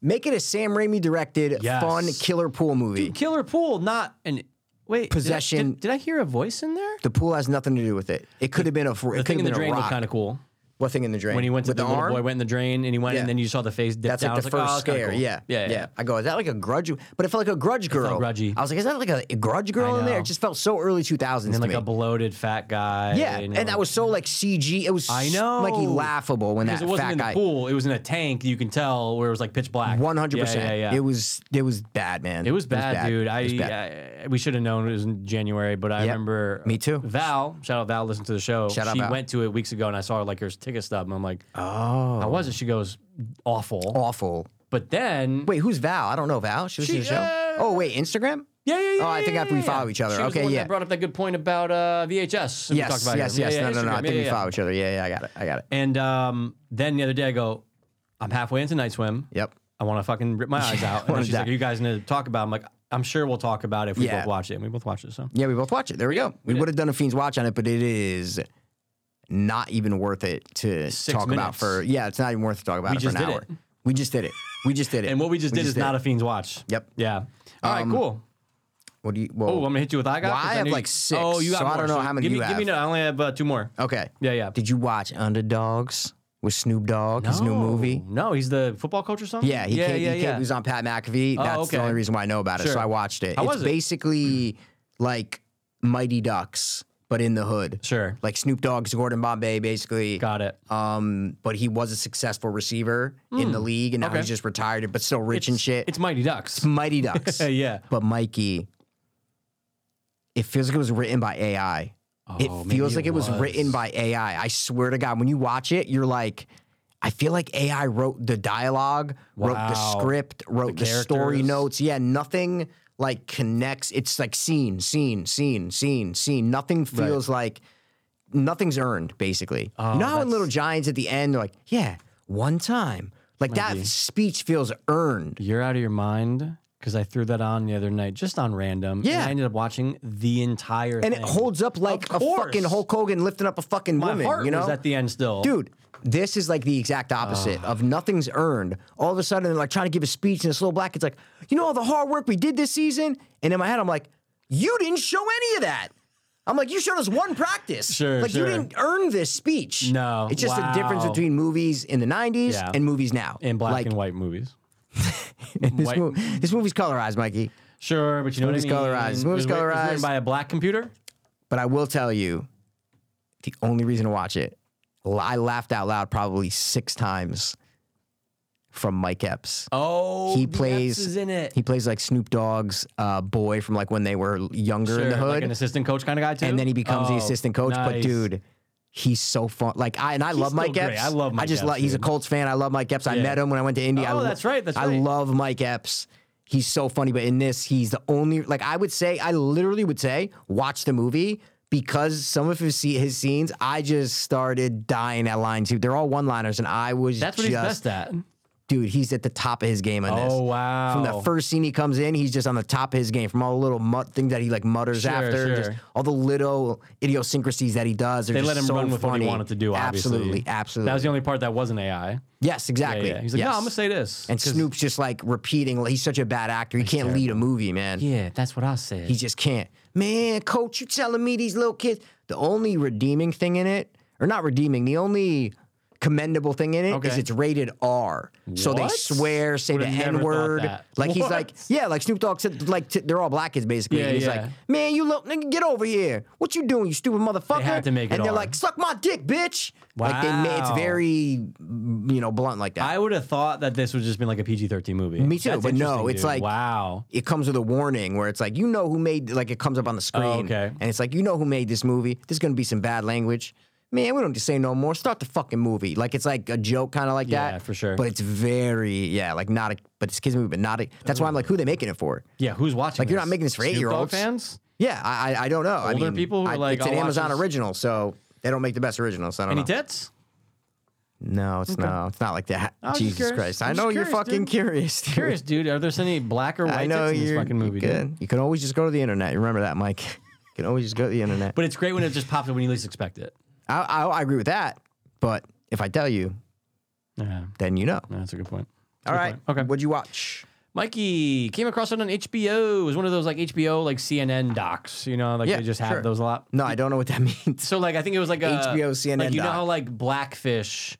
make it a Sam Raimi directed,
Yes.
fun killer pool movie.
killer pool, not an wait did I- did-
Possession.
Did, I hear a voice in there?
the pool has nothing to do with it. It could have been a. fr- It
The
could
thing
have
in the
been
drain
a
was
rock.
kind of cool.
What thing in the drain?
When he went to
with
the, little
arm?
boy went in the drain and he went
Yeah.
and then you saw the face dip
That's
down.
like the
I was
first
oh, that's kinda
scare.
cool.
Yeah.
yeah, yeah.
I go, is that like a grudge? But it felt like a grudge girl.
grudgy.
I was like, is that like a grudge girl in there?
know.
It just felt so early 2000s.
And
to
like
me.
a bloated fat guy.
yeah,
you
and
know,
that was so like CG. It was
I
s- like he
know.
laughable when that
because it wasn't
fat
in the
guy.
pool. It was in a tank. You can tell where it was like pitch black.
One hundred
Yeah,
percent.
Yeah, yeah.
It was it was bad, man.
It was bad, dude. I,
It was bad.
I we should have known it was in January, but I
Yep.
remember. uh,
Me too.
Val, shout out Val, listen to the show.
Shout out
she
Val.
went to it weeks ago, and I saw her like her ticket stub, and I'm like,
oh,
how was it? She goes, awful.
awful.
But then,
Wait, who's Val? I don't know Val. She was in
She-
the show.
uh,
oh wait, Instagram.
yeah, yeah, yeah.
Oh, I think
yeah,
after we
yeah,
follow
yeah.
each other.
She was the
Okay,
one that
yeah.
brought up that good point about uh, VHS. and we talked
Yes,
about it.
yes,
Yeah,
yes.
yeah,
no, no, no.
Instagram.
I
Yeah,
think we
yeah,
follow each other. Yeah, yeah, I got it. I got it.
And um, then the other day, I go, I'm halfway into Night Swim.
Yep.
I want to fucking rip my eyes out. And
wanna
then she's
die.
like, "Are you guys gonna talk about?" it?" I'm like, "I'm sure we'll talk about it if we
Yeah.
both watch it." And we both watched it. So
Yeah, we both watch it. There we go. We would have done a Fiends watch on it, but it is not even worth it to
Six
talk about
minutes.
for. Yeah, it's not even worth to talk about
We
it
just
for an
did
hour.
it.
We just did it. We just did it.
and what we just did is
it.
not a fiend's watch.
Yep.
Yeah. All right.
Um,
Cool.
What do you?
Oh, I'm
Well,
gonna hit you with I got.
Well,
'cause
I have
knew-
like six,
Oh, you got
so I
more.
don't know how many
give me,
you
give me.
have.
no- I only have uh, two more.
okay.
Yeah, yeah.
Did you watch Underdogs with Snoop Dogg? His new movie.
Oh. No, he's the football coach or something.
Yeah, he came, he, came, he was on Pat McAfee. That's the
Oh, okay.
only reason why I know about it. So
Sure.
I watched it.
How
it's
was it?
basically like Mighty Ducks, but in the hood.
Sure.
Like Snoop Dogg's Gordon Bombay, basically.
Got it. Hmm.
Um, but he was a successful receiver in the league, and now
Okay.
he's just retired, but still rich and shit.
It's Mighty Ducks.
Mighty Ducks.
yeah.
But Mikey, it feels like it was written by AI.
Oh,
it
maybe
feels like
it
it was.
was.
written by AI. I swear to God, when you watch it, you're like, I feel like AI wrote the dialogue, wrote the
Wow.
script, wrote the, story
characters.
notes. Yeah, nothing like connects. It's like scene, scene, scene, scene, scene. Nothing feels like nothing's earned, basically. you know how in
Oh, that's-
Little Giants at the end, they're like, yeah, one time. Like that speech feels earned.
You're out of your mind because I threw that on the other night, just on random. and
Yeah.
I ended up watching the entire
and
thing.
it holds up like a
course.
fucking Hulk Hogan lifting up a fucking
My
woman.
heart
you know,
was at the end Ah. still,
dude. This is like the exact opposite of nothing's earned. All of a sudden, they're like trying to give a speech, and this little black kid's like, "You know all the hard work we did this season." And in my head, I'm like, "You didn't show any of that." I'm like, "You showed us one practice.
Sure,
like
sure.
you didn't earn this speech.
No,
it's just the difference
wow.
between movies in the '90s
Yeah.
and movies now.
in black
like,
and white movies.
This,
white-
mo- this movie's colorized, Mikey.
Sure, but you know
movie's
what I mean.
colorized. This
It
movie's
was writ- it was
colorized.
written by a black computer.
But I will tell you, the only reason to watch it, l- I laughed out loud probably six times from Mike Epps.
Oh,
he
the Epps
plays
is in it.
He plays like Snoop Dogg's uh, boy from like when they were younger in the
Sure,
hood,
like an assistant coach kind of guy too.
and then he becomes the
Oh,
assistant coach. But
nice.
dude. He's so fun. Like I and I love
still
Mike
great.
Epps.
I love
I
Mike
just
Epps,
love. He's a
dude.
Colts fan. I love Mike Epps. I
Yeah.
met him when I went to India. I
Oh,
lo-
that's right, that's
I
right.
love Mike Epps. He's so funny. But in this, he's the only. Like I would say, I literally would say, watch the movie because some of his se- his scenes, I just started dying at line two. They're all one liners, and I was
That's what
just,
he's best at.
dude. He's at the top of his game on this.
Oh wow!
From the first scene he comes in, he's just on the top of his game. From all the little mut- things that he like mutters
Sure,
after,
sure.
just all the little idiosyncrasies that he does. They
they let him run with what he wanted to do. Obviously.
Absolutely, absolutely.
That was the only part that wasn't AI.
yes,
Yeah,
exactly.
yeah. He's like,
yes.
no, I'm gonna say this.
And
'Cause-
Snoop's just like repeating. like, He's such a bad actor. He can't lead a movie, man.
Yeah, that's what I said.
He just can't. Man, coach, you telling me these little kids? The only redeeming thing in it, or not redeeming, the only commendable thing in it is
Okay.
it's rated R. So they
What?
swear, say the
Would've never
N
thought
word.
that.
Like he's
What?
like, yeah, like Snoop Dogg said, like t- they're all black kids basically.
Yeah,
and he's
yeah.
like, man, you little nigga, get over here. What you doing, you stupid motherfucker?
had to make it
and they're
R.
like, suck my dick, bitch. Like they, ma- it's
Wow.
very, you know, blunt like that.
I would have thought that this would just been like a PG-13 movie.
Me too,
That's
but no,
interesting,
it's
dude.
like-
wow.
it comes with a warning where it's like you know who made like it comes up on the screen
Oh, okay.
and it's like you know who made this movie there's gonna be some bad language man we don't just say no more start the fucking movie like it's like a joke kind of like
Yeah,
that
for sure.
but it's very yeah like not a but it's a kids movie but not a that's why I'm like who they making it for
Yeah, who's watching?
Like, you're not making this for
Snoop Dogg
eight-year-olds.
fans.
yeah I I, I don't know I
Older
mean
people who
I-
are like,
it's an
"I'll watch
Amazon
this."
original so they don't make the best originals so I don't
Any
know
tits?
no it's no it's not like that
was just
Jesus
curious.
Christ I
I'm
know
just
you're
curious,
fucking
dude.
curious dude.
Curious, dude. Are there any black or white
I know
tits in
you're
this fucking movie?
you
Dude?
can. You can always just go to the internet. Remember that, Mike. You can always just go to the internet.
But it's great when it just pops up when you least expect it.
I, I, I agree with that. But if I tell you,
Yeah,
then you know.
that's a good point.
All right.
point. Okay.
What'd you watch?
Mikey came across it on HBO. It was one of those like HBO like CNN docs. You know, like
Yeah,
they just have
sure.
those a lot.
No, I don't know what that means.
So like I think it was like a
HBO CNN
Like you know
doc.
how like Blackfish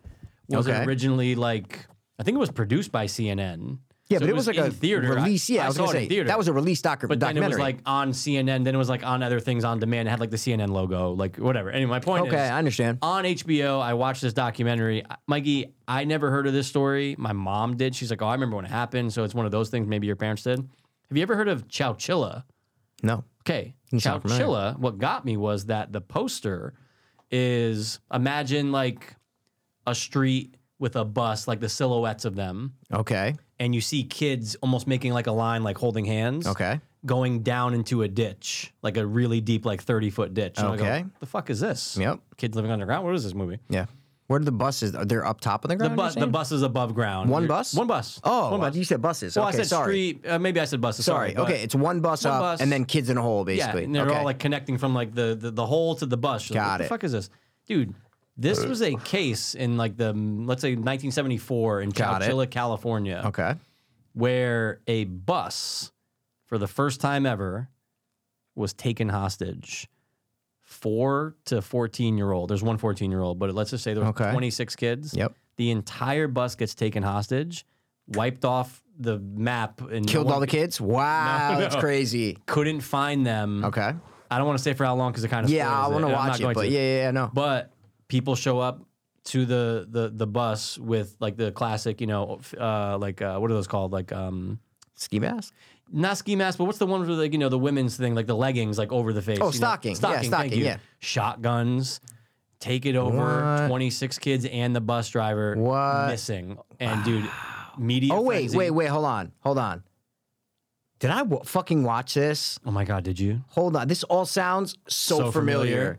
was
Okay.
originally like I think it was produced by CNN.
Yeah,
So
but it was, like
in
a
theater
release. Yeah, I,
I,
was
saw
gonna
it
say
in theater.
that was a release docu-
but then it
documentary.
was like on CNN. Then it was like on other things on demand. It had like the CNN logo, like whatever. Anyway, my point
okay,
is Uh,
I understand.
on HBO, I watched this documentary. Mikey, I never heard of this story. My mom did. She's like, "Oh, I remember when it happened." So it's one of those things. Maybe your parents did. Have you ever heard of Chowchilla?
No.
Okay.
sound familiar.
Chowchilla, what got me was that the poster is imagine like a street with a bus, like the silhouettes of them,
Okay.
and you see kids almost making like a line, like holding hands.
Okay.
Going down into a ditch, like a really deep, like 30 foot ditch. And I go,
Okay.
the fuck is this?
Yep.
Kids living underground? What is this movie?
Yeah. Where are the buses? Are they up top of the
The
ground? you're
bus, the
saying?
bus is above ground.
One
You're-
bus?
One bus.
Oh,
One bus.
you said buses.
Well,
okay,
I said
sorry.
street. Uh, maybe I said buses.
Sorry.
but-
okay, it's one bus
One
up
bus.
and then kids in a hole,
Yeah,
basically.
and they're
okay.
all like connecting from like the the, the hole to the bus. You're like,
Got it.
what
Uh.
the fuck is this, dude? This was a case in like the mm, let's say 1974 in
Got it.
Chowchilla, California,
okay.
where a bus, for the first time ever, was taken hostage. Four to 14 year old. There's one 14 year old, but let's just say there were
Okay.
26 kids.
Yep.
The entire bus gets taken hostage, wiped off the map, and
Killed
one-
all the kids? Wow,
No,
that's
no.
crazy.
Couldn't find them.
Okay.
I don't want to say for how long because it kind of
Yeah, I
want to
watch it, but yeah, yeah, yeah, no.
But people show up to the the the bus with like the classic, you know, uh, like uh, what are those called? Like um,
Ski mask?
not ski mask, but what's the one with like you know the women's thing, like the leggings, like over the face.
Oh,
you know?
stocking. Yeah,
thank
stocking,
you.
yeah.
Shotguns. Take it over.
What?
Twenty six kids and the bus driver
What?
missing. And dude, media.
Oh, wait,
frenzy.
wait, wait. Hold on. Hold on. Did I w- fucking watch this?
Oh my god, did you?
Hold on. This all sounds so,
So
familiar.
familiar.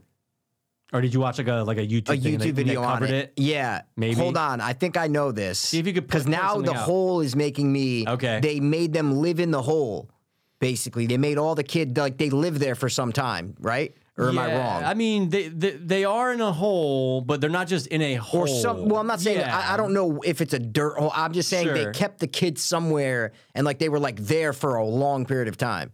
Or did you watch like a like a YouTube
A
thing and they-
YouTube
and they
video on
covered
it. Yeah.
Maybe.
Hold on. I think I know this. See
if you could
Because
put- pull
now the
something out.
hole is making me.
Okay.
They made them live in the hole, basically. They made all the kid, like, they lived there for some time, right? Or am I
Yeah,
wrong?
I mean, they, they they are in a hole, but they're not just in a hole.
or some. Well, I'm not saying
Yeah.
I, I don't know if it's a dirt hole. I'm just saying
Sure.
they kept the kids somewhere and like they were like there for a long period of time.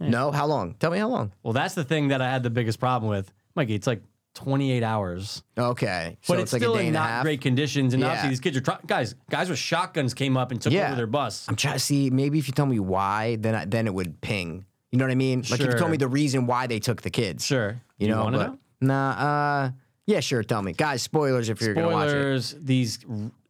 No, how long? Tell me how long.
Well, that's the thing that I had the biggest problem with, Mikey. It's like 28 hours,
Okay, so
but it's,
like
still
a day
in
and a
not
half.
great conditions. And obviously,
Yeah.
these kids are try- guys. Guys with shotguns came up and took
Yeah.
over their bus.
I'm trying to see. Maybe if you tell me why, then I, then it would ping. You know what I mean? Like if you
Sure.
told me the reason why they took the kids.
Sure,
You know.
wanna
but- Nah. Uh. Yeah. Sure. Tell me, guys. Spoilers if you're gonna watch it.
Spoilers. These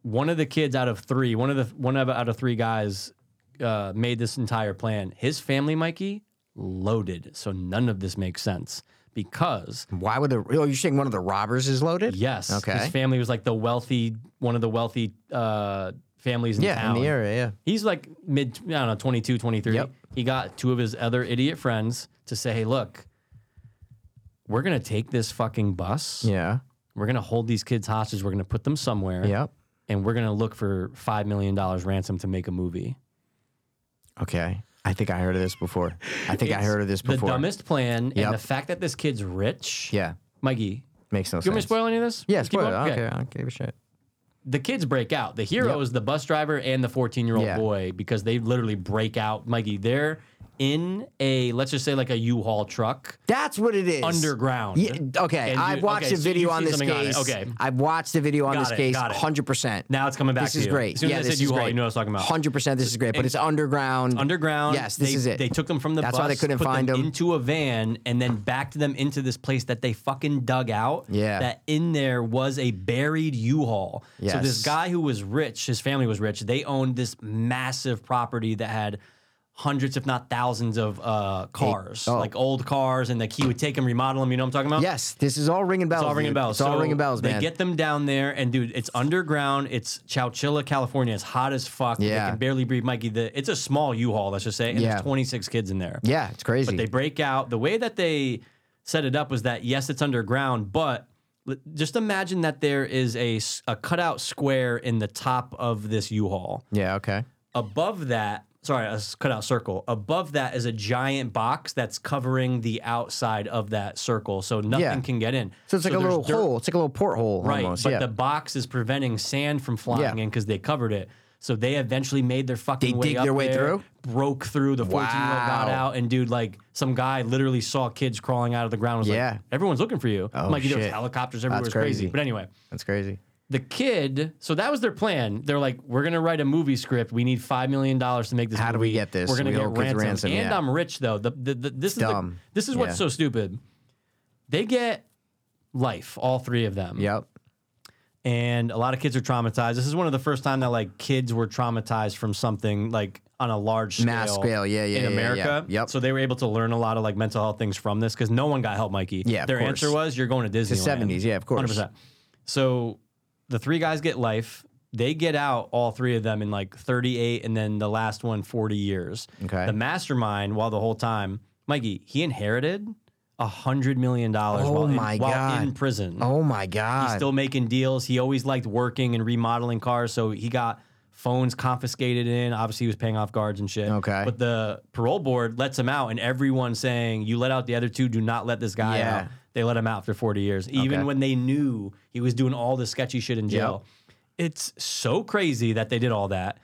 one of the kids out of three, one of the one of out of three guys uh, made this entire plan. His family, Mikey, loaded, so none of this makes sense because
Why would the? Oh, you're saying one of the robbers is loaded?
Yes.
Okay.
His family was like the wealthy, one of the wealthy uh, families in
yeah.
town.
In the area. Yeah.
He's like mid, I don't know, 22, 23.
Yep.
He got two of his other idiot friends to say, hey, look, we're going to take this fucking bus.
Yeah.
We're going to hold these kids hostage. We're going to put them somewhere.
Yep.
And we're going to look for $5 million ransom to make a movie.
Okay. I think I heard of this before. I think I heard of this before.
The dumbest plan.
Yep.
And the fact that this kid's rich.
Yeah.
Mikey,
Makes no
you want me to
sense.
spoil any of this?
yeah,
Just keep
spoiler.
going?
I don't
Okay.
care. I don't give a shit.
the kids break out. The hero
Yep.
is the bus driver and the 14 year old
Yeah.
boy because they literally break out. Mikey, they're in a, let's just say, like a U Haul truck
That's what it is.
underground.
Yeah, okay.
And you-
I've watched
okay,
a
so
video
you've
on
seen
this
something on it.
case.
Okay.
I've watched the video on
Got
this
it,
case
got it.
100%.
Now it's coming back
this
to
is
you.
great.
As soon
yeah,
as I
this
said
is
U-Haul,
great.
you know what I was talking about.
100% this is great, but it's underground.
Underground.
Yes, this
they,
is it.
They took them from the
That's
bus.
why they couldn't
put
find
them,
them.
into a van and then backed them into this place that they fucking dug out.
Yeah.
That in there was a buried U-Haul. So
Yes.
this guy who was rich, his family was rich. They owned this massive property that had hundreds, if not thousands, of uh, cars,
oh.
like old cars, and like he would take them, remodel them. You know what I'm talking about?
Yes, this is all ringing bells.
It's all ringing
dude.
bells.
It's all
So
ringing bells,
They
man.
get them down there, and dude, it's underground. It's Chowchilla, California. It's hot as fuck.
Yeah.
They can barely breathe. Mikey, the, it's a small U-Haul, let's just say, and
Yeah.
there's 26 kids in there.
yeah, it's crazy.
They break out. The way that they set it up was that, yes, it's underground, but l- just imagine that there is a, s- a cutout square in the top of this U-Haul.
yeah, okay.
Above that, sorry, a s- cutout circle. Above that is a giant box that's covering the outside of that circle, so nothing
Yeah.
can get in.
So it's like a
there's
little
dirt
hole. It's like a little porthole
Right,
almost.
but
yeah.
the box is preventing sand from flying
Yeah.
in because they covered it. So they eventually made their fucking
They
way
dig
up
their way
there,
through?
broke through. The fourteen year old got
Wow.
out, and dude, like some guy literally saw kids crawling out of the ground. Was
Yeah.
like, everyone's looking for you.
Oh,
I'm like, there's
shit.
helicopters everywhere.
That's
It's crazy.
crazy.
But anyway,
That's crazy.
the kid. So that was their plan. They're like, we're gonna write a movie script. We need five million dollars to make this.
How do we
movie.
get this?
We're gonna
We
get
owe kids
ransom.
ransom,
And
yeah.
I'm rich though. The, the, the, this is the,
dumb.
this is what's
Yeah.
so stupid. They get life, all three of them
Yep.
and a lot of kids are traumatized. This is one of the first time that like kids were traumatized from something like on a large scale,
Mass scale, yeah, yeah,
in
yeah, yeah,
America.
yeah. Yep.
So they were able to learn a lot of like mental health things from this because no one got help, Mikey.
Yeah, of
Their
course.
answer was, "You're going to Disneyland."
70s, yeah, of course.
100%. So the three guys get life. They get out, all three of them, in like 38, and then the last one, 40 years.
Okay.
The mastermind, while the whole time, Mikey, he inherited a hundred million dollars
Oh
while, in-
my
while
God.
in prison.
Oh my
He's
god.
still making deals. He always liked working and remodeling cars, so he got phones confiscated in. Obviously, he was paying off guards and shit.
Okay.
But the parole board lets him out, and everyone's saying, "You let out the other two. Do not let this guy
Yeah.
out." They let him out after 40 years, even
Okay.
when they knew he was doing all the sketchy shit in jail. It's so crazy that they did all that.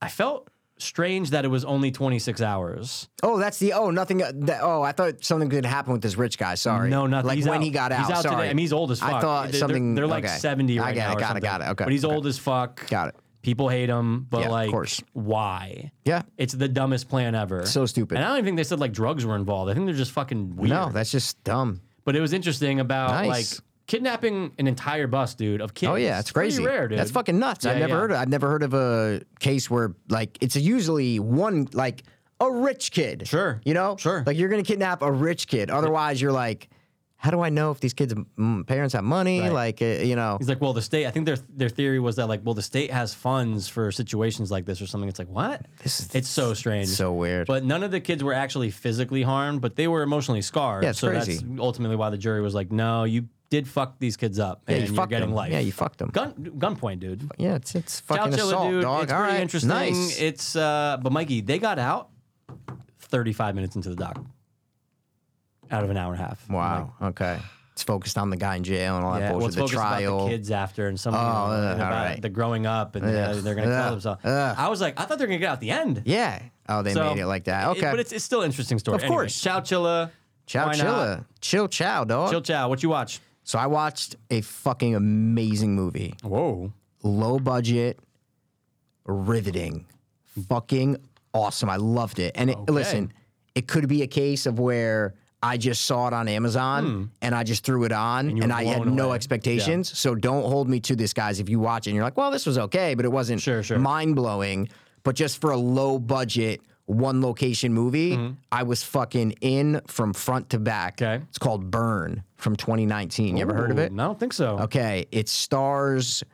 I felt strange that it was only 26 hours.
oh, that's the oh nothing. uh, that- oh, I thought something could happen with this rich guy. Sorry.
No, nothing.
Like
he's
when
out.
he got out.
He's out
sorry.
today. I mean, he's old as
I
fuck.
thought
They're-
something-
They're, like
okay.
70
I
right
got it,
now. or
got it,
something.
got it, okay,
But he's
okay.
old as fuck.
Got it.
People hate him, but
Yeah, of
like,
course.
why?
Yeah.
It's the dumbest plan ever.
So stupid.
And I don't even think they said like drugs were involved. I think they're just fucking weird.
no, that's just dumb.
but it was interesting about
Nice.
like kidnapping an entire bus, dude, of kids.
Oh yeah, it's
Pretty
crazy.
rare, dude.
That's fucking nuts. I've
Yeah,
never
yeah.
heard. Of, I've never heard of a case where like it's usually one like a rich kid.
Sure.
You know.
Sure.
Like you're gonna kidnap a rich kid. Otherwise, you're like, how do I know if these kids' mm, parents have money?
Right.
Like uh, you know.
He's like, well, the state. I think their their theory was that like, well, the state has funds for situations like this or something. It's like, what? it's so strange,
so weird.
But none of the kids were actually physically harmed, but they were emotionally scarred.
Yeah, it's
so
crazy.
that's ultimately why the jury was like, no, you did fuck these kids up,
Yeah,
and
you
you are
fucked
getting
them.
life.
Yeah, you fucked them.
Gun gunpoint, dude.
Yeah, it's it's fucking
Chowchilla,
assault,
dude.
dog.
It's
All
pretty
right,
interesting.
nice.
It's uh, but Mikey, they got out 35 minutes into the dock, out of an hour and a half.
wow. okay. It's focused on the guy in jail and all that
Yeah, well,
bullshit.
it's focused
the trial.
about the kids after and some
Oh,
you know,
uh,
and about
alright.
the growing up and
Ugh,
uh, they're gonna kill
ugh,
themselves.
ugh.
I was like, I thought they were gonna get out at the end.
Yeah. Oh, they
So,
made it like that.
it-
Okay.
but it's, it's still an interesting story.
Of
Anyway,
course.
Chowchilla,
chow
why not?
chilla, chill chow, dog.
Chill Chow. What you watch?
So I watched a fucking amazing movie.
Whoa,
Low budget, riveting, fucking awesome. I loved it. And it,
Okay.
listen, it could be a case of where I just saw it on Amazon and I just threw it on and,
Hmm. you were
I had
blown
no
away.
expectations. So don't hold me to this, guys. If you watch it and you're like, well, this was okay, but it wasn't
Sure, sure.
mind blowing. But just for a low budget, one location movie, I was fucking in from front to back.
Mm-hmm. Okay.
It's called Burn from 2019. You ever heard of it?
Ooh, No, I don't think so.
Okay, it stars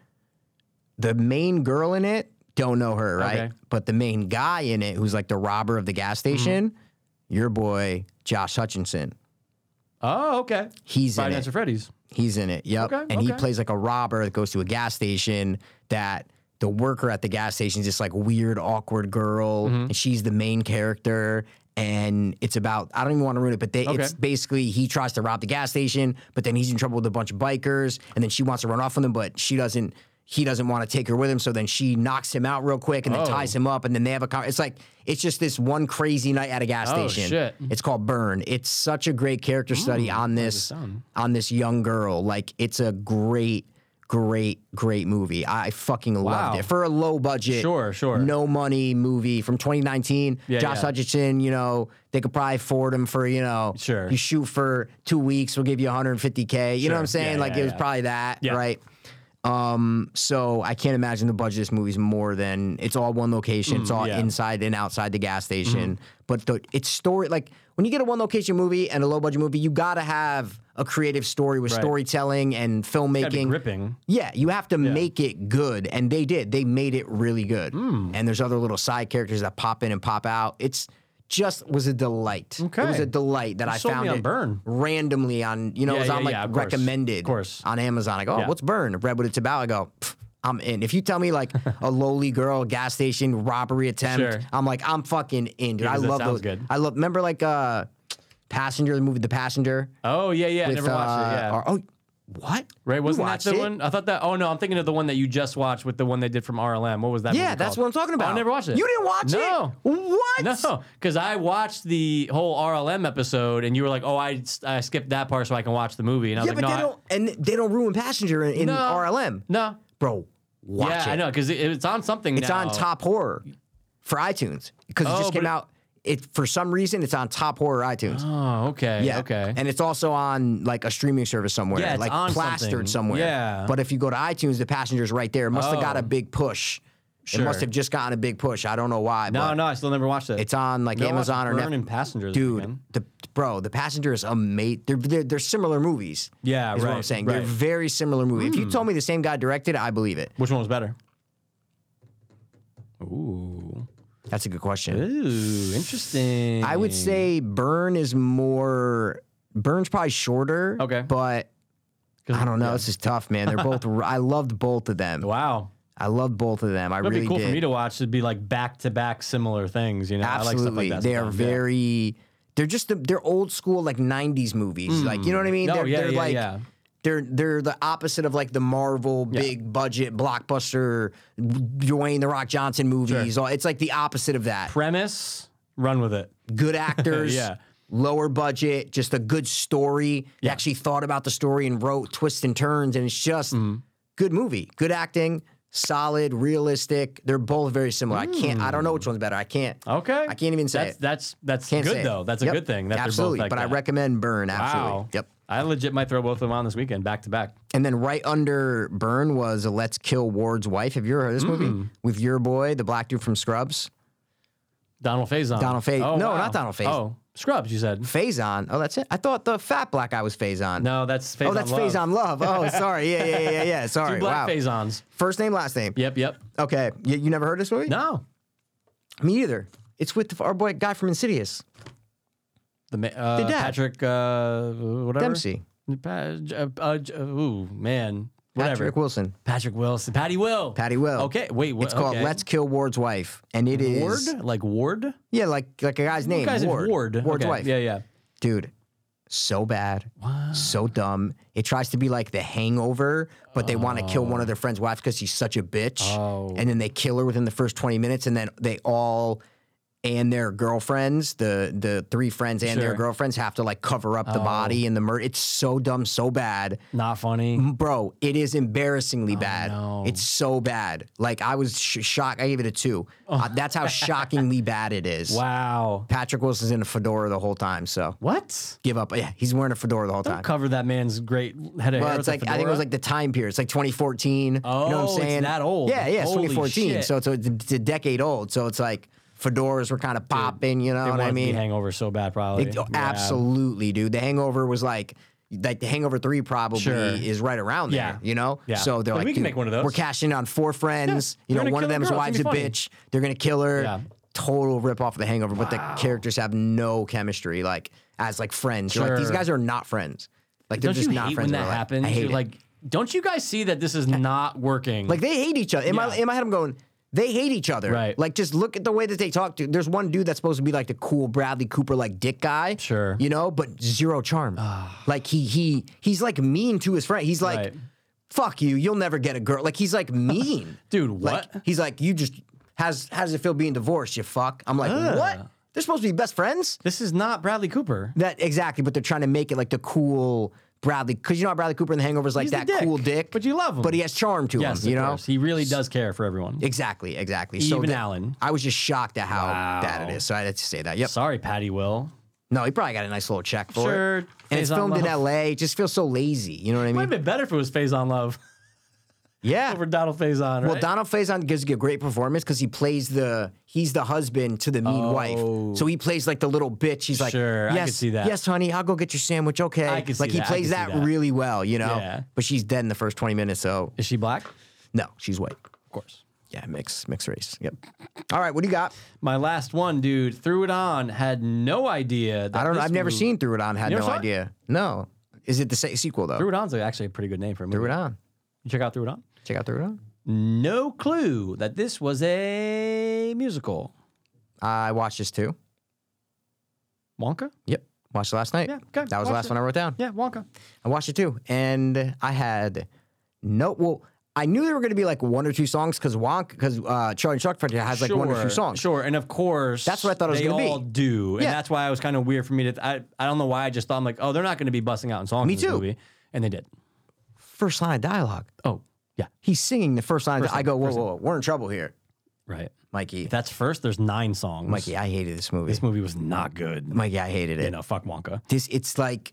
the main girl in it. Don't know her, right?
Okay. Mm-hmm.
But the main guy in it, who's like the robber of the gas station, your boy Josh Hutchinson.
Oh, okay.
He's
Five
in
Nights
it.
at Freddy's.
He's in it. Yep.
Okay,
and he
okay.
plays like a robber that goes to a gas station that the worker at the gas station is this like weird, awkward girl,
Mm-hmm.
and she's the main character. And it's about I don't even want to ruin it, but they, it's
Okay.
basically he tries to rob the gas station, but then he's in trouble with a bunch of bikers, and then she wants to run off with him, but she doesn't. He doesn't want to take her with him, so then she knocks him out real quick, and then
Oh.
ties him up, and then they have a. Con- it's like it's just this one crazy night at a gas
Oh,
station.
shit.
It's called Burn. It's such a great
Mm,
character study on this
sound.
on this young girl. Like it's a great, great, great movie. I fucking
Wow.
loved it for a low budget,
Sure, sure.
no money movie from 2019.
Yeah,
Josh
yeah.
Hutcherson, you know they could probably afford him for you know,
Sure.
You shoot for two weeks, we'll give you 150k. You know
Sure.
what I'm saying?
Yeah,
like
yeah,
it was
yeah.
probably that,
Yeah.
right? Um, so I can't imagine the budget of this movie is more than it's all one location. it's all
Mm, yeah. Mm-hmm.
inside and outside the gas station. But the it's story like when you get a one location movie and a low budget movie, you gotta have a creative story with
Right.
storytelling and
That'd be
filmmaking.
gripping.
Yeah, you have to make it good, and they did. They made it really good.
Hmm.
And there's other little side characters that pop in and pop out. It's just was a delight. It was
Okay.
a delight that I
sold me
found
on
it
Burn.
randomly on you know
Yeah,
it was
yeah,
on like
yeah, of course.
recommended
Of course.
on Amazon. I go, oh,
Yeah.
what's Burn? I read what it's about. I go. "Pff, I'm in. If you tell me like a lowly girl, gas station robbery attempt,
Sure.
I'm like, I'm fucking in, dude. I
'cause that
love
sounds
those.
good.
I love. Remember like uh, Passenger, the movie, The Passenger.
Oh yeah, yeah. I
With,
never watched
uh,
it. Yeah.
our- oh, what?
Right,
You
wasn't that
watched
the
it?
one? I thought that. Oh no, I'm thinking of the one that you just watched with the one they did from RLM. What was that?
Yeah,
movie
that's
called?
what I'm talking
Oh,
about.
I never watched it.
You didn't watch
No.
it? What?
No, because I watched the whole RLM episode, and you were like, "Oh, I, I skipped that part so I can watch the movie." And I
Yeah,
was
but
like, "No,
they
I-
don't, and they don't ruin passenger in, in
No.
RLM,
no,
bro. Watch
yeah,
it.
I know because it, it's on something.
It's on
now.
top horror for iTunes because it
Oh,
just
but
came
it-
out. It for some reason it's on top horror iTunes.
Oh, okay.
yeah.
Okay.
And it's also on like a streaming service somewhere,
Yeah, it's
like
on
plastered
something.
somewhere.
Yeah.
But if you go to iTunes, the passenger's right there. It must have got
Oh.
a big push. It must
Sure.
have just gotten a big push. I don't know why.
no,
but
no, I still never watched it.
It's on like
No, I watched
Amazon or
Burn
Netflix.
and Passengers,
dude.
again.
The bro, the passenger is amazing. They're, they're they're similar movies.
Yeah,
is what I'm
right,
saying. They're
right. Hmm.
very similar movie. If you told me the same guy directed, it, I believe it.
Which one was better? Ooh,
That's a good question.
Ooh, interesting.
I would say Burn is more. Burn's probably shorter.
Okay.
But
'Cause-
I don't know.
yeah.
This is tough, man. They're both. I loved both of them.
Wow.
I loved both of them. I
That'd
really
be cool
did.
for me to watch. It'd be like back to back similar things, you know? I like
Absolutely.
stuff like that.
they are
sometimes, yeah.
very. They're just the, they're old school like '90s movies. Like you know what I mean?
Mm. No,
they're
yeah,
they're
yeah,
like
yeah.
they're they're the opposite of like the Marvel big budget blockbuster Dwayne the Rock Johnson movies. All It's like the opposite of that.
premise, run with it.
good actors,
Yeah.
lower budget, just a good story. They actually thought about the story and wrote twists and turns, and it's just
Mm-hmm.
good movie, good acting, solid, realistic. They're both very similar. I can't. I don't know which one's better. I can't.
Mm. Okay.
I can't even say
that's,
it.
That's that's
Can't say
good
it.
though. That's
Yep.
a good thing. That
absolutely.
They're both like
but I
that.
recommend Burn. Absolutely.
Wow.
Yep.
I legit might throw both of them on this weekend back to back.
And then right under Burn was a Let's Kill Ward's Wife. Have you ever heard of this
Mm.
movie with your boy, the black dude from Scrubs,
Donald Faison.
Donald Fa-
Oh,
no,
wow.
not Donald Faison.
Oh, Scrubs. You said
Faison? Oh, that's it. I thought the fat black guy was Faison.
no. That's Faison.
Oh, that's
Love.
Faison Love. Oh, sorry. Yeah, yeah, yeah, yeah, yeah. Sorry.
Two black
wow.
Faisons.
First name, last name.
Yep. Yep.
Okay. You, you never heard this movie?
No.
Me either. It's with our boy guy from Insidious,
The, ma- uh,
The dad.
Patrick uh, whatever
Dempsey,
Pa- uh, uh, ooh man whatever
Patrick Wilson,
Patrick Wilson Patty Will
Patty Will.
okay wait what,
It's called
okay.
Let's Kill Ward's Wife, and it is
Ward like Ward
yeah, like like a guy's name.
You guys
Ward.
Ward Ward
Ward's
okay.
wife.
yeah yeah
Dude, so bad.
Wow.
So dumb. It tries to be like the hangover, but they want to kill one of their friends' wives because she's such a bitch.
Oh.
And then they kill her within the first 20 minutes, and then they all and their girlfriends, the the three friends and their
Sure. Oh.
girlfriends have to like cover up the body and the murder. It's so dumb, so bad.
not funny
Bro, it is embarrassingly bad.
Oh, no.
It's so bad. Like I was sh- shocked. I gave it a 2. Uh, that's how shockingly bad it is.
Oh. wow
Patrick Wilson's in a fedora the whole time, so
what
give up. Yeah, he's wearing a fedora the whole time.
cover that man's great head of hair
Well,
with
it's
a
like I think it
fedora?
was like the time period. It's like 2014. you know
Oh,
what I'm
it's
saying?
that old.
Yeah, yeah, it's
Holy
2014.
shit.
So it's a, it's a decade old. So it's like fedoras were kind of popping. You know
They
what
wanted
I
to be
mean?
hangover so bad, probably.
It-
Yeah.
Absolutely, dude. The Hangover was like. Like the Hangover Three probably
Sure.
is right around
Yeah.
there, you know.
Yeah.
So they're
But
like,
we can
dude,
make one of those.
We're cashing in on four friends.
Yeah.
You know,
They're gonna
one of
kill
them
the
is
girl. It's
wife's a
gonna be funny.
bitch. They're gonna kill her.
Yeah.
Total rip off of the Hangover, but the characters have no chemistry. Like as like friends, You're like these
Sure.
guys are not friends. Like they're
Don't
just
you
not
hate
friends.
when
in real
that
life. I
happens?
hate
You're
it.
like, don't you guys see that this is not working?
Like they hate each other. In my
Yeah.
in my head, I'm going. They hate each other.
Right.
Like just look at the way that they talk to. There's one dude that's supposed to be like the cool Bradley Cooper like dick guy.
Sure. Ah.
You know, but zero charm. like he he he's like mean to his friend. He's like,
Right.
fuck you, you'll never get a girl. Like he's like mean.
Dude,
Like,
what?
he's like, you just how's how does it feel being divorced, you fuck? I'm like,
Ah.
what? They're supposed to be best friends?
this is not Bradley Cooper.
That exactly, but they're trying to make it like the cool Bradley, because you know how Bradley Cooper in The Hangover is like
He's the
that
dick,
cool dick,
but you love him.
but he has charm to
Yes,
him, you
of
know.
course. He really does care for everyone.
Exactly, exactly.
Even
that-
Allen.
I was just shocked at how bad
Wow.
it is. So I had to say that. Yep.
Sorry, Patty Will.
No, he probably got a nice little check for
Sure,
it. And it's
Faison
filmed in
Love.
LA. It just feels so lazy. You know what I
Might have
mean?
been better if it was Faison Love
Yeah.
over Donald Faison, right?
Well, Donald Faison gives you a great performance because he plays the he's the husband to the mean wife. So he plays like the little bitch. He's like,
Sure, I
yes,
could see that.
Yes, honey, I'll go get your sandwich. Okay.
I could see
like he
that, I
plays
could see
that,
that.
really well, you know.
Yeah.
But she's dead in the first twenty minutes, so
is she black? Of
no, she's white.
course.
Yeah, mix mixed race. Yep. All right, what do you got?
My last one, dude, threw it on, had no idea. That
I don't know.
this
I've never
movie-
seen Through It On. Had
You never
no
saw it?
idea. No. Is it the same sequel though?
Threw It On's actually a pretty good name for a movie.
Through It On.
You check out Threw It On.
Check out Through It On.
No clue that this was a musical.
I watched this too.
Wonka?
Yep. Watched it last night.
Yeah,
That
okay.
was the
Watched
last
it.
one I wrote down.
Yeah, Wonka.
I watched it too. And I had no, well, I knew there were going to be like one or two songs because Wonk, because uh, Charlie and Chuck Factory has like one or two songs.
Sure, and of course,
That's what I thought it was
they
gonna be.
all do, and
Yeah.
that's why I was kind of weird for me to. I, I don't know why I just thought I'm like, oh, they're not going to be busting out in songs.
Me
in this
too.
Movie. And they did.
First line of dialogue.
Oh, yeah,
He's singing the first line. of, I go, whoa,
first
whoa, whoa, we're in trouble here,
right.
Mikey.
If that's first. There's nine songs.
Mikey, I hated this movie.
this movie was not good.
Mikey, I hated it.
You know, fuck Wonka.
This, it's like,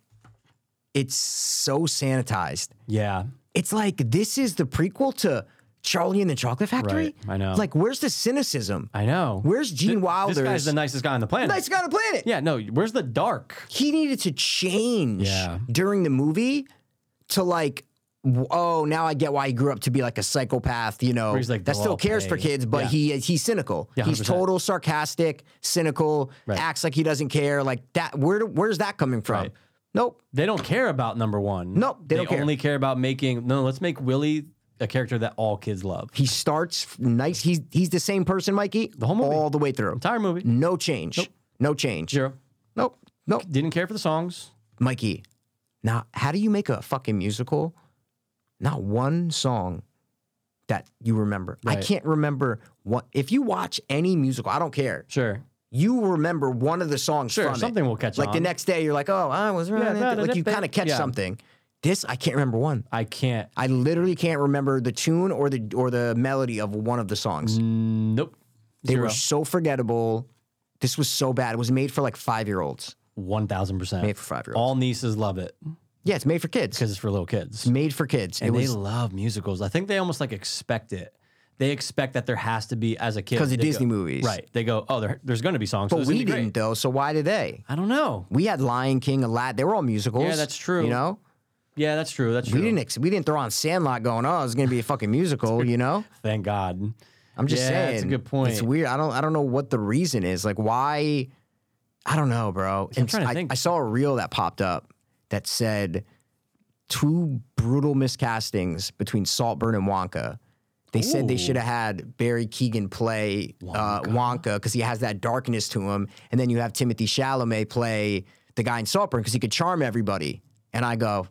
it's so sanitized.
Yeah,
It's like this is the prequel to Charlie and the Chocolate Factory.
Right, I know.
Like, where's the cynicism?
I know.
Where's Gene Wilder's?
This guy's the nicest guy on the planet.
nice guy on the planet.
Yeah, no. Where's the dark?
He needed to change
Yeah.
during the movie to like w- oh, now I get why he grew up to be like a psychopath, you know,
Where he's like,
that still
"Well,
cares for
hey."
kids, but
Yeah.
he he's cynical.
Yeah,
he's
100%.
total sarcastic, cynical,
Right.
acts like he doesn't care. Like that, where where's that coming from?
Right.
Nope.
They don't care about number one.
Nope, they don't care.
only care about making. No, let's make Willie a character that all kids love.
He starts f- nice. He's he's the same person, Mikey, the
whole movie.
all the way through.
Entire movie.
No change. No change.
Zero.
Nope. Nope.
Didn't care for the songs.
Mikey, now how do you make a fucking musical? Not one song that you remember. I
Right.
can't remember what if you watch any musical, I don't care.
Sure.
You remember one of the songs
Sure,
from it.
something will catch
Like the
on.
next day you're like, "Oh, I was running."
da- da-
like you
da-
kind of catch
yeah.
something. This I can't remember one.
I can't.
I literally can't remember the tune or the or the melody of one of the songs.
Nope.
they
Mm, Zero.
were so forgettable. This was so bad. It was made for like 5-year-olds.
One thousand
Made
percent.
for 5-year-olds.
All nieces love it
Yeah, it's made for kids.
because it's for little kids.
Made for kids.
And
it
they
was
love musicals. I think they almost like expect it. They expect that there has to be as a kid
'Cause of
they go-
Disney movies.
right? They go, oh, there, there's going to be songs. so
But
this is
we
gonna be
didn't
Great.
though, so why did they?
I don't know.
We had Lion King, Aladdin. They were all musicals.
Yeah, that's true.
You know,
Yeah, that's true. That's
we
true.
didn't ex- we didn't throw on Sandlot going, oh, it's gonna be a fucking musical. you know,
Thank God.
I'm just
Yeah,
saying.
that's a good point.
It's weird. I don't I don't know what the reason is. Like why? I don't know, bro. And
trying to
I-
think.
I saw a reel that popped up that said two brutal miscastings between Saltburn and Wonka. They said they
Ooh.
should have had Barry Keegan play uh, Wonka because he has that darkness to him, and then you have Timothy Chalamet play the guy in Saltburn because he could charm everybody. And I go,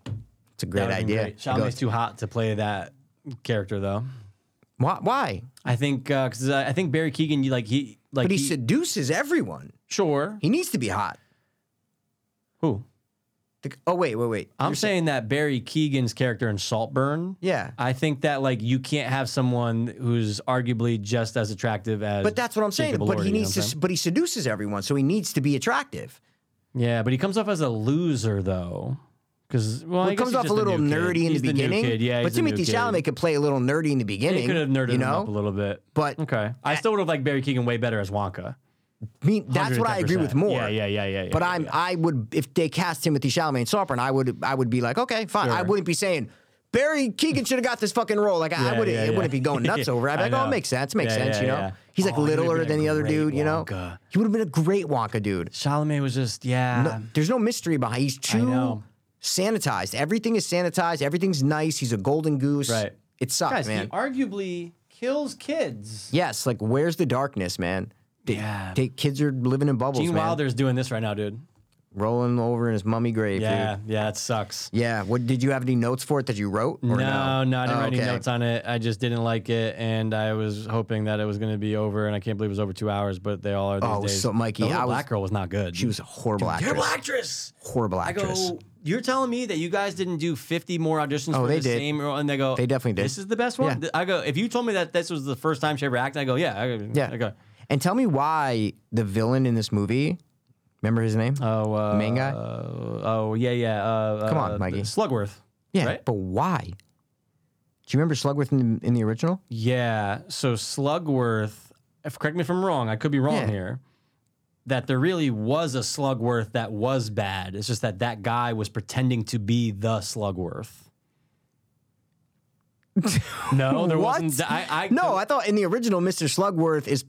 it's a great
That would've been
idea.
great.
I go,
Chalamet's too hot to play that character though.
why? why?
I think because I think Barry Keegan, you like he like
But he,
he-
seduces everyone.
sure
He needs to be hot.
who.
The- oh wait, wait, wait.
I'm
You're
saying, that Barry Keegan's character in Saltburn.
Yeah.
I think that like you can't have someone who's arguably just as attractive as.
But that's what I'm saying.
Jacob
but
Elordi,
he
you know
needs
what
to.
I'm
s-
saying?
But he seduces everyone, so he needs to be attractive.
Yeah, but he comes off as a loser though, because well,
Well,
I
it
guess
comes
he's
off
just
a little
new kid.
nerdy in
He's
the
new
beginning.
kid. Yeah,
but
he's the new
Timothy
kid.
Chalamet could play a little nerdy in the beginning.
He could have nerded
you
him
know.
up a little bit.
but
Okay, I still would have liked Barry Keegan way better as Wonka.
I mean, that's what I agree with
110%.
more.
Yeah, yeah, yeah, yeah. yeah
But
yeah,
I'm
yeah.
I would if they cast Timothy Chalamet and Saltburn, I would I would be like, okay, fine. I
Sure.
wouldn't be saying Barry Keegan should have got this fucking role. Like I
Yeah,
wouldn't
yeah,
it
yeah.
wouldn't be going nuts over. it. I'd be
I
like, oh, it
know.
makes sense, makes
Yeah,
sense,
yeah,
you know.
yeah.
He's like
Oh, he would've
littler
been a
than the other
great
dude, you know.
Wonka.
He would have been a great Wonka dude.
Chalamet was just yeah.
No, there's no mystery behind. He's too
Um, know.
sanitized. Everything is sanitized. Everything's nice. He's a golden goose.
Right.
It sucks,
Guys,
man.
he arguably kills kids.
yes, like where's the darkness, man? They-
Yeah.
they- kids are living in bubbles,
Gene
man.
Wilder's doing this right now, dude.
Rolling over in his mummy grave.
Yeah,
Dude.
yeah, it sucks.
Yeah. What did you have any notes for it that you wrote? Or no,
no, no, I didn't
Oh,
write
okay.
any notes on it. I just didn't like it, and I was hoping that it was going to be over. And I can't believe it was over two hours, but they all are these
Oh,
days.
so, Mikey,
the little
I was-
black girl was not good.
She was a horrible actress.
terrible actress.
Horrible
I
actress.
go. You're telling me that you guys didn't do 50 more auditions
Oh,
for
they
the
did.
same role, and they go,
They definitely did.
This is the best one.
Yeah.
I go. If you told me that this was the first time she ever acted, I go, yeah, I go,
Yeah.
I go,
And tell me why the villain in this movie. Remember his name?
oh, uh,
main guy?
uh, oh, yeah, yeah. Uh,
Come on,
uh,
Mikey.
Slugworth.
yeah.
right?
But why? Do you remember Slugworth in the, in the original?
Yeah. So Slugworth, if, correct me if I'm wrong, I could be wrong
Yeah.
here, that there really was a Slugworth that was bad. It's just that that guy was pretending to be the Slugworth. no, there
what?
wasn't. I, I
no, I thought in the original, Mr. Slugworth is.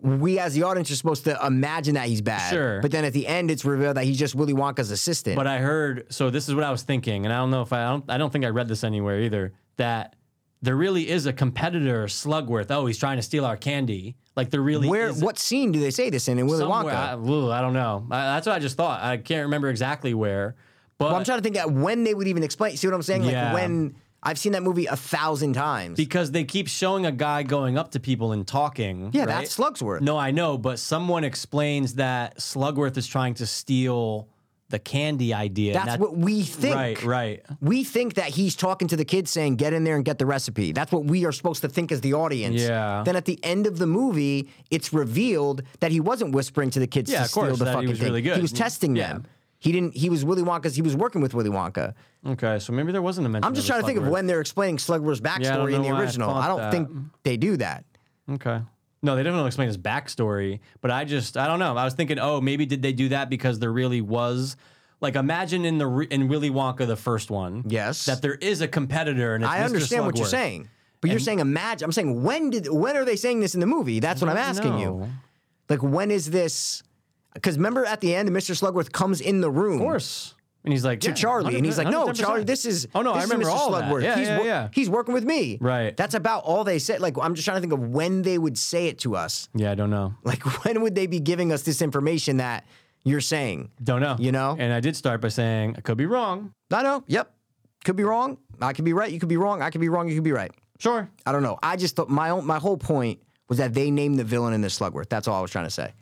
We as the audience are supposed to imagine that he's bad.
Sure.
But then at the end, it's revealed that he's just Willy Wonka's assistant.
But uh, I heard so this is what I was thinking, and I don't know if I, I don't I don't think I read this anywhere either, that there really is a competitor, Slugworth. Oh, he's trying to steal our candy. Like there really
Where?
is
What scene do they say this in? In Willy
somewhere.
Wonka?
I, ugh, I don't know. I, that's what I just thought. I can't remember exactly where. But
well, I'm trying to think at when they would even explain. See what I'm saying? Like
Yeah.
when I've seen that movie a thousand times.
because they keep showing a guy going up to people and talking.
yeah,
right?
that's Slugsworth.
No, I know, but someone explains that Slugworth is trying to steal the candy idea.
that's,
and
what we think.
Right, right.
We think that he's talking to the kids saying, get in there and get the recipe. That's what we are supposed to think as the audience.
Yeah.
Then at the end of the movie, it's revealed that he wasn't whispering to the kids
Yeah,
to
of
steal
course,
the
that he
fucking
was
thing.
really good. Mm,
He was testing
Yeah.
them. He didn't he was Willy Wonka's he was working with Willy Wonka.
Okay, so maybe there wasn't a mention.
I'm just
of
trying
a
to think of
Slugworth.
when they're explaining Slugworth's backstory in
know
the
why I
original. I,
thought
don't
that. Mm-hmm.
think they do that.
Okay. No, they don't explain his backstory, but I just I don't know. I was thinking, oh, maybe did they do that because there really was Like imagine in the re- in Willy Wonka the first one.
Yes.
That there is a competitor and it's
I
Mr.
understand what you're
Slugworth.
saying, but you're saying imagine. I'm saying when did when are they saying this in the movie? That's what I'm asking you.
know.
Like when is this? Because remember at the end, Mr. Slugworth comes in the room.
Of course. And he's like
To Charlie, and he's like, "No, Charlie, this is
Oh no,
this
I
is
remember
Mr.
all
Slugworth.
that. Yeah,
he's,
yeah,
wor-
yeah.
he's working with me.
Right.
That's about all they said. Like I'm just trying to think of when they would say it to us.
yeah, I don't know.
Like when would they be giving us this information that you're saying?
Don't know.
You know?
And I did start by saying I could be wrong.
I know. Yep. Could be wrong. I could be right. You could be wrong. I could be wrong. You could be right.
Sure.
I don't know. I just thought my own, my whole point was that they named the villain in this Slugworth. That's all I was trying to say.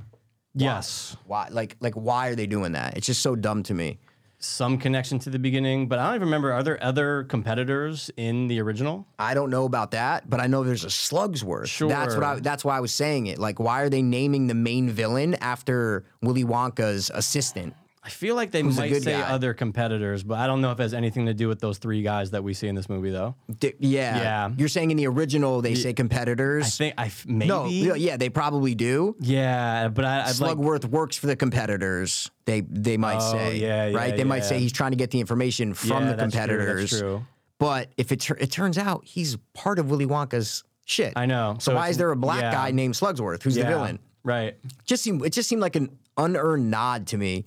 Yes.
Why? Like like why are they doing that? It's just so dumb to me.
Some connection to the beginning, but I don't even remember. Are there other competitors in the original?
I don't know about that, but I know there's a Slugsworth. That's what I.
Sure.
That's why I was saying it. Like why are they naming the main villain after Willy Wonka's assistant?
I feel like they
a
might
good
say
guy?
other competitors, but I don't know if it has anything to do with those three guys that we see in this movie, though.
D- yeah.
Yeah.
You're saying in the original they say competitors.
I think I f- maybe.
no. yeah, Yeah, they probably do.
Yeah, but I, I'd like
Slugworth works for the competitors. They they might
Oh,
say,
yeah, yeah,
right? They might
yeah.
say he's trying to get the information from
Yeah,
the
that's true, that's
competitors.
true.
But if it tur- it turns out he's part of Willy Wonka's shit,
I know.
So,
So
why
it's-
is there a black
yeah.
guy named Slugsworth who's
yeah,
the villain?
Right.
Just seemed it just seemed like an unearned nod to me.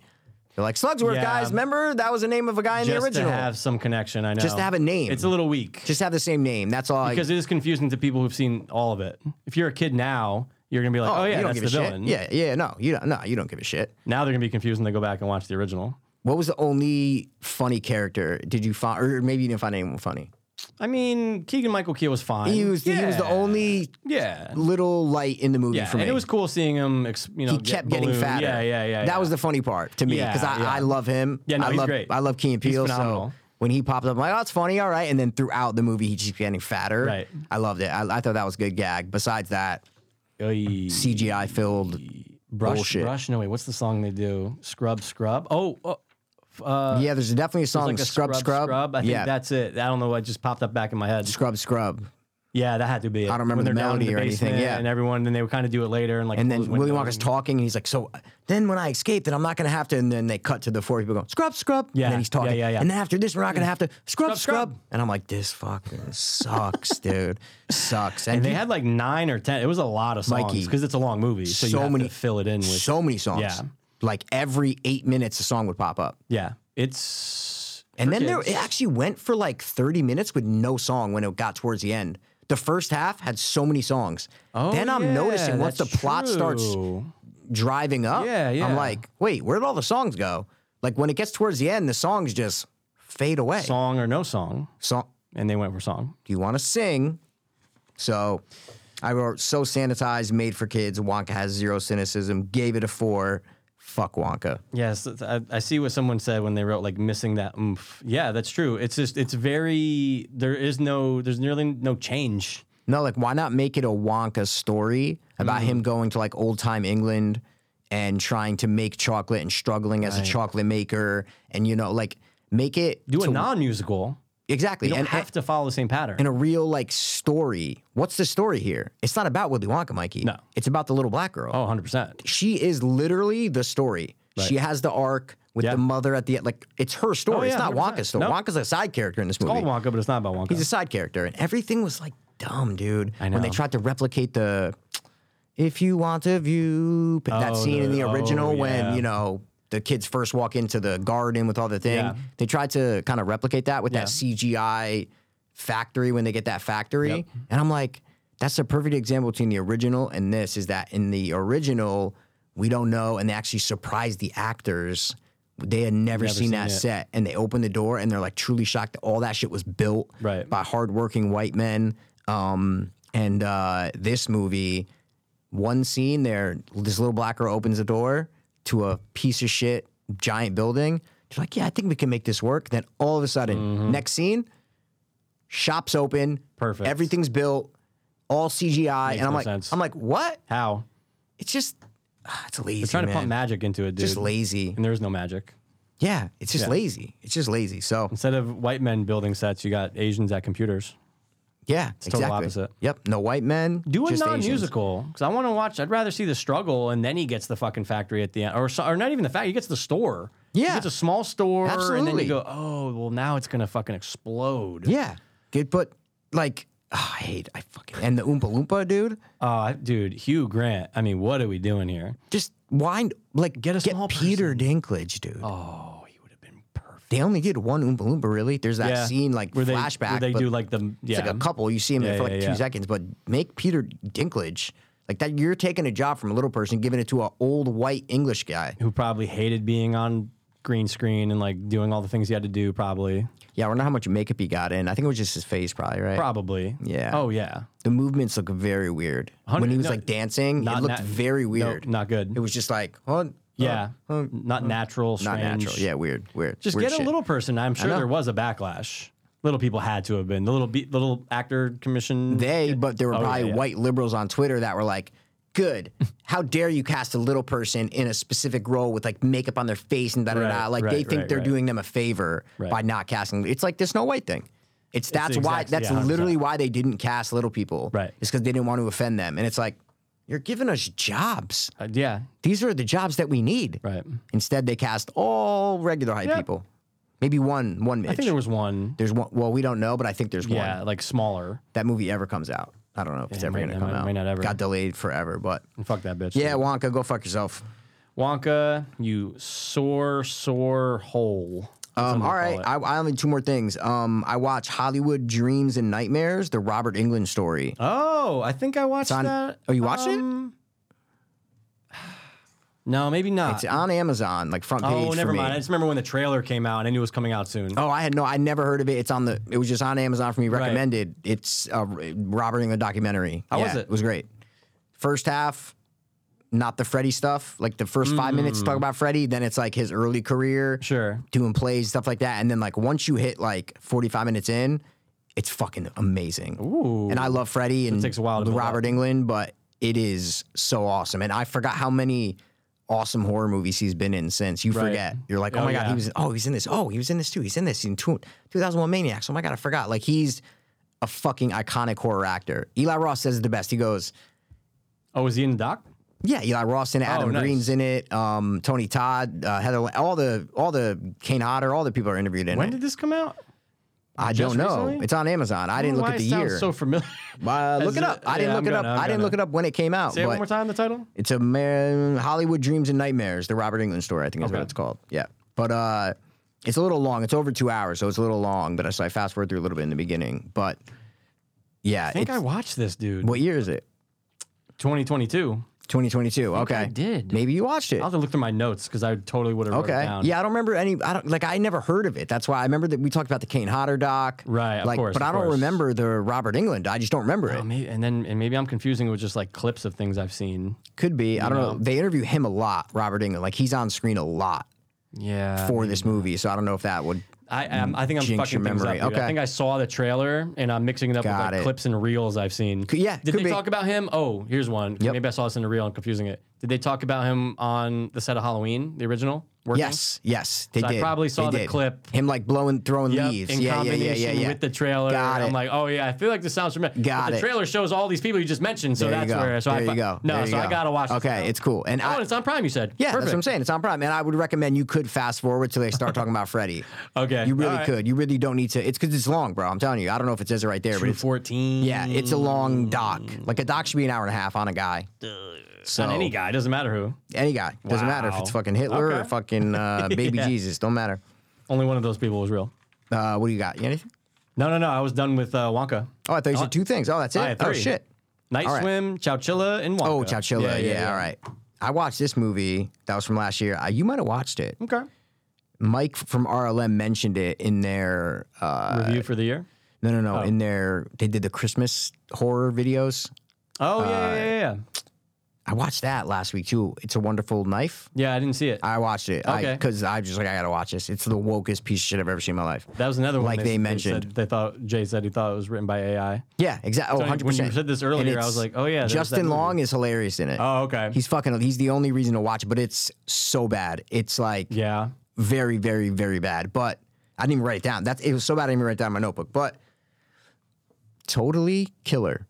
They're like Slugsworth,
Yeah.
guys. Remember that was the name of a guy in
Just
the original.
to have some connection, I know.
Just to have a name.
It's a little weak.
just have the same name. That's all. I,
because it is confusing to people who've seen all of it. If you're a kid now, you're gonna be like, "Oh,
you
yeah,
don't
that's
give
the
a shit.
villain."
Yeah, yeah. No, you don't. No, you don't give a shit.
Now they're gonna be confused when they go back and watch the original.
What was the only funny character? Did you find, or maybe you didn't find anyone funny?
I mean, Keegan Michael Key was fine.
He was he was the
Yeah.
only
Yeah.
little light in the movie
Yeah,
for
and
me.
it was cool seeing him. Ex- you know,
he
get
kept getting
ballooned.
fatter.
Yeah, yeah, yeah.
That
yeah.
was the funny part to me because
Yeah,
I,
yeah.
I love him.
Yeah, no,
I
he's
love,
great.
I love Key and
He's
Peele. So
phenomenal.
when he popped up, I'm like, oh, it's funny, all right. And then throughout the movie, he just getting fatter.
Right.
I loved it. I, I thought that was a good gag. Besides that,
Oy.
CGI filled.
brush,
bullshit.
brush. No wait, what's the song they do? Scrub, scrub. Oh, oh
yeah, there's definitely a song,
like a
scrub,
scrub,
scrub,
I think
yeah,
that's it. I don't know. It just popped up back in my head.
scrub, scrub.
Yeah, that had to be it. I
don't remember the melody or anything, yeah.
and everyone. Then they would kind of do it later, and like
And then
close
Willy
windows
Wonka's talking, and he's like, "So then, when I escape, then I'm not gonna have to." And then they cut to the four people going, "Scrub, scrub."
Yeah,
And then he's talking.
yeah, yeah, yeah.
And then after this, we're not gonna have to scrub, scrub.
Scrub, scrub.
And I'm like, "This fucking sucks, dude. Sucks." And,
And they
he-
had like nine or ten. It was a lot of songs
Mikey,
because it's a long movie, so, you
so
have
many-
to fill it in with.
so many songs.
Yeah.
Like every eight minutes, a song would pop up.
yeah, it's
And
for
then there,
kids.
it actually went for like 30 minutes with no song when it got towards the end. The first half had so many songs.
Oh,
then I'm
yeah,
noticing once the
that's
plot starts
true.
driving up,
Yeah, yeah.
I'm like, wait, where did all the songs go? Like when it gets towards the end, the songs just fade away.
song or no song,
Song-
and they went for song.
do you want to sing? So I wrote So Sanitized, Made for Kids. Wonka has zero cynicism, gave it a four. Fuck Wonka.
Yes, that's- I, I see what someone said when they wrote like missing that oomph. Yeah, that's true. It's just it's very there is no there's nearly no change.
No, like why not make it a Wonka story about him
Mm.
going to like old time England and trying to make chocolate and struggling as a chocolate maker and you know like make it
Do
to-
a non musical.
exactly
You don't
and,
have to follow the same pattern.
and a real like story. What's the story here? It's not about Willy Wonka, Mikey.
No.
it's about the little black girl.
oh, 100 percent.
She is literally the story. She has the arc with
Yeah. Oh,
the mother at the end. Like it's her story.
yeah,
it's not Wonka's
100%.
story.
No.
Wonka's a side character in this movie.
Called Wonka, but it's not about Wonka.
He's a side character, and everything was like dumb, dude.
I
When they
know.
tried to replicate the "If you want to view" but that
Oh,
scene in
the-
the original
oh,
when
yeah.
you know the kids first walk into the garden with all the thing,
Yeah.
they tried to kind of replicate that with
Yeah.
that CGI factory when they get that factory,
Yep.
and I'm like, that's a perfect example between the original and this is that in the original we don't know, and they actually surprised the actors. They had never, seen,
seen
that
it.
set, and they opened the door, and they're like truly shocked that all that shit was built
Right.
by hardworking white men. Um, and uh, this movie, one scene there, this little black girl opens the door to a piece of shit giant building. She's like, "Yeah, I think we can make this work." Then all of a sudden, next scene, shops open,
Mm-hmm. Perfect.
everything's built, all CGI,
Makes
and I'm
no
like,
sense.
I'm like, what?
How
It's just, ah, it's lazy.
they're trying to
man.
pump magic into it, dude.
Just lazy.
and there is no magic.
Yeah, it's just lazy. It's just lazy. So
Instead of white men building sets, you got Asians at computers.
Yeah,
total
exactly.
opposite.
Yep, no white men.
Do a
just Asians.
non-musical because I want to watch. I'd rather see the struggle, and then he gets the fucking factory at the end, or so- or not even the factory. He gets the store.
Yeah.
he gets a small store, and then
Absolutely.
you go, oh well, now it's gonna fucking explode.
Yeah, good, but like ah, I hate I fucking and the Oompa Loompa dude.
Uh, dude, Hugh Grant. I mean, what are we doing here?
Just wind like
Get a small
Peter Dinklage, dude.
Oh, he would have been perfect.
They only did one Oompa Loompa, really. There's that
Yeah.
scene like
Where they,
flashback.
Where they
but
do like the yeah.
it's like a couple. You see him
Yeah,
there for
yeah,
like
yeah.
two seconds, but make Peter Dinklage like that. You're taking a job from a little person, giving it to an old white English guy.
who probably hated being on green screen and like doing all the things he had to do. Probably,
Yeah, I don't know how much makeup he got in. I think it was just his face, probably. Right.
probably.
Yeah.
Oh yeah.
The movements look very weird.
Hundred-
When he was
no,
like dancing, it
not
looked
nat-
very weird.
No, not good.
It was just like, oh,
yeah. not natural.
not
Strange.
natural. Yeah, weird, weird.
Just
weird
get a
shit.
little person. I'm sure
know.
there was a backlash. Little people had to have been the little be- little actor commission.
They, but there were
Oh, yeah,
probably
yeah.
white liberals on Twitter that were like, "Good, how dare you cast a little person in a specific role with like makeup on their face and da da da."
Right,
Like they
right,
think
right,
they're
right.
doing them a favor
Right.
by not casting. It's like the Snow White thing. It's that's
the
why
exact-
that's
yeah, 100%.
literally why they didn't cast little people.
Right.
It's because they didn't want to offend them, and it's like you're giving us jobs.
Uh, yeah.
These are the jobs that we need.
Right.
Instead, they cast all regular high
Yeah.
people. Maybe one one Mitch.
I think there was one.
there's one. Well, we don't know, but I think there's one
Yeah, like smaller.
that movie ever comes out. I don't know if it's ever
might-
going to
it
come
might-
out.
might not ever.
Got delayed forever, but
And fuck that bitch.
yeah,
dude.
Wonka, go fuck yourself.
Wonka, you sore, sore hole.
Um,
Somebody
all
call
right,
it.
I, I only two more things. Um, I watch Hollywood Dreams and Nightmares, the Robert England story.
Oh, I think I watched
on-
that.
Oh, you watched it?
it? No, maybe not.
It's on Amazon, like front page.
oh,
for
never
me.
mind. I just remember when the trailer came out and I knew it was coming out soon.
Oh, I had no, I never heard of it. It's on the, it was just on Amazon for me, recommended. It's a Robert England documentary.
How
Yeah,
was it?
It was great. First half, not the Freddy stuff. Like the first
Mm.
five minutes talk about Freddy, then it's like his early career.
Sure.
doing plays, stuff like that. And then like once you hit like 45 minutes in, it's fucking amazing.
Ooh.
And I love Freddie and
takes a while to build
Robert England, but it is so awesome. And I forgot how many awesome horror movies he's been in since. You
Right.
forget. You're like, oh,
Oh,
my god,
yeah.
he was. Oh, he's in this. Oh, he was in this too. He's in this in two, 2001 Maniacs. Oh my god, I forgot. Like he's a fucking iconic horror actor. Eli Ross says it the best. He goes,
Oh, is he in the doc?
yeah, Eli Ross in it, Adam
Oh, nice.
Green's in it, um, Tony Todd, uh, Heather, all the all the Kane Hodder, all the people are interviewed in
When
it.
did this come out?
I
Just
don't know.
recently?
It's on Amazon. I didn't
don't know
look
why
at the
it sounds
year.
so familiar.
uh, look
As
it
a-
up. I didn't
yeah,
look
I'm
it up.
gonna- I'm
I didn't
gonna-
look it up when it came out.
Say it
but
one more time, the title?
It's a man, Hollywood Dreams and Nightmares, the Robert England story. I think is what
Okay.
it's called. Yeah, but uh, it's a little long. It's over two hours, so it's a little long. But I, so I fast forward through a little bit in the beginning. But yeah,
I think I
it's-
watched this, dude.
what year is it?
2022.
2022. Okay,
I did.
Maybe you watched it.
I'll have to look through my notes because I totally would have wrote it
Okay.
down.
Yeah, I don't remember any. I don't like. I never heard of it. That's why I remember that we talked about the Kane Hodder doc.
Right, of
like,
course,
But
of
I don't
course.
remember the Robert England. I just don't remember it.
Oh, maybe, and then and maybe I'm confusing it with just like clips of things I've seen.
Could be. I don't know. They interview him a lot, Robert England. Like he's on screen a lot
Yeah.
for this movie, so I don't know if that would.
I I'm, I think I'm
Jinx
fucking
your
things up.
memory.
dude. I
Okay.
think I saw the trailer and I'm mixing it up
Got
with like
it.
clips and reels I've seen.
yeah,
Did
could
they
be.
talk about him? Oh, here's one. Maybe I saw this in a reel. I'm confusing it. Did they talk about him on the set of Halloween, the original? Working?
Yes, yes, they
So I
did.
probably saw
They
the
did.
clip.
Him like blowing, throwing
Yep,
leaves.
in
yeah, yeah,
combination
yeah, yeah, yeah.
with the trailer,
Got
I'm
it.
like, oh yeah, I feel like this sounds familiar.
Got
but The
it.
trailer shows all these people you just mentioned, so
there
that's
you go.
where. So
there
I
you
fi-
go.
No,
There
so
you
I
go.
gotta watch. this
Okay,
now.
it's cool. And
Oh,
I,
and it's on Prime. You said.
yeah, that's what I'm
Perfect.
saying. It's on Prime, and I would recommend you could fast forward till they start talking about Freddy.
Okay,
you really
all right.
could. You really don't need to. It's because it's long, bro. I'm telling you. I don't know if it says it right there, but it's
14.
yeah, it's a long doc. Like a doc should be an hour and a half on a guy. So
on any guy. Doesn't matter who.
Any guy. Doesn't matter if
Wow.
it's fucking Hitler or
Okay.
fucking uh, baby Jesus. Don't matter.
Only one of those people was real.
Uh, what do you got? You anything?
No, no, no. I was done with uh, Wonka.
Oh, I thought you said two things. Oh, that's it.
I had
Oh
three.
shit.
Night
right.
Swim, Chowchilla, and Wonka.
Oh, Chowchilla. Yeah, All right. I watched this movie that was from last year. Uh, you might have watched it.
Okay.
Mike from RLM mentioned it in their uh,
Review for the year.
no no no in their they did the Christmas horror videos.
Oh
Uh,
yeah, yeah, yeah, yeah.
I watched that last week too. It's a Wonderful Knife.
Yeah, I didn't see it.
I watched it
Okay.
because I, just like I gotta watch this. It's the wokest piece of shit I've ever seen in my life.
That was another one.
like they mentioned.
said- they thought Jay said he thought it was written by AI.
Yeah, exactly. Oh,
Tony, when
100
you
percent.
said this earlier, I was like, oh, yeah, there was that
Justin
movie.
Long is hilarious in it.
Oh, okay.
He's fucking. He's the only reason to watch, it, but it's so bad. It's like
yeah.
very, very, very bad. But I didn't even write it down. That's it was so bad I didn't even write it down in my notebook. But Totally Killer.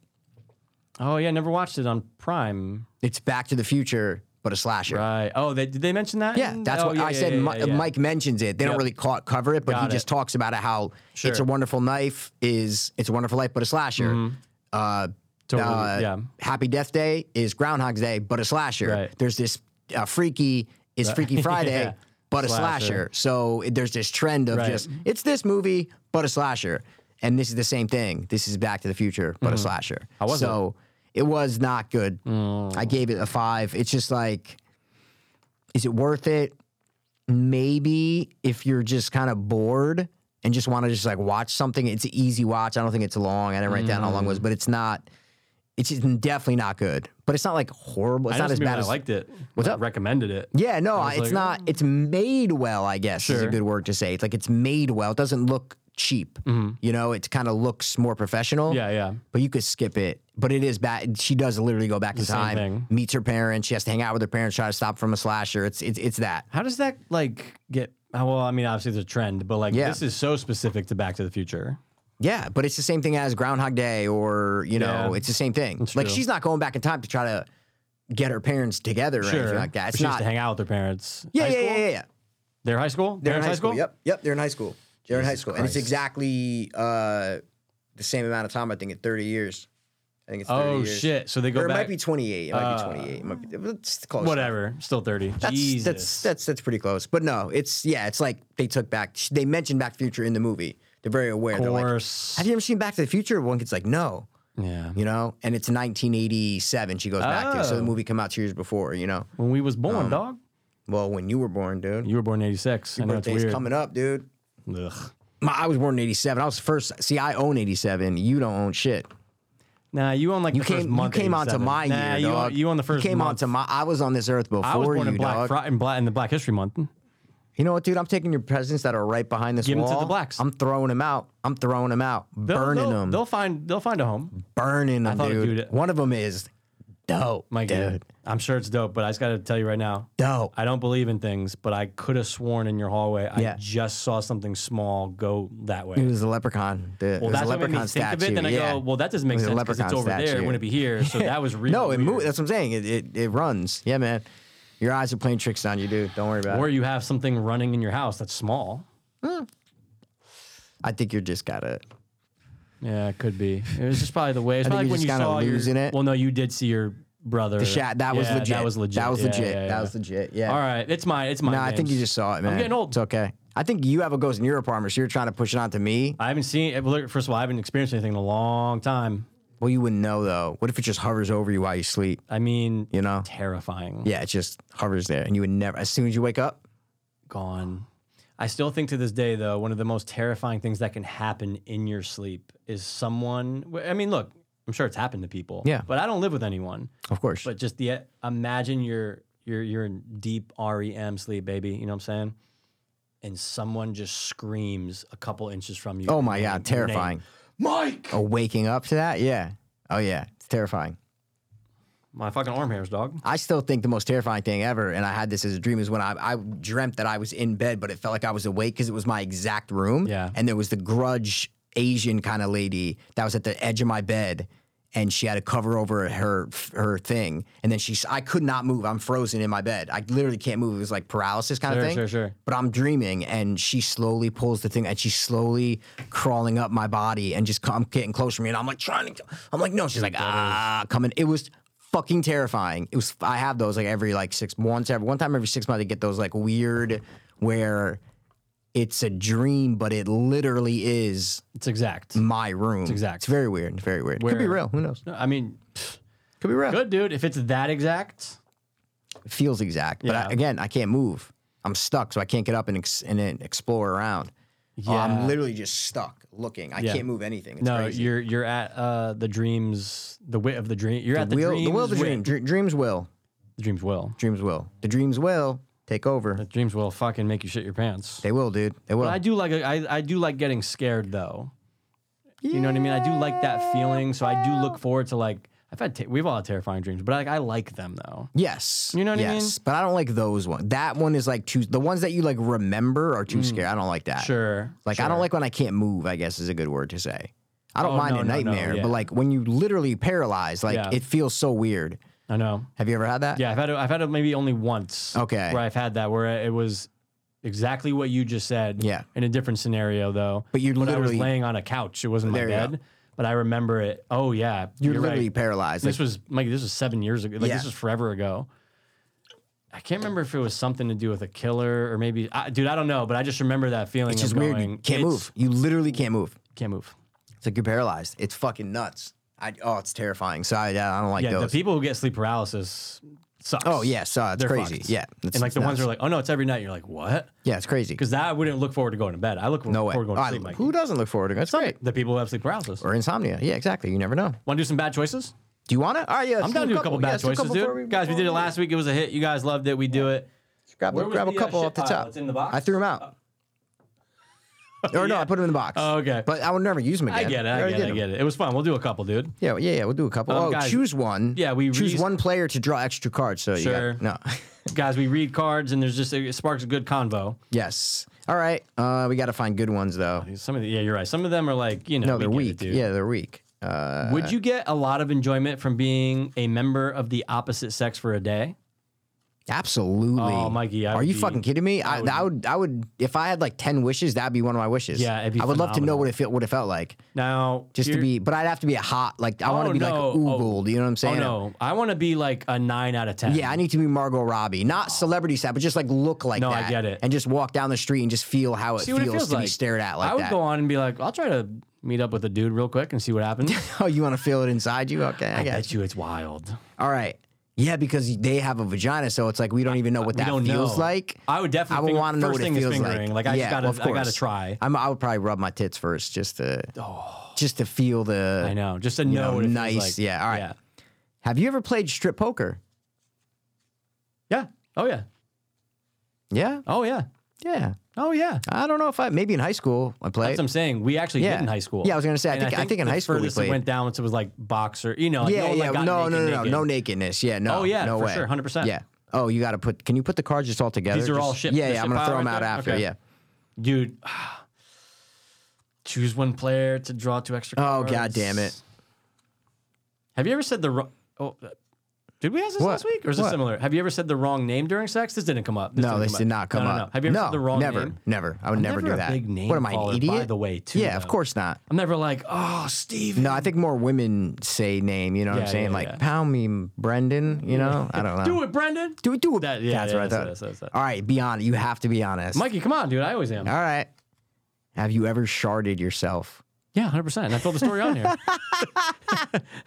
Oh yeah, never watched it on Prime.
It's Back to the Future, but a slasher.
Right. Oh, they, did they mention that?
Yeah,
in-
that's
oh,
what
yeah,
I
yeah,
said.
yeah,
Mi-
yeah, yeah.
Mike mentions it. They don't
Yep.
really ca- cover it, but he
Got
just
it.
talks about how it's a
Sure. Mm-hmm.
wonderful knife is it's a wonderful life, but a slasher. Uh,
Totally,
uh,
yeah.
Happy Death Day is Groundhog's Day, but a slasher.
Right.
There's this uh, freaky is Freaky Friday,
Yeah.
but a slasher.
Slasher.
So it- there's this trend of
Right.
just it's this movie, but a slasher, and this is the same thing. This is Back to the Future, but a slasher.
Mm. How was it? Oh.
so it? was not good. I gave it a five. It's just like is it worth it? Maybe if you're just kind of bored and just want to just like watch something, it's an easy watch. I don't think it's long. I didn't write down how long it was,
Mm.
but it's not. It's just definitely not good. But it's not like horrible. It's
I know
not as
some people
bad
that
as
liked it.
What's
like,
up?
Recommended it.
Yeah, no,
was
it's
like, "Oh."
not. It's made well, I guess is a
Sure.
good word to say. It's like it's made well. It doesn't look cheap. You know, it kind of looks more professional.
Mm-hmm. Yeah, yeah.
But you could skip it. But it is bad. She does literally go back in
same
time,
thing.
meets her parents. She has to hang out with her parents, try to stop from a slasher. It's it's it's that.
How does that like get? oh, Well, I mean, obviously there's a trend, but like
Yeah.
this is so specific to Back to the Future.
Yeah, but it's the same thing as Groundhog Day, or you know,
Yeah.
it's the same thing. Like
true.
she's not going back in time to try to get her parents together or anything like that.
But
It's
she used
not.
to hang out with their parents.
yeah,
High
yeah,
school?
yeah, yeah, yeah.
Their high school.
They're in
Parents'
high school. Yep, yep. They're in high school. They're in high school, and it's
Christ.
exactly uh, the same amount of time. I think at thirty years. I think it's 30
Oh
years.
shit! So they go
Or it
back.
might be twenty eight. It might
Uh,
be twenty eight. It might be it's close.
whatever. Still thirty.
That's,
Jesus.
that's that's that's pretty close. But no, it's yeah, it's like they took back. They mentioned Back to the Future in the movie. They're very aware.
of
They're like,
course.
have you ever seen Back to the Future? One kid's like, no,
yeah.
you know, and it's 1987. She goes back to, so the
Oh.
movie come out two years before, you know.
When we was born,
Um,
dog.
Well, when you were born, dude,
You were born in '86. I know it's
birthday's
weird.
coming up, dude.
Ugh.
My, I was born in '87. I was first. See, I own '87. You don't own shit.
Nah, you own like
You
the first
came. You
month. of
came onto
87.
my
nah,
year,
you
dog.
Own, you own the first.
You came
month.
onto my. I was on this earth before
I was born
you,
in Black
dog.
Friday in Black in the Black History Month.
You know what, dude? I'm taking your presents that are right behind this
Give 'em
wall.
to the blacks.
I'm throwing them out. I'm throwing them out.
They'll-
burning
they'll,
them.
They'll find they'll find a home.
burning them,
thought it-
dude.
dude-
One of them is dope,
My
dude.
dude, I'm sure it's dope, but I just got to tell you right now,
Dope.
I don't believe in things, but I could have sworn in your hallway I
Yeah.
just saw something small go that way.
It was a leprechaun. The,
well,
it was
that's
a
what made
leprechaun
me think
statue.
of it. Then I
yeah.
go, well, that doesn't make
was a
sense because it's
leprechaun
over there. It
statue.
wouldn't be here. So that was real.
No, it
weird.
moves. That's what I'm saying. It, it it runs. Yeah, man. Your eyes are playing tricks on you, dude. Don't worry about
Or
it.
you have something running in your house that's small.
I think you're just gotta.
Yeah, it could be. It was just probably the way. It's
I think
probably
you're
when
just
you
kinda
saw your-
losing it.
Well, no, you did see your brother. The
Shat. That was legit.
That was legit.
That was
Yeah,
legit.
yeah, yeah.
That was legit. Yeah.
All right, it's mine. It's mine.
No, I think you just saw it, man.
getting old.
It's okay. I think you have a ghost in your apartment, so you're trying to push it onto me.
I haven't seen. eh, well, First of all, I haven't experienced anything in a long time.
Well, you wouldn't know though. What if it just hovers over you while you sleep?
I mean,
You know?
terrifying.
Yeah, it just hovers there, and you would never. As soon as you wake up,
Gone. I still think to this day, though, one of the most terrifying things that can happen in your sleep is someone. I mean, look, I'm sure it's happened to people.
Yeah.
But I don't live with anyone.
of course.
But just the imagine you're you're you're in deep REM sleep, baby. You know what I'm saying? And someone just screams a couple inches from you.
oh
your
my
name- your
god,
name.
terrifying.
Mike.
Oh, waking up to that? Yeah. Oh yeah, it's terrifying.
My fucking arm hairs, dog.
I still think the most terrifying thing ever, and I had this as a dream, is when I, I dreamt that I was in bed, but it felt like I was awake because it was my exact room.
Yeah.
And there was the grudge Asian kind of lady that was at the edge of my bed, and she had a cover over her her thing, and then she, s- I could not move. I'm frozen in my bed. I literally can't move. It was like paralysis kind
Sure,
of thing.
sure, sure.
But I'm dreaming, and she slowly pulls the thing, and she's slowly crawling up my body, and just co- I'm getting close to me, and I'm like trying to. I'm like, no. She's like, ah, coming. It was fucking terrifying. It was. I have those like every like six once every one time every six months. I get those like weird where it's a dream, but it literally is
It's exact.
my room. It's
exact.
It's very weird. It's very weird. Could be
Where-
real. Who knows?
No, I mean,
Could be real.
good dude. If it's that exact,
It feels exact, but I,
Yeah.
again, I can't move. I'm stuck, so I can't get up and ex- and then explore around. Oh, I'm
Yeah.
literally just stuck looking. I
Yeah.
can't move anything. It's
no,
crazy.
you're you're at uh, the dreams, the wit of the dream. You're at the
will,
dreams.
the will of the
wit.
dream. Dr- dreams will.
The dreams will.
Dreams will. The dreams will take over.
The dreams will fucking make you shit your pants.
They will, dude. They will.
But I do like I, I do like getting scared though. You know what I mean? I do like that feeling, so I do look forward to like I've had te- we've all had terrifying dreams, but like I like them though.
yes.
You know what I mean?
yes. But I don't like those ones. That one is like too. The ones that you like remember are too scary. I don't like that.
Mm. Sure,
Like I don't like when I can't move. I guess is a good word to say. I don't
Oh,
mind
no,
a
no, no,
nightmare,
yeah.
but like when you literally paralyzed, like
Yeah.
it feels so weird.
I know.
Have you ever had that?
Yeah, I've had it, I've had it maybe only once.
Okay.
Where I've had that where it was exactly what you just said.
Yeah.
In a different scenario though.
But you
I was
literally-
laying on a couch. It wasn't my
There you go.
bed. But I remember it. Oh yeah.
You're,
you're right.
literally paralyzed. Like,
This was Mike. This was seven years ago. Like
Yeah.
this was forever ago. I can't remember if it was something to do with a killer or maybe, I, dude. I don't know, but I just remember that feeling.
it's
of
just weird. You
going,
can't
"It's-
move. You literally can't move.
Can't move.
It's like you're paralyzed. It's fucking nuts. I, oh, it's terrifying. So I, I don't like
Yeah,
those.
the people who get sleep paralysis sucks.
oh yeah, so it's
They're
crazy.
fucked.
Yeah, it's,
and like
it's
the ones
nuts.
who are like, oh no, it's every night. You're like, what?
yeah, it's crazy.
Because that I wouldn't look forward to going to bed. I look
No way.
forward to going to
I-
sleep. Mike.
who doesn't look forward to it? That's great.
The people who have sleep paralysis.
Or insomnia. Yeah, exactly. You never know.
Want to do some bad choices?
Do you want it? All right, yeah.
I'm down to do a couple bad choices, dude. guys, we did it last week. It was a hit. You guys loved it. We do it.
Grab,
Where was
grab a
the, uh,
couple
shit
off the
pile?
top.
It's in the box?
I threw them out. or no, I put them in the box.
Oh, okay.
But I would never use them again.
I get it. I
already
get it.
did
I
'em.
get it. It was fun. We'll do a couple, dude.
Yeah, yeah, yeah. We'll do a couple.
Um,
oh,
guys-
choose one.
Yeah, we
choose
re-
one player to draw extra cards. So you
Sure.
got, no.
guys, we read cards and there's just it sparks a good convo.
yes. All right. Uh, we got to find good ones though.
Some of the, yeah, you're right. Some of them are like you know
No,
we
they're
get it,
weak.
dude.
yeah, they're weak. Uh,
Would you get a lot of enjoyment from being a member of the opposite sex for a day?
absolutely.
Oh, Mikey, I
are
would
you
be-
fucking kidding me? I,
would-
I would. I would. If I had like ten wishes, that'd be one of my wishes.
Yeah, it'd be
I would love to know
phenomenal.
what it felt. What it felt like.
Now,
Just to
here-
be, but I'd have to be a hot. Like I want
Oh,
to be
no.
like
Oh.
ogled. You know what I'm
Oh
saying?
no, I want to be like a nine out of ten.
Yeah, I need to be Margot Robbie, not celebrity side, but just like look like
No, I
that.
get it.
And just walk down the street and just feel how it,
see
feels,
what it feels
to
like.
be stared at like
I would
that.
go on and be like, I'll try to meet up with a dude real quick and see what happens.
oh, you want to feel it inside you? Okay, I,
I
got
bet
you.
you it's wild.
All right. Yeah, because they have a vagina, so it's like we don't even know what
Uh, we
that
don't
feels
know.
like.
I would definitely
I would
finger-
want to know
first
what
thing
it
is
feels
fingering.
like.
Like, I just
yeah,
gotta-
of
I gotta
course.
try. Oh,
I'm, I would probably rub my tits first, just to, just to feel the.
I know, just to know,
Uh, know,
what it feels
nice.
like.
Yeah, all right.
yeah,
Have you ever played strip poker?
yeah. Oh yeah,
Yeah,
oh yeah,
yeah.
oh yeah.
I don't know if I maybe in high school I played.
That's what I'm saying. We actually
Yeah.
did in high school.
Yeah, I was gonna say, I
And
think- I think in
the
high school we
furthest it
played.
went down once it was like boxer. You know, like,
Yeah,
no one,
yeah.
like, got
no,
naked,
no, no,
naked.
no, no nakedness. Yeah, no.
Oh, yeah,
no
for
way.
sure, 100%.
Yeah. Oh, you got to put. Can you put the cards just all together?
These are all
Just-
shit-
Yeah,
the
yeah.
shit
I'm gonna
pile
throw them
right
out
there?
after.
Okay.
Yeah.
dude. Choose one player to draw two extra.
Oh,
cards.
God damn it.
Have you ever said the wrong? Oh, uh, did we ask this
What?
last week, or is
What?
this similar? Have you ever said the wrong name during sex? This didn't come up.
No, this did not come
no,
up.
No, no. Have you ever
no,
said the wrong
never,
name?
Never, I would
I'm
never,
never
do
a
that.
big name
what am I,
caller,
an
by
idiot?
the way, too,
Yeah, of
though.
course not.
I'm never like, oh, Steve.
No, I think more women say name. You know what
Yeah,
I'm saying?
yeah,
like
yeah.
pound me, Brendan. You know, I don't know.
Do it, Brendan.
do it, do it.
That- yeah,
that's
yeah,
what
that's
I
it, that's
thought.
it, that's it.
All right, be honest. You have to be honest.
Mikey, come on, dude. I always am.
All right. Have you ever sharded yourself?
Yeah, hundred percent. I told the story on here.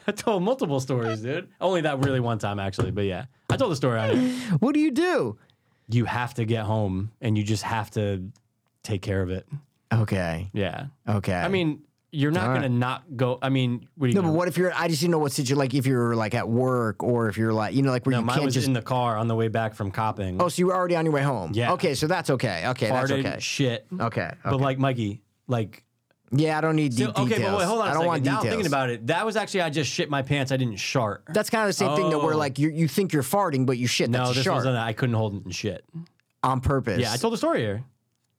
I told multiple stories, dude. Only that really one time, actually. But yeah, I told the story on here.
What do you do?
You have to get home, and you just have to take care of it.
Okay.
Yeah.
Okay.
I mean, you're not
right.
gonna not go. I mean, what do you?
No,
gonna-
but what if you're? I just didn't know what situation. Like if you're like at work or if you're like you know like where
No,
you
mine
can't
was
just.
in the car on the way back from copping.
oh, so you were already on your way home.
Yeah.
Okay, so that's okay. Okay, that's
farted
okay.
shit.
Okay. okay.
But like Mikey, like
yeah, I don't need deep
okay,
details.
but wait, hold on.
I
I
don't want
now
details.
I'm thinking about it. That was actually I just shit my pants. I didn't shart.
that's kind of the same thing though, where
Oh.
like you you think you're farting, but you shit.
no,
that's a
this
shark
wasn't. I couldn't hold it and shit.
on purpose.
Yeah, I told the story here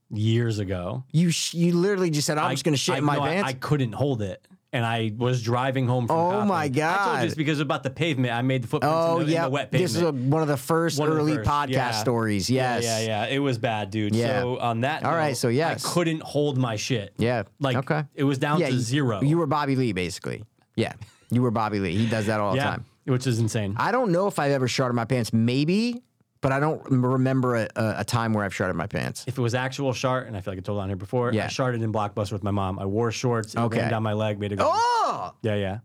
years ago.
you. Sh- you literally just said I'm just gonna shit
I-
in my
no, I-
pants.
I, couldn't hold it, and I was driving home from.
Oh,
Copley.
my
I told
God.
you this because about the pavement. I made the footprints
oh
in, the, in
yeah,
the wet pavement.
this is a, one of the first
One of the
early
first,
podcast
yeah.
stories.
Yeah,
Yes.
yeah, yeah. It was bad, dude.
Yeah.
So on that,
All right,
note,
so yes.
I couldn't hold my shit.
Yeah,
like
okay.
it was down
Yeah,
to
you-
zero.
You, were Bobby Lee basically. Yeah, you were Bobby Lee. He does that all the
yeah,
time.
which is insane.
I don't know if I've ever sharded my pants. Maybe, but I don't remember a, a, a time where I've sharded my pants.
if it was actual shart, and I feel like I told on here before,
Yeah.
I sharted in Blockbuster with my mom. I wore shorts, it
Okay.
ran down my leg, made a go.
Oh,
Yeah, yeah,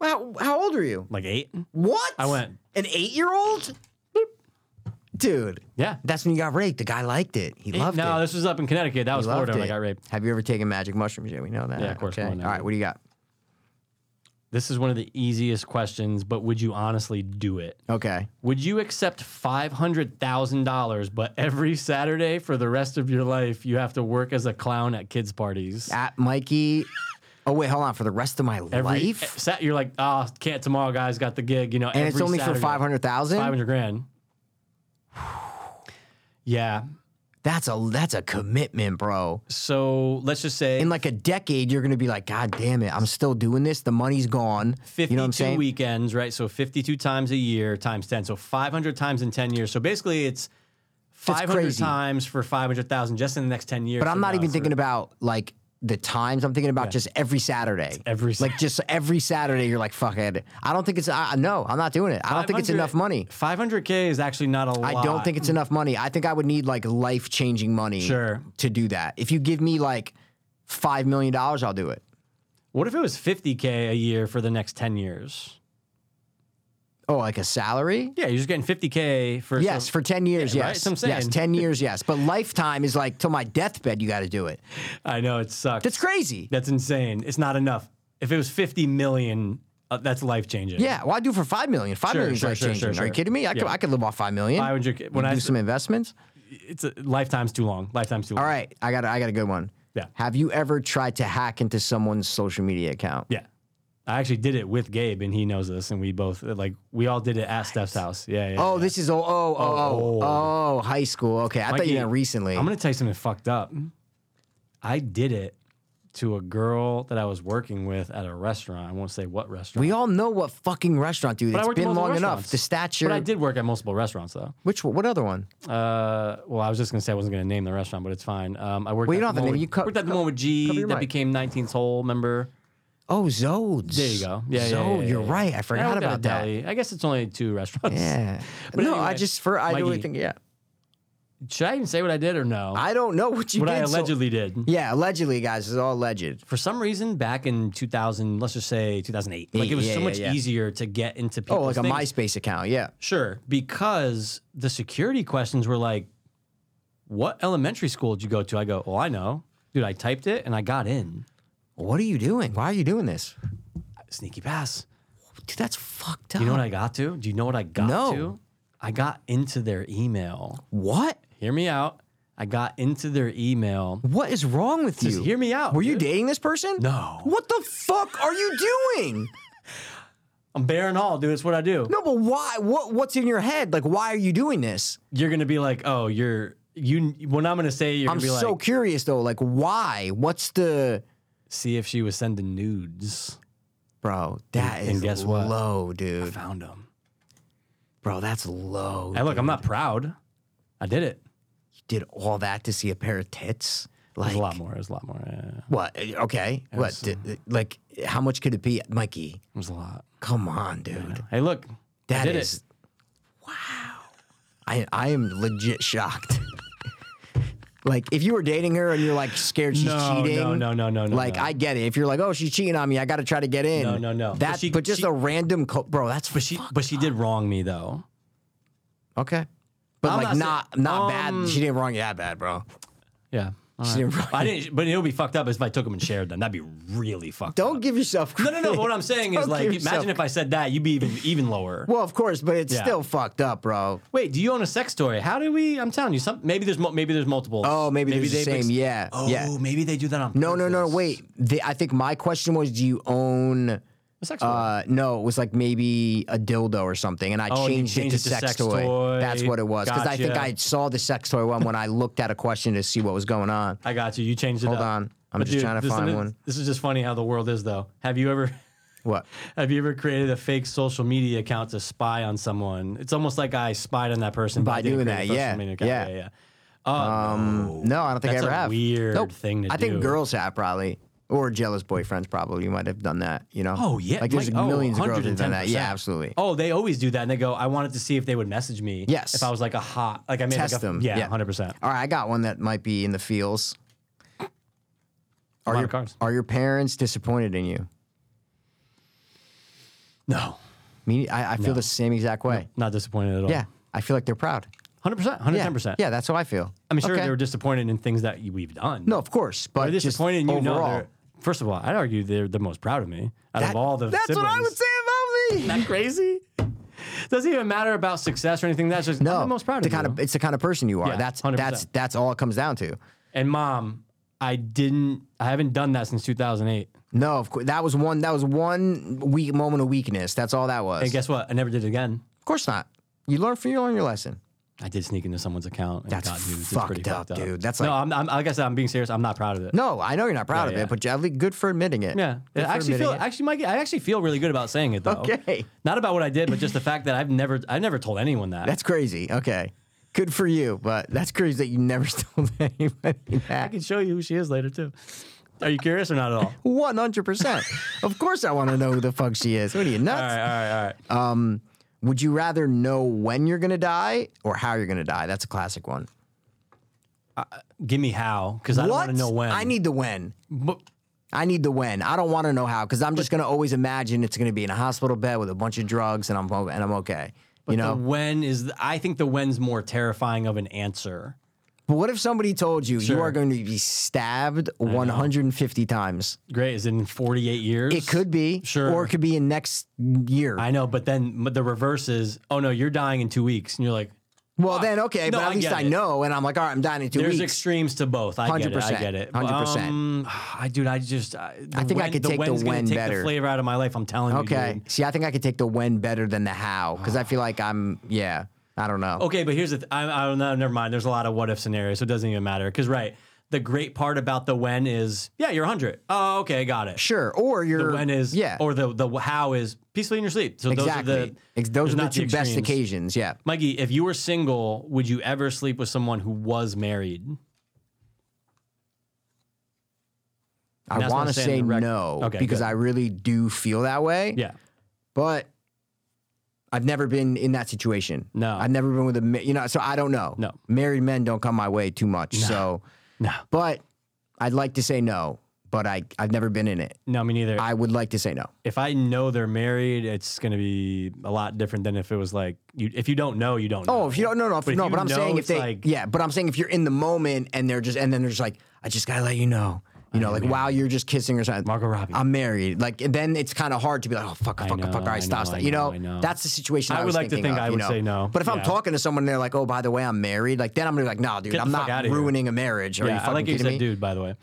how, how old are you?
like eight.
What?
I went.
An eight year old? Dude,
Yeah,
that's when you got raped. The guy liked it. He loved
no,
it.
this was up in Connecticut. That was
He loved
Florida when I
it.
got raped.
Have you ever taken magic mushrooms? Yeah, we know that.
Yeah, of course,
Okay.
come
All
on now.
right, what do you got?
This is one of the easiest questions, but would you honestly do it?
Okay.
Would you accept five hundred thousand dollars, but every Saturday for the rest of your life you have to work as a clown at kids' parties?
At Mikey. Oh, wait, hold on. For the rest of my
Every
life?
Sat, you're like, oh, can't tomorrow, guys. Got the gig, you know.
and it's only for
five
500000
five hundred grand. Yeah,
That's a that's a commitment, bro.
So let's just say
In like a decade, you're gonna be like, God damn it, I'm still doing this. The money's gone.
52
you know what I'm saying?
weekends, right? So 52 times a year times 10. So 500 times in 10 years. So basically it's 500
crazy.
times for 500,000 just in the next 10 years.
But I'm
from
not
now.
even
So
thinking about like the times. I'm thinking about just every Saturday.
every
like just every Saturday, you're like, fuck it. I don't think it's. I, no, I'm not doing it. I don't think it's
500
enough money.
500K is actually not a lot.
I don't think it's enough money. I think I would need like life changing money
Sure.
to do that. If you give me like five million dollars, I'll do it.
What if it was 50K a year for the next 10 years?
Oh, like a salary?
Yeah, you're just getting 50K for.
Yes,
some-
for ten years.
Yeah, right?
yes,
That's what I'm saying.
yes, ten years. Yes, but lifetime is like till my deathbed. You got to do it.
I know it sucks.
That's crazy.
That's insane. It's not enough. If it was 50 million, uh, that's life changing.
Yeah, well, I do for five million. Five
Sure,
million
sure,
is
sure,
life changing.
sure, sure.
Are you kidding me? I could,
Yeah.
I could live off five million.
500K. When
do
I
some investments.
it's a, lifetime's too long. Lifetime's too long.
All right, I got, a, I got a good one.
Yeah.
Have you ever tried to hack into someone's social media account?
Yeah. I actually did it with Gabe, and he knows this, and we both like we all did it at Steph's house. Yeah. yeah
Oh, this is oh oh oh
Oh,
oh, oh high school. Okay, I thought you
Mikey,
meant recently.
I'm gonna tell you something fucked up. I did it to a girl that I was working with at a restaurant. I won't say what restaurant.
we all know what fucking restaurant, dude.
I
It's
worked at
been
multiple
long enough.
restaurants.
The stature.
but I did work at multiple restaurants though.
Which one- what other one?
Uh, well, I was just gonna say I wasn't gonna name the restaurant, but it's fine. Um, I worked.
Well,
at
you don't have
the
to
one
name it.
with-
You co-
worked at the
co-
one with G
cover your
that
mic.
became 19th Hole. Remember?
Oh, Zodes.
There you go. Yeah, yeah,
Zodes,
yeah, yeah,
you're
yeah.
right. I
I
forgot
worked at a
about that.
deli. I guess it's only two restaurants.
Yeah.
But
no, I
anyway,
just for I
Mikey.
don't think yeah.
Should I even say what I did or no?
I don't know what you
what
did.
I
so-
allegedly did.
yeah, allegedly, guys, it's all alleged. Oh,
for some reason back in 2000 let's just say 2008 like it was
Yeah,
so
yeah,
much
yeah.
easier to get into
Oh,
people's
like a
things.
MySpace account. Yeah.
sure because the security questions were like what elementary school did you go to i go well i know dude i typed it and i got in
What are you doing? Why are you doing this?
sneaky pass
Dude, that's fucked up.
you know what i got to do you know what i got
No.
to i got into their email
what?
hear me out i got into their email
What is wrong with you?
Just hear me out
Were you
dude.
dating this person?
No.
What the fuck are you doing?
i'm bare and all dude it's what i do
No, but why? What? What's in your head? Like, why are you doing this?
you're gonna be like oh you're you when i'm gonna say you're
I'm
gonna be
so
like
curious though. Like, why? What's the
see if she was sending nudes.
bro? That is
And guess what?
low, dude.
Found them.
Bro, that's low.
Hey, look, I'm not proud. I did it.
You did all that to see a pair of tits? Like
There's a lot more. There's a lot more. Yeah, yeah.
what? Eh, Okay, what?
was,
D- like, how much could it be, Mikey?
There's a lot.
Come on, dude.
Hey, look, I
That
did
is
it.
I I am legit shocked. like if you were dating her and you're like scared she's
No,
cheating.
no, no, no, no, no,
Like
no.
I get it. If you're like, oh, she's cheating on me, I got to try to get in.
No, no, no. But
That, but,
she-
just
she-
a random, co- bro. That's
But she, but she did wrong me though.
okay. But
I'm
like
not
not
saying-
not
Um,
bad. She didn't wrong you that bad, bro.
Yeah. All
She
right.
didn't wrong.
I didn't. But it would be fucked up if I took them and shared them. That'd be really fucked. up.
Don't give yourself.
No, no, no.
credit.
But what I'm saying is
Don't
like,
give yourself-
imagine if I said that, you'd be even even lower.
Well, of course, but it's
Yeah.
still fucked up, bro.
Wait, do you own a sex toy? How do we? I'm telling you, some maybe there's mo- maybe there's multiple.
Oh, maybe, there's the
they
same.
mix-
yeah,
Oh,
yeah.
maybe they do that on.
No, no, no.
purpose.
Wait. The, I think my question was, do you own?
A sex toy.
Uh, no, it was like maybe a dildo or something, and I
Oh, you
changed, it to sex, toy. That's what it was because I think
Gotcha.
I saw the sex toy one when I looked at a question to see what was going on.
I got you. You changed it.
Hold
up.
on, I'm
But
just trying to
this-
find
this-
one.
This is just funny how the world is, though. Have you ever,
What?
have you ever created a fake social media account to spy on someone? It's almost like I spied on that person
By
I didn't
doing
create a
that,
social
yeah,
media account.
yeah.
yeah, yeah. Oh, um,
No, I don't think
That's
I ever
a
have.
weird
Nope.
thing to
I think
do.
girls have probably, or jealous boyfriends probably. You might have done that. You know?
Oh yeah,
Like there's
Mike, oh,
millions of girls who've done that.
110%.
Yeah, absolutely.
Oh, they always do that, and they go, "I wanted to see if they would message me."
Yes.
if I was like a hot, like I made
Test
like a,
them.
Yeah,
Yeah.
hundred percent.
All right, I got one that might be in the feels.
A
Are
lot
your
of cards.
are your parents disappointed in you?
No,
Me, I, I feel the same exact way.
not disappointed at all.
Yeah, I feel like they're proud.
hundred percent,
Yeah,
hundred ten percent.
Yeah, that's how I feel.
I mean, sure,
Okay.
they were disappointed in things that we've done.
No, of course, but
They're disappointed in
just
you. No,
overall.
they're- first of all, I'd argue they're the most proud of me out
That-
of all the.
that's what I
siblings.
would say about me.
Isn't that crazy? Doesn't even matter about success or anything. That's just
No,
I'm the most proud
the
of
kind
you.
of it's the kind of person you are.
Yeah,
that's
100%.
that's that's all it comes down to.
and mom, I didn't. I haven't done that since 2008.
No, of course that was one that was one weak moment of weakness. That's all that was.
And guess what? I never did it again.
of course not. You learn from you learn your lesson.
I did sneak into someone's account. And
That's
got news. It's
fucked
pretty
up, dude. That's
no.
like-
I'm, I'm, like I said, I'm being serious. I'm not proud of it.
No, I know you're not proud
Yeah,
of
yeah.
it, but you- at least good for admitting it.
Yeah, I
Good for
actually feel
admitting it.
actually, Mike, I actually feel really good about saying it though.
Okay.
Not about what I did, but just the fact that I've never, I never told anyone that.
That's crazy. Okay. Good for you, but that's crazy that you never told anybody
I
that.
can show you who she is later too. Are you curious or not at all?
One hundred percent. Of course, I want to know who the fuck she is. What are you nuts? Um,
All right, all right, all right.
Would you rather know when you're gonna die or how you're gonna die? That's a classic one.
Give me how, because I don't want to know when.
I need the when.
But-
I need the when. I don't want to know how because I'm just gonna always imagine it's gonna be in a hospital bed with a bunch of drugs and I'm o- and I'm okay. You know.
the when is the, I think the when's more terrifying of an answer.
but what if somebody told you you
Sure.
are going to be stabbed 150 times?
Great, is in 48 years.
It could be,
Sure.
or it could be in next year.
I know, but then but the reverse is, oh no, you're dying in two weeks, and you're like,
well, then okay,
No,
but at
I
least
get
I
it.
know, and I'm like, all right, I'm dying in two
there's
weeks.
extremes to both. I get it. I
100%,
get it.
100%.
Um, I dude, I just I,
I think I could take the
when's gonna
when
take The
better.
flavor out of my life. I'm telling you.
okay.
dude.
See, I think I could take the when better than the how because I feel like I'm. Yeah, I don't know.
Okay, but here's the. Th- I, I don't know. Never mind. There's a lot of what if scenarios, so it doesn't even matter. Because right, the great part about the when is yeah, you're 100. Oh, okay, got it.
Sure. Or you're
The when is
yeah.
or the the how is peacefully in your sleep. So
exactly.
those are the
Ex- those
there's
are the
not
two best
extremes.
occasions. Yeah.
Mikey, if you were single, would you ever sleep with someone who was married?
I
that's what
want to
I'm saying,
say
the rec-
no
Okay,
because
good.
I really do feel that way.
Yeah.
But I've never been in that situation.
No.
I've never been with a ma- you know, so I don't know.
No.
Married men don't come my way too much. So
No.
but I'd like to say no, but I I've never been in it.
No, me neither.
I would like to say no.
if I know they're married, it's going to be a lot different than if it was like you. If you don't know, you don't. know.
Oh, if you don't no no if-
But if
no,
you
but I'm
know
saying if
it's
they
like-
yeah, but I'm saying if you're in the moment and they're just and then they're just like I just gotta let you know. You know, like while you're just kissing or something.
Margot Robbie.
I'm married. Like then it's kind of hard to be like, oh fuck,
I
fuck,
know,
fuck. All
I
right, stop,
know,
stop.
I
You
know,
know,
I know.
that's the situation.
I
I,
would
was
like to
thinking
think
of,
I
you
would
know?
say no.
But if I'm
Yeah.
talking to someone, and they're like, oh, by the way, I'm married. Like then I'm gonna be like, nah, dude,
Get the
I'm
fuck
not
outta here.
ruining a marriage. Are you
yeah, I
fucking
like you
kidding
said,
me?
dude. By the way,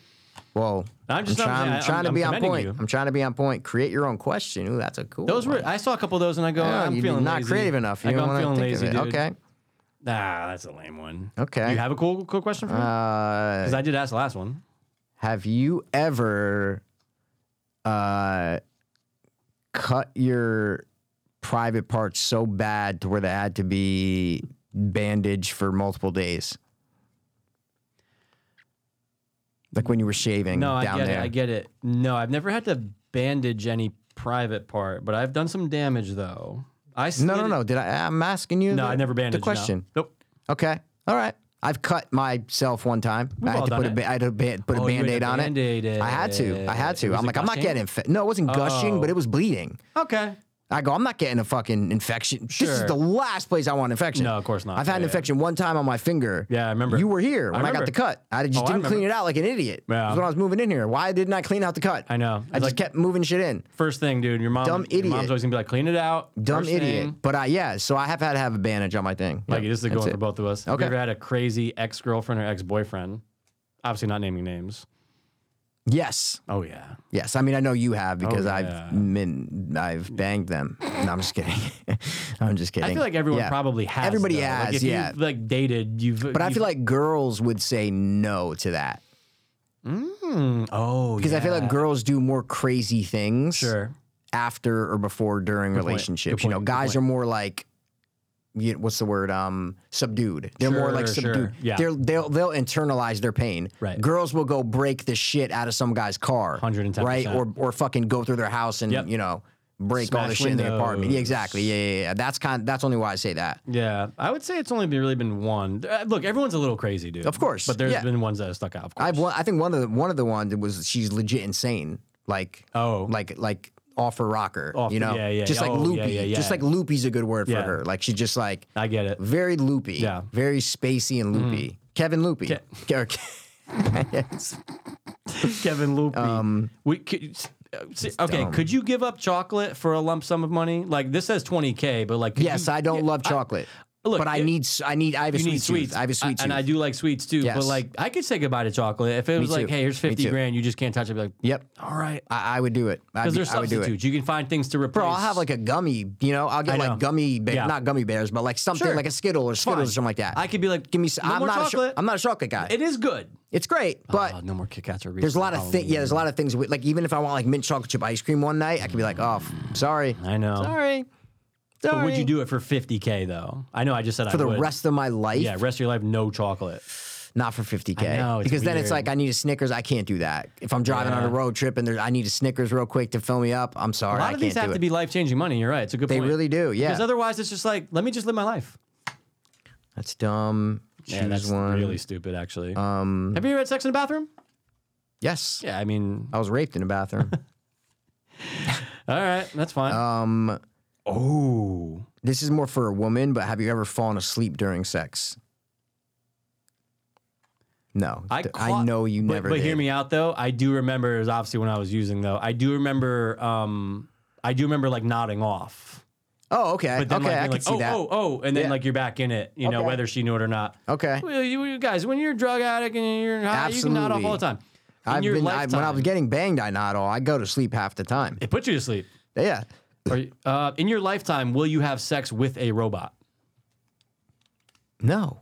Whoa.
I'm just not-
trying,
I-
I'm
I'm-
trying to
I'm
be on
commending
point.
you.
I'm trying to be on point. Create your own question. Ooh, that's a cool.
those
one.
were. I saw a couple of those, and I go,
Yeah,
I'm
you're
feeling
not
lazy.
creative enough.
I
You
go,
don't
I'm
want
feeling
to think
lazy,
of it.
dude.
Okay.
Nah, that's a lame one.
Okay.
You have a cool, cool question for me?
Uh,
Because I did ask the last one.
Have you ever uh, cut your private parts so bad to where they had to be bandaged for multiple days? Like when you were shaving
No, I
down
get
there.
it. I get it. No, I've never had to bandage any private part, but I've done some damage though. I
no,
slid
no,
it-
no. Did I? I'm asking you.
No,
the,
I never
the
bandaged. no.
question.
Nope.
Okay. All right. I've cut myself one time. I
all
had to
done
put a,
it.
ba- I had to ba- put a
Oh, you
band
had to
aid on
Band-Aid it.
I had to. I had to.
Was
I'm
it
like, I'm not
gushing?
getting infected. No, it wasn't gushing, but
Oh.
it was bleeding.
Okay.
I go, I'm not getting a fucking infection. This is
Sure.
the last place I want infection.
No, of course not.
I've had an
Yeah,
infection one time on my finger.
Yeah, I remember.
You were here when I, got
remember.
the cut. I just
Oh, I
didn't clean
remember.
it out like an idiot.
Yeah.
That's when I was moving in here. Why didn't I clean out the cut?
I know.
I
It's
just
like-
kept moving shit in.
First thing, dude, your mom.
Dumb
your
idiot.
mom's always gonna be like, clean it out.
Dumb
First
idiot.
thing.
But I yeah, so I have had to have a bandage on my thing.
Like
Yeah,
this is a good
that's
one
it.
for both of us. Have
Okay.
you ever had a crazy ex girlfriend or ex boyfriend? Obviously, not naming names.
Yes.
Oh yeah.
Yes. I mean I know you have because
Oh, yeah.
I've been, I've banged them. No, I'm just kidding. I'm just kidding.
I feel like everyone
Yeah.
probably has.
Everybody
though. Like,
has,
if you,
yeah.
like dated, you've.
But I feel like girls would say no to that.
oh,
Because I feel like girls do more crazy things.
sure.
after or before during
point.
relationships.
Good
You know,
point. Good
guys
point.
are more like, you what's the word? Um, subdued. They're more like
Sure,
subdued.
sure. Yeah.
They're, they'll they'll internalize their pain.
Right.
Girls will go break the shit out of some guy's car.
110%.
Right. Or or fucking go through their house and
Yep.
you know break all the
Smash
shit in the apartment. Yeah,
windows.
exactly. Yeah, yeah, yeah. That's kind. That's only why I say that.
Yeah, I would say it's only been, really been one. Uh, Look, everyone's a little crazy, dude.
Of course,
but there's
yeah.
been ones that have stuck out. Of course.
I've one, I think one of the one of the ones was she's legit insane. Like
Oh.
like like off her rocker.
Off-
you know,
yeah, yeah,
just
yeah.
like
Oh,
loopy.
yeah, yeah,
Just
yeah.
like loopy's a good word for
Yeah.
her. Like she just like
I get it.
very loopy.
Yeah. Mm.
Very spacey and loopy. Kevin Loopy. Ke- or Ke- yes.
Kevin Loopy.
Um,
we could, s- uh, s- okay, could you give up chocolate for a lump sum of money? Like this says 20k, but like could
Yes,
you-
I don't
yeah,
love chocolate.
Look,
but I
it-
need s- I need I have a
you
sweet
need sweets.
tooth. I have a sweet tooth.
and I do like sweets too. But
Yes.
like, I could say goodbye to chocolate if it was like,
too.
hey, here's
Me
fifty
too.
grand, you just can't touch it. I'd be like,
Yep,
all right,
I, I would do it. I'd
because
be-
there's
I would do it.
substitutes. You can find things to replace.
Bro, I'll have like a gummy. You know, I'll
I
get
know.
like gummy bears,
Yeah.
not gummy bears, but like something
Sure.
like a Skittle or Skittles
Fine.
or something like that.
I could be like,
give me. s-
no
I'm
more
not. A,
chocolate.
cho- I'm not a chocolate guy.
it is good.
it's great, but
Oh, no more Kit Kats or
there's a lot of
Reese's
things. Yeah,
Halloween.
there's a lot of things. With, like even if I want like mint chocolate chip ice cream one night, I could be like, oh, f- sorry,
I know.
sorry, sorry.
But would you do it for 50k though? I know I just said
for
I
the
would.
rest of my life?
Yeah, rest of your life, no chocolate.
Not for 50k.
I know, it's
because then it's
weird.
like I need a Snickers. I can't do that. If I'm driving on
Yeah.
a road trip and there's, I need a Snickers real quick to fill me up. I'm sorry,
A lot
I
of
can't
these have
do
to
it.
be life changing money. You're right. It's a good
they
point.
really do.
Because
Yeah,
otherwise, it's just like, let me just live my life.
that's dumb. Choose
yeah, that's
one.
really stupid, actually.
Um,
have you ever had sex in the bathroom?
yes,
Yeah, I mean,
I was raped in a bathroom.
all right, that's fine.
um,
oh,
this is more for a woman, but have you ever fallen asleep during sex? No,
I
Th- I
caught-
know you
but,
never.
But hear
did.
me out though. I do remember. It was obviously when I was using though. I do remember. Um, I do remember like nodding off.
Oh, okay.
But then
okay,
like,
I
being
can
like
see
oh,
that.
oh, oh, and then
Yeah.
like you're back in it. You know
Okay.
whether she knew it or not.
Okay.
Well, you, you guys, when you're a drug addict and you're high, you can nod off all the
Absolutely.
time. In
I've
your
been I,
lifetime,
when I was getting banged, I not all. I go to sleep half the time.
it puts you to sleep.
Yeah.
Or, uh, in your lifetime, will you have sex with a robot?
No,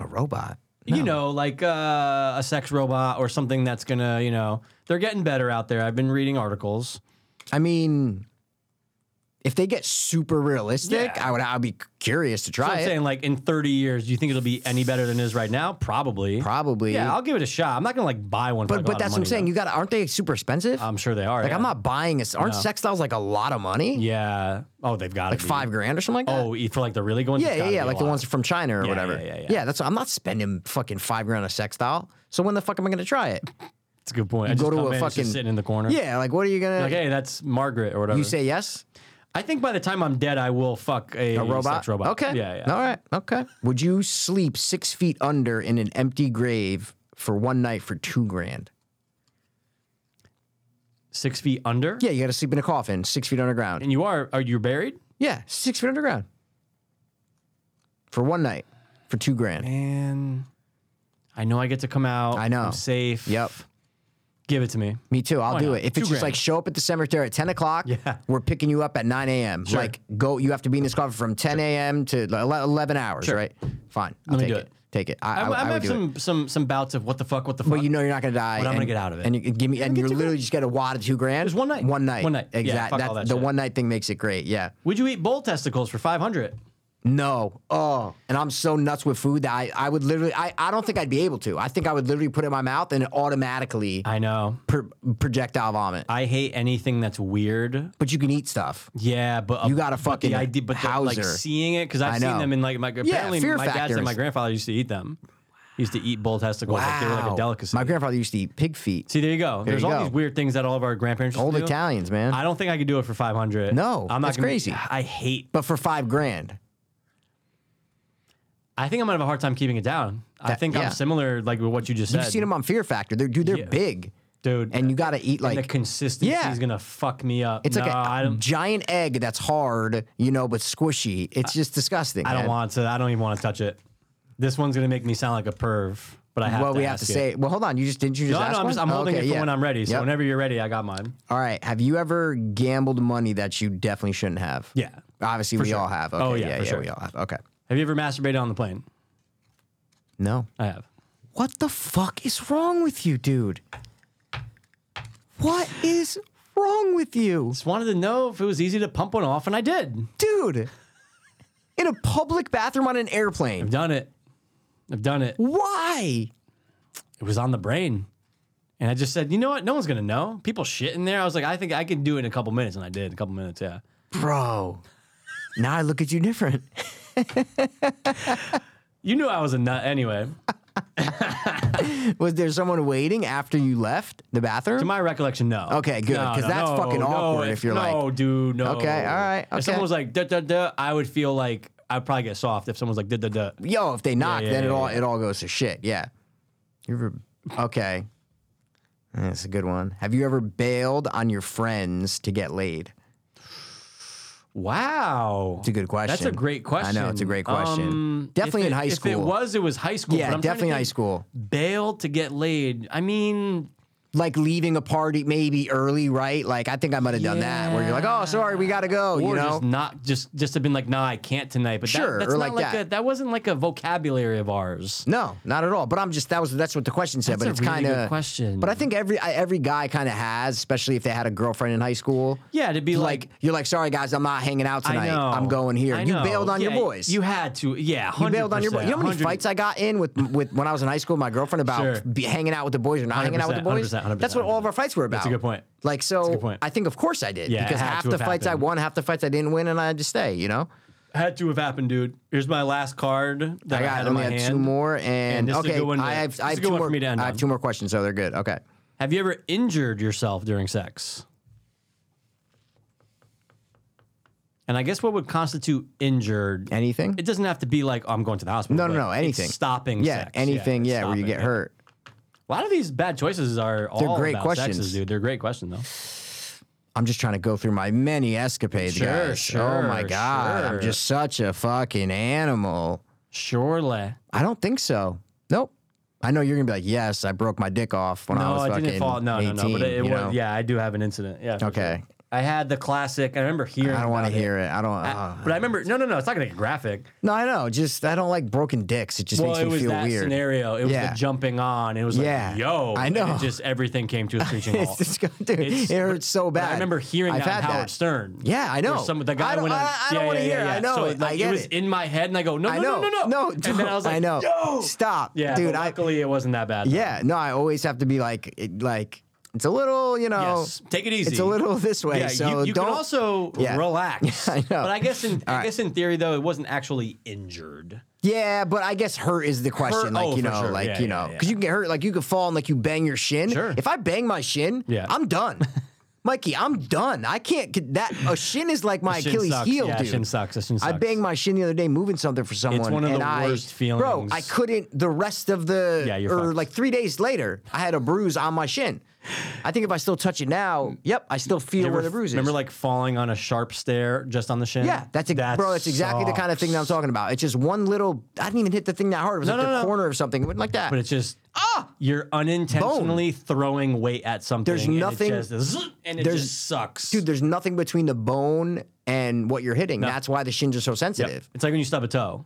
a robot.
You know, like uh, a sex robot or something that's gonna, you know, they're getting better out there. I've been reading articles.
I mean, if they get super realistic,
Yeah.
I would. I'd be curious to
So
try
I'm
it.
saying, like, in 30 years, do you think it'll be any better than it is right now? Probably.
Probably.
Yeah, I'll give it a shot. I'm not gonna like buy one. for,
but
like, a
but
lot of
that's what I'm
money,
saying.
though.
You got. Aren't they super expensive?
I'm sure they are.
like
yeah.
I'm not buying. A, aren't sex dolls like a lot of money?
Yeah. Oh, they've got
Like five grand or something like that.
Oh, for like the really going.
Yeah, yeah, yeah. Like the ones from China or
Yeah,
whatever.
yeah, yeah, yeah.
that's. I'm not spending fucking five grand on a sex doll. So when the fuck am I gonna try it?
It's a good point. I
go
just
to a
come in, it's just
fucking-
sitting in the corner.
Yeah, like what are you gonna?
Like, hey, that's Margaret or whatever.
you say yes?
I think by the time I'm dead, I will fuck a,
A robot?
sex robot.
Okay.
Yeah, yeah.
All right. Okay. Would you sleep six feet under in an empty grave for one night for two grand?
Six feet under.
Yeah, you got to sleep in a coffin, six feet underground.
And you are are you buried?
Yeah, six feet underground for one night for two grand.
And I know I get to come out.
I know.
I'm safe.
Yep.
Give it to me.
Me too. I'll
Why
do
not?
it. If
Two
it's just
grand.
like show up at the cemetery at 10 o'clock,
Yeah.
we're picking you up at 9 a.m.
Sure.
Like, go, you have to be in this coffin from 10 a.m. to like ele- 11 hours,
Sure.
right? Fine. I'll
Let me
take
do it.
Take it. I,
I,
I,
I,
I, would
have
do it.
some some some bouts of what the fuck, what the fuck.
But you know you're not gonna die.
But
and-
I'm gonna get out of it.
And you can give me, and
get
you
two
literally
grand.
just get a wad of two grand.
Just one night.
One night.
One night. Yeah,
Exactly.
fuck all that
the
shit.
one night thing makes it great. Yeah.
Would you eat bull testicles for five hundred?
No. Oh. And I'm so nuts with food that I, I would literally I, I don't think I'd be able to. I think I would literally put it in my mouth and it automatically
I know.
pro- projectile vomit.
I hate anything that's weird.
But you can eat stuff.
Yeah, but
You got a
but the
fucking
idea, but the, like
Hauser.
seeing it because
I
I've seen
know.
them in like my apparently
Fear
my dad
Factor
said my
is-
grandfather used to eat them. He used to eat bull testicles like they were like a
Wow.
delicacy.
My grandfather used to eat pig feet.
See, there you go. There's
you
all
go.
these weird things that all of our grandparents used to
Old
do.
Italians, man.
I don't think I could do it for 500.
No,
I'm not
that's
gonna-
crazy.
I hate.
but for five grand.
I think I'm gonna have a hard time keeping it down. I
That-
think
yeah.
I'm similar, like with what you just
You've
said,
seen them on Fear Factor. They're dude, they're
Yeah.
big.
dude.
And you gotta eat
the
like
consistency
Yeah.
is gonna fuck me up.
It's
no,
like a
I don't.
giant egg that's hard, you know, but squishy. It's just disgusting.
I don't
man.
want to. I don't even want to touch it. This one's gonna make me sound like a perv, but I have
Well,
to
we have
ask
to
it.
say. Well, hold on. You just didn't you just
No, no,
ask
I'm,
one?
just, I'm
Oh,
holding
okay,
it for
yeah.
when I'm ready. So
Yep.
whenever you're ready, I got mine.
All right. Have you ever gambled money that you definitely shouldn't have?
Yeah.
Obviously, we all have. Okay,
Oh, yeah,
yeah,
for sure.
we all have. Okay.
Have you ever masturbated on the plane?
No.
I have.
What the fuck is wrong with you, dude? What is wrong with you,
Just wanted to know if it was easy to pump one off, and I did.
dude? In a public bathroom on an airplane.
I've done it. I've done it.
Why?
It was on the brain. And I just said, you know what? No one's gonna know. People shit in there. I was like, I think I can do it in a couple minutes, and I did in a couple minutes. Yeah.
Bro. Now I look at you different.
You knew I was a nut anyway.
Was there someone waiting after you left the bathroom?
To my recollection, no.
Okay, good,
No,
'cause
no,
that's
no,
fucking
no,
awkward if you're
no,
like-
dude, no.
Okay, all right,
If
okay.
someone was like, duh, duh, duh, I would feel like I'd probably get soft. If someone was like, duh, duh, duh.
yo, if they knock,
yeah,
then it
yeah,
all
yeah.
it all goes to shit. Yeah. You ever okay? That's a good one. Have you ever bailed on your friends to get laid?
Wow.
It's a good question.
That's a great question.
I know it's a great question.
Um,
definitely
if
in
it-
high school.
If it was, it was high school. but
yeah,
I'm trying to
definitely in high
think,
school.
Bail to get laid. I mean,
Like leaving a party maybe early, right? Like I think I might have done that, where you're like, oh, sorry, we gotta go.
or
you know,
just not just just have been like, nah, I can't tonight. But
Sure,
that, that's
or
not
like that.
A, that wasn't like a vocabulary of ours.
No, not at all. But I'm just that was that's what the question said.
That's
but
a
it's
really
kind
good
of
question.
But I think every I- every guy kind of has, especially if they had a girlfriend in high school.
Yeah, to be like,
Like you're like, sorry guys, I'm not hanging out
I
tonight.
know,
I'm going here.
I
You
know.
bailed on
Yeah,
your boys.
You had to. Yeah, 100%,
You bailed on your boys. You know how many
100
fights I got in with with when I was in high school, my girlfriend about
Sure.
be hanging out with the boys or not hanging out with the boys.
100%, 100%,
That's what all of our fights were about.
That's a good point.
Like so,
good point.
I think of course I did
Yeah, it
because
had
half
to
the
have
fights
happened.
I won, half the fights I didn't win, and I had to stay. You know,
had to have happened, dude. Here's my last card that I,
I got
had in
only
my
had
hand.
two more, and,
this is a
okay,
good one to-
I
this
have
is
I
a
have
good
two
one
more.
for me to end
I have
on.
two more questions, so they're good. Okay.
Have you ever injured yourself during sex? And I guess what would constitute injured?
Anything?
It doesn't have to be like "Oh, I'm going to the hospital.
No, no,
but
no,
it's
anything.
stopping.
yeah,
sex.
anything. Yeah, where you
stopping
get
it.
hurt.
A lot of these bad choices are all
great
about
questions.
sexes, dude. They're great questions though.
I'm just trying to go through my many escapades,
Sure,
guys. oh my
sure,
god,
sure.
I'm just such a fucking animal.
Surely.
I don't think so. Nope. I know you're gonna be like, yes, I broke my dick off when I
No,
was
I
fucking
didn't fall. No,
18.
no, no. But it,
you know?
was. Yeah, I do have an incident. Yeah. for
Okay.
sure. I had the classic. I remember hearing.
I don't want to
about it.
hear it. I don't. uh,
But I remember. No, no, no. It's not gonna get graphic.
no, I know. Just I don't like broken dicks. It just
Well,
makes
it
me
was
feel
that
weird.
scenario. It was
Yeah.
the jumping on. It was like,
Yeah.
yo,
I
and
know.
it just everything came to a screeching halt.
It's disgusting. Dude,
It's-
it hurts so
But
bad.
I remember hearing
I've
that
had
on Howard Stern.
Yeah, I know.
Where Some the
I
guy
don't-
went on.
I- I don't
yeah,
wanna
yeah,
hear it.
Yeah,
I know
So,
it.
like,
I get
was
it.
in my head, and I go, no,
I
no,
know.
no, no, no.
No,
And then I was like,
I know.
yo,
Stop,
yeah.
dude.
but
I
luckily, it wasn't that bad. though.
Yeah, no, I always have to be like, it, like it's a little, you know,
Yes. Take it easy.
it's a little this way.
Yeah,
so
you, you
don't.
can also
Yeah.
relax.
I know.
But I guess in
All
I
right.
guess in theory though, it wasn't actually injured.
yeah, but I guess hurt is the question.
Hurt-
like
oh,
you
for
know,
sure.
like
Yeah,
you
yeah,
know,
yeah.
because you can get hurt. Like you could fall and like you bang your shin.
Sure.
If I bang my shin,
Yeah.
I'm done. Mikey, I'm done. I can't get that. A shin is like my
Shin
Achilles
sucks.
heel,
yeah,
dude.
Shin sucks. That Shin
I
sucks.
banged my shin the other day moving something for someone.
one of the
and I,
worst
Bro,
feelings.
I couldn't. The rest of the
Yeah, you're
or
fucked.
like three days later, I had a bruise on my shin. I think if I still touch it now, yep, I still feel
You
where
ever-
the bruise is.
Remember like falling on a sharp stair just on the shin?
yeah, that's a,
That
bro. That's exactly the kind of thing that I'm
sucks.
talking about. It's just one little. I didn't even hit the thing that hard. It was
No,
like
no,
the
no.
corner of something. It went like that.
But it's just ah, you're unintentionally throwing weight at something.
There's
and it
nothing-
just- zzz, and it
there's-
just sucks,
Dude, there's nothing between the bone and what you're hitting. That's why the shins are so
Yep.
sensitive.
It's like when you stub a toe.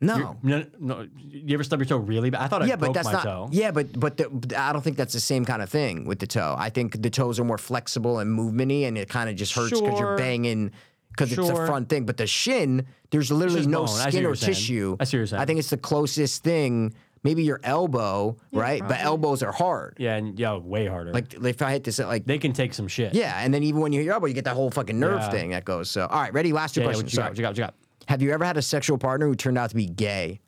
No.
No, no, you ever stub your toe really bad? I thought I
Yeah,
broke
but that's
my
not.
toe.
Yeah, but but the, but I don't think that's the same kind of thing with the toe. I think the toes are more flexible and movementy, and it kind of just hurts because
Sure.
you're banging because it's
Sure.
a front thing. But the shin, there's literally
just
no
bone. I see
skin
what
or
you're saying.
tissue.
I see what you're saying.
I think it's the closest thing. Maybe your elbow, right? But elbows are hard.
Yeah, and yeah, way harder.
Like if I hit this, like
they can take some shit.
yeah, and then even when you hit your elbow, you get that whole fucking nerve
Yeah.
thing that goes. So all right, ready? Last two
yeah, yeah, what
questions.
you got?
Sorry.
What you got? What you got?
Have you ever had a sexual partner who turned out to be gay?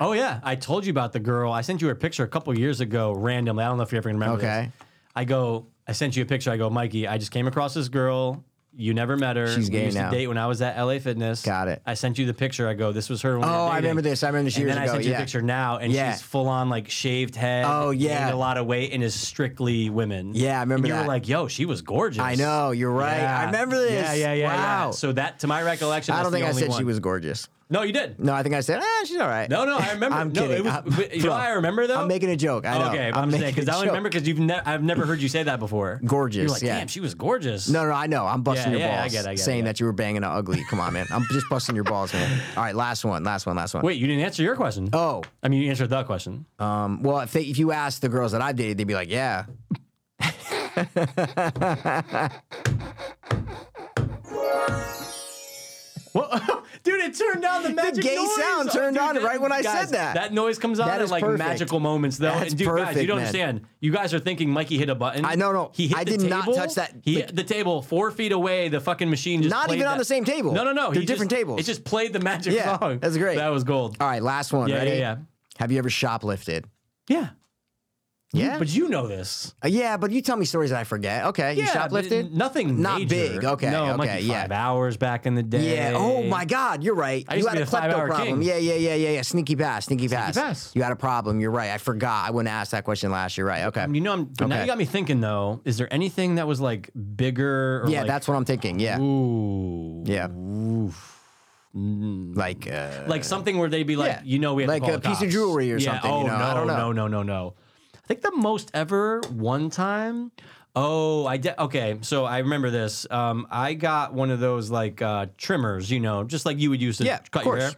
Oh yeah, I told you about the girl. I sent you a picture a couple years ago randomly. I don't know if you ever remember. this.
Okay.
I go. I sent you a picture. I go, Mikey. I just came across this girl. You never met her.
She's
we
gay
used
now.
to date when I was at LA Fitness.
Got it.
I sent you the picture. I go, this was her. When we were
Oh, I
dating."
remember this. I remember this
And
years
then I
ago,
sent you a
yeah.
picture now, and
Yeah.
she's full on like shaved head.
Oh, yeah.
gained a lot of weight, and is strictly women.
Yeah, I remember
And you were
that.
like, yo, she was gorgeous.
I know you're right. I
Yeah.
remember this.
Yeah, yeah, yeah.
Wow.
yeah. So that, to my recollection,
I
that's
don't
the
think I
only
said she
one.
was gorgeous.
No, you did.
No, I think I said, ah, she's all right.
No, no, I remember.
I'm
no,
kidding.
It was,
I'm-
but you know
bro,
why I remember though. Oh,
I'm making a joke. I know.
Okay,
I'm
I'm, saying
making
because I
a
only remember
joke.
because you've ne- I've never heard you say that before.
Gorgeous,
You're like,
yeah.
damn, she was gorgeous.
No, no, I know. I'm busting
Yeah,
your
yeah, I
balls.
get it, I get it,
saying
yeah.
that you were banging an ugly. Come on, man. I'm just busting your balls, man. All right, last one, last one, last one.
Wait, you didn't answer your question.
Oh,
I mean, you answered that question.
um, well, if, they, if you ask the girls that I've dated, they'd be like, yeah.
Well, dude, it turned on the magic
gay
noise. Oh,
sound turned
dude,
on right when I
guys,
said that.
That noise comes on
That
at
is
like
perfect.
magical moments, though.
That's
and dude, guys,
perfect,
you don't
man.
understand. You guys are thinking Mikey hit a button.
I- no, no.
He hit
I
the
did
table.
not touch that-
He
the-
hit the table four feet away. The fucking machine just
Not
played
even on
that-
the same table.
No, no, no.
They're
he
different
just-
tables.
It just played the magic
Yeah,
song.
that's great.
That was gold.
All right, last one.
Yeah, yeah,
ready?
yeah.
Have you ever shoplifted?
Yeah.
Yeah.
Mm, But you know this.
Uh, yeah, but you tell me stories that I forget. Okay, you
but
shoplifted?
Nothing
Not
major.
big. Okay,
No, it might
okay,
be
yeah.
five hours back in the day.
Yeah. Oh my God, you're right.
I
you
used to
had
be
a
the five-hour
klepto problem.
king.
Yeah, yeah, yeah, yeah, yeah. Sneaky pass, sneaky pass.
pass.
You had a problem. You're right. I forgot. I wouldn't ask that question last year. Right. Okay.
You know, I'm, but now
Okay.
you got me thinking though. Is there anything that was like bigger? Or
yeah,
like,
that's what I'm thinking. Yeah.
Ooh.
Yeah. Like. Uh,
Mm, Like something where they'd be like,
Yeah.
you know, we have
Like
to call
a
the
piece of
cops.
jewelry or
Yeah,
something, you
Oh
know,
no,
I don't know.
no, no, no, no. I think the most ever one time. Oh, I de- okay. So I remember this. Um, I got one of those like uh, trimmers, you know, just like you would use to
Yeah, of
cut your hair.
course.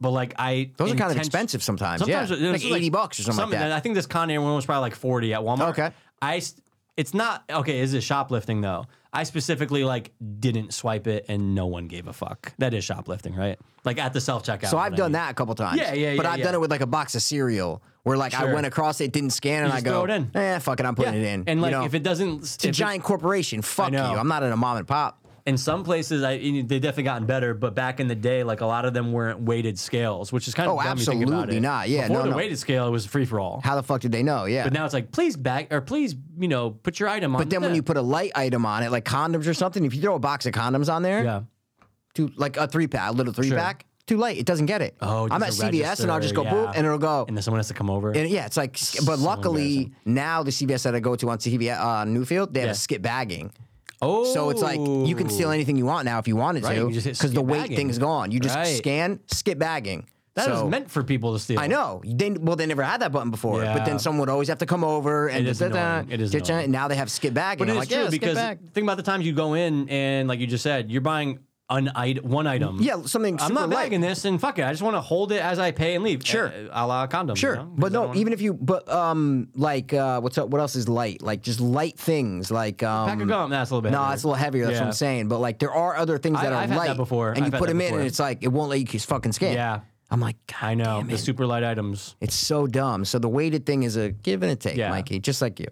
But like I,
those are kind of
intention-
expensive sometimes.
Sometimes
yeah.
it
like
was
80 bucks or something
some-
like
and
that.
I think this Con Air one was probably like forty at Walmart.
Okay.
I s- it's not okay. Is it shoplifting though? I specifically like didn't swipe it, and no one gave a fuck. That is shoplifting, right? Like at the self checkout.
So I've done that a couple times.
Yeah, yeah,
But
yeah,
I've
yeah.
done it with like a box of cereal where like I
Sure.
went across it, didn't scan, and I
just
go,
throw it in.
eh, fuck it, I'm putting it in.
And
you
like
know?
if it doesn't,
it's a giant corporation, fuck you.
know.
I'm not in a mom and pop.
in some places, I they definitely gotten better, but back in the day, like a lot of them weren't weighted scales, which is kind of
Oh,
dumb when you think about
absolutely
it.
not. Yeah,
Before
no,
the
no.
weighted scale, it was free for all.
How the fuck did they know? Yeah.
But now it's like please back or please you know put your item on.
But then when you put a light item on it, like condoms or something, if you throw a box of condoms on there,
yeah.
two, like a three pack, a little three pack, too late. It doesn't get it.
Oh, it
I'm at
doesn't
CVS and I'll just go
register,
boop
yeah.
and it'll go.
and then someone has to come over.
And yeah, it's like, but luckily
embarrassing.
now the CVS that I go to on CVS uh, Newfield, they have
Yeah.
a skip bagging.
oh,
So it's like you can steal anything you want now if you wanted
Right, you
to
can just hit
because the
skip
weight
bagging.
thing's gone. You just
Right.
scan, skip bagging.
Oh, That was
so,
meant for people to steal.
I know. They, well, they never had that button before, but
Yeah.
then someone would always have to come over and
It is
da-da-da,
annoying. It is
da-da,
annoying.
and now they have skip bagging.
but
I'm
it's
like,
true
yeah, skip
because
bag.
think about the times you go in and like you just said, you're buying an item, one item.
Yeah, something.
I'm
super
not
light.
bagging this, and fuck it. I just want to hold it as I pay and leave.
Sure.
eh, a la condom. you
Sure,
know, 'cause
but
I
no.
don't wanna-
Even if you, but um, like uh, what's up? What else is light? Like just light things, like um,
pack of gum. That's a little bit.
No, it's a little heavier. That's what
Yeah.
I'm saying. But like there are other things
I-
that are
I've had
light
that before.
and you
I've had
put
that
them in,
before.
and it's like it won't let you c- fucking scan.
Yeah.
I'm like, God
I know
damn
the
it.
super light items.
it's so dumb. So the weighted thing is a give and a take,
Yeah.
Mikey, just like you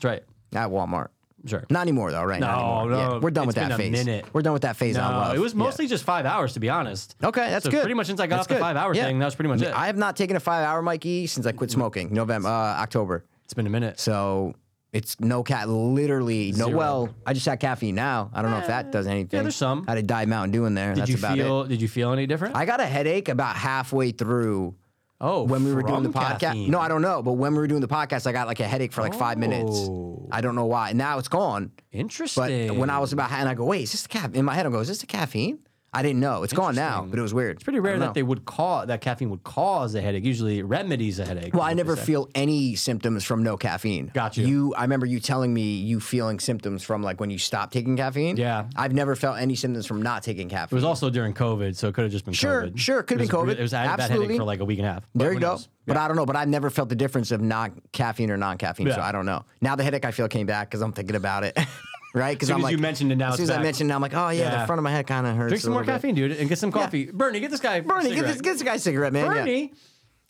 That's right.
at Walmart.
Sure.
Not anymore though, right? Not
No,
anymore. Yeah,
no,
we're done with
it's
that
been a
phase.
minute.
We're done with that phase on
No,
love.
Uh, it was
Yeah.
mostly just five hours, to be honest.
Okay, that's
So
good.
Pretty much since I got
That's
off the
good.
five-hour
Yeah.
thing, that was pretty much it. Mm-hmm.
I have not taken a five hour Mikey since I quit smoking November, uh, October.
it's been a minute.
So it's no cat, literally no.
Zero. Eh,
Well, I just had caffeine now. I don't know if that does anything.
there's some.
I had a Diet Mountain Dew in there.
Did
That's
you
about
feel?
it.
Did you feel any different?
I got a headache about halfway through
oh,
when we were doing the
from
podcast.
caffeine.
No, I don't know. But when we were doing the podcast, I got like a headache for like five minutes.
Oh.
I don't know why. Now it's gone. But
Interesting.
when I was about, and I go, wait, is this the caffeine? In my head, I go, is this the caffeine? I didn't know. It's gone now, but it was weird. It's
pretty rare that they would cause that caffeine would cause a headache. Usually, it remedies a headache.
Well, I never feel any symptoms from no caffeine.
Got you.
You, I remember you telling me you feeling symptoms from like when you stopped taking caffeine.
Yeah.
I've never felt any symptoms from not taking
It
caffeine.
was also during COVID, so it could have just been
Sure,
COVID.
sure, could
It
have been
was-
COVID.
It was I had a bad
Absolutely.
headache for like a week and a half. But
there you
who
go.
knows?
But I don't know. But I've never felt the difference of non caffeine or non caffeine. So
Yeah.
I don't know. Now the headache I feel came back because I'm thinking about it. right? Because
soon
I'm
as
like,
you mentioned it, now
As soon
it's
as I
back.
mentioned it, I'm like, oh yeah, the
Yeah.
front of my head kind of hurts.
Drink
a
some more
little bit.
caffeine, dude, and get some coffee. Bernie, get this guy. a
Bernie, get this,
cigarette.
get this guy a cigarette, man. yeah.
Bernie.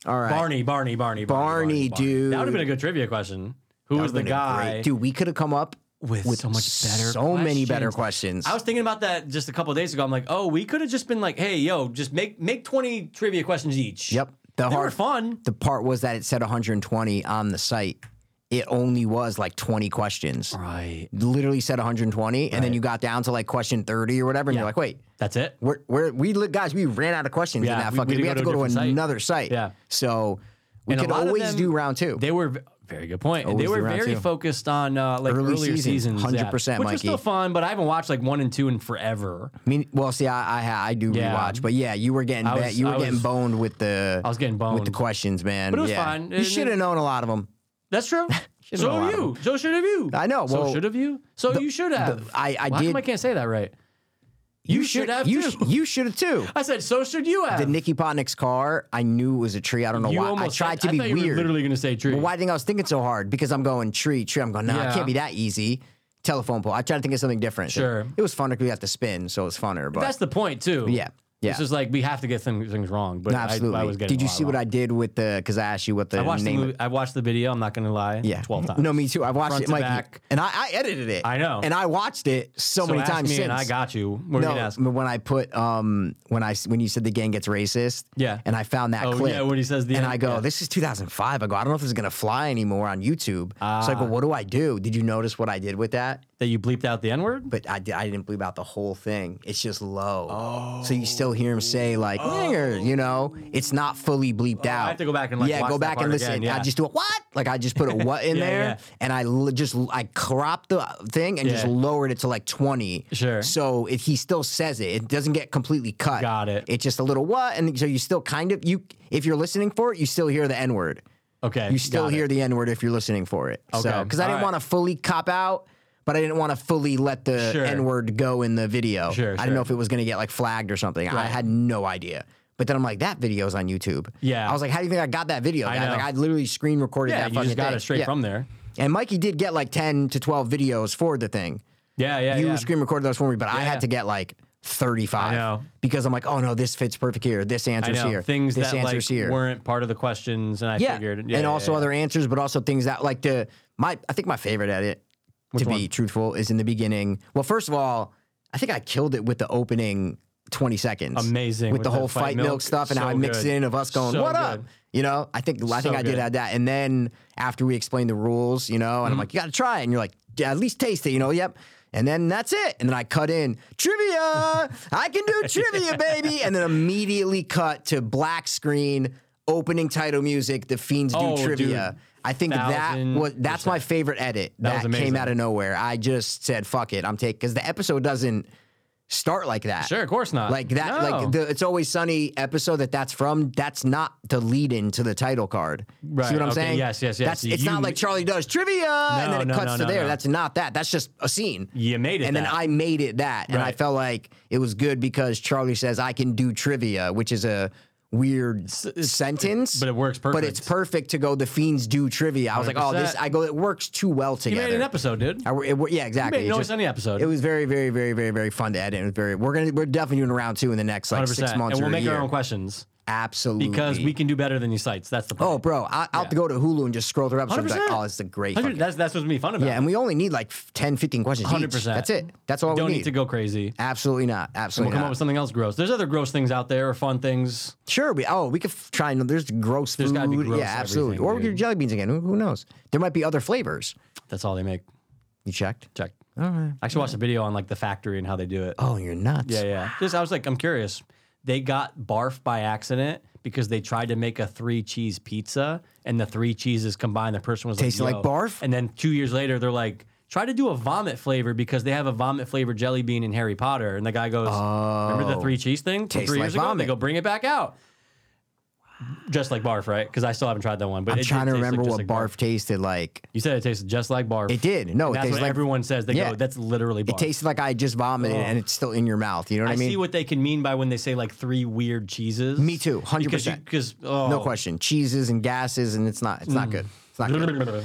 All right.
Barney, Barney, Barney,
Barney, dude.
That would have been a good trivia question. Who was the
Would've been a great-
guy?
Dude, we could have come up
with so much better
so many better questions.
I was thinking about that just a couple of days ago. I'm like, oh, we could have just been like, hey, yo, just make make 20 trivia questions each.
Yep. The
they were
hard-
fun.
the part was that it said 120 on the site. It only was like 20 questions.
Right.
Literally said 120, and then you got down to like question 30 or whatever, and you're like, wait,
That's it.
we're, we're, we li- guys, we ran out of questions
Yeah,
in that
we- we
fucking. We,
did
have
go
to
to
go to
a different site.
another site.
Yeah.
So we
And a
could
lot of
always
them-
do round two.
They were v- very good point. And
Always
they
do
were
round
very
two.
focused on uh, like
Early
earlier
season,
seasons. yeah,
100%,
Which
Mikey.
was still fun, but I haven't watched like one and two in forever.
I mean, well, see, I I, ha- I do
Yeah.
rewatch, but yeah, you were getting
I
ba-
was-
you were
I
getting
was-
boned with the
I was getting
with the
boned.
questions, man.
But it was
Yeah.
fine.
You should have known a lot of them.
That's true.
known
so
a lot
have
of
you. So should have you.
I know,
So
well,
should have you. So you should have.
I- I
Well, how
did-
Come I can't say that right. You, should, have
you
too.
sh- you should have too.
I said so should you have.
The Nicky Potnick's car, I knew it was a tree. I don't know
you
why. I
almost
tried to
I
be
thought
weird.
You were literally going to say tree.
But why do you think I was thinking so hard? Because I'm going tree, tree. I'm going, nah, it
Yeah.
can't be that easy. Telephone pole. I tried to think of something different.
Sure.
It was funner because we have to spin, so it's funner. But
That's the point too.
yeah. Yeah.
It's just like we have to get some things wrong. But
No,
I-
absolutely.
I, was getting
Did you see what I did with the? Because I asked you what the
I watched the
name.
movie, I watched the video. I'm not gonna lie.
yeah,
twelve times.
No, me too. I watched
Front
it,
to
Mikey,
back.
and I, I edited it.
I know.
and I watched it so,
so
many
ask
times
me
since.
and I got you. We're
no,
gonna ask.
but when I put um when I when you said the gang gets racist,
Yeah.
and I found that
Oh,
clip.
yeah, when he says the
and
end,
I go,
yeah.
this is 2005. I go, I don't know if this is gonna fly anymore on YouTube. so I
Ah.
go, what do I do? Did you notice what I did with that?
That you bleeped out the N word.
But I, did, I didn't bleep out the whole thing. It's just low. Oh. So you still hear him say like, nigger, you know, it's not fully bleeped out.
Oh. have to go back and, like,
yeah,
watch
go
that
back and
part
listen.
again, yeah.
I just do a what? Like I just put a what in
Yeah,
there,
yeah.
and I l- just I cropped the thing and just
Yeah.
lowered it to like twenty.
Sure.
So if he still says it, it doesn't get completely cut.
Got it.
It's just a little what, and so you still kind of you if you're listening for it, you still hear the n word.
Okay.
You still
got it.
hear the N word if you're listening for it. Okay.
Okay.
because I didn't
Alright.
want to fully cop out, but I didn't want to fully let the
Sure.
N word go in the video.
Sure,
I
sure.
didn't know if it was going to get like flagged or something. I had no idea. But then I'm like, that video's on YouTube.
Yeah.
I was like, how do you think I got that video?
I
guy? Like,
know.
I literally screen recorded
Yeah,
that
you
fucking
just got
thing.
it straight
Yeah.
from there.
And Mikey did get like 10 to 12 videos for the thing.
Yeah, yeah,
You
yeah.
screen recorded those for me, but I
Yeah.
had to get like 35
I know.
because I'm like, oh no, this fits perfect here. This
I
answer's
know
here.
things
this
that like
answer's here
weren't part of the questions, and I
yeah.
figured. Yeah,
and
yeah,
also
yeah.
other answers, but also things that like the my I think my favorite edit to be
one?
truthful is in the beginning. Well, first of all, I think I killed it with the opening 20 seconds.
Amazing,
With, the
with the
whole
fight
fight milk,
milk,
stuff and how
so
I mixed
good.
it in of us going,
So
"What up?"
good.
You know? I think I think
So
I did
good. Mm-hmm.
have that and then after we explained the rules, you know, and I'm like, "You got to try it." And you're like, yeah, "At least taste it." You know, yep. And then that's it. And then I cut in trivia. I can do trivia, baby. And then immediately cut to black screen, opening title music, the fiends do
Oh,
trivia.
dude.
I think that
Thousand
was that's my favorite edit
That
that,
was
came
amazing.
out of nowhere. I just said fuck it, I'm taking because the episode doesn't start like that.
Sure, of course not.
Like that,
Uh, No.
like the It's Always Sunny episode that that's from. That's not the lead in to the title card.
Right,
See what I'm
okay,
saying?
yes, yes, yes.
That's, it's
You-
not like Charlie does trivia and then it
no,
cuts
no,
to
no,
there.
no.
That's not that. That's just a scene.
You made it
And then
that.
I made it that, and I
Right.
felt like it was good because Charlie says I can do trivia, which is a weird sentence,
but it works
But it's
perfect.
perfect to go. The fiends do trivia. I was like, oh, this.
100%.
I go. It works too well
you
together.
made an episode, dude.
I, it, yeah, exactly.
made
It
an
just-
Always Sunny episode.
It was very, very, very, very, very fun to edit. It was very. We're gonna. We're definitely doing a round two in the next like
100.
six
percent
months
And
or
we'll
a
make
year.
our own questions
Absolutely.
because we can do better than these sites. That's the point.
Oh, bro, I, I'll have to go to Hulu and just scroll through episodes. Like,
100%.
oh, it's a great.
100
fucking-
that's that's what's gonna be fun about.
yeah,
it.
and we only need like 10, 15 questions. each.
100%.
That's it. That's all
don't
we
need to go crazy.
Absolutely not.
We'll
Absolutely
come
not.
up with something else gross. There's other gross things out there or fun things.
Sure, we oh we could f- try and there's gross food.
gotta be gross
yeah, absolutely.
everything,
Or we could do
dude.
jelly beans again. Who, who knows? There might be other flavors.
That's all they make.
You checked?
Check. All right. I actually watched a video on like the factory and how they do it.
Oh, you're nuts.
Yeah, yeah. Just I was like, I'm curious. They got barf by accident because they tried to make a three cheese pizza and the three cheeses combined. The person was
Tasted
like,
like
"Yo."
barf?
And then two years later, they're like, try to do a vomit flavor because they have a vomit flavored jelly bean in Harry Potter. And the guy goes, remember the three cheese thing from
Oh. Tastes
three
like
years ago?
vomit.
They go, bring it back out. Just like barf, right? Because I still haven't tried that one. But
I'm
it did
trying to
taste like-
remember
just
what
like
barf tasted like.
You said it tasted just like barf.
It did. No, it
That's
tastes
what
like
everyone says. They
Yeah.
go, that's literally barf.
It tasted like I just vomited and it's still in your mouth. You know what I,
I
mean?
see what they can mean by when they say like three weird cheeses.
Me too, 100%.
Because oh,
no question. Cheeses and gases and it's not it's
Mm.
not good. It's not good.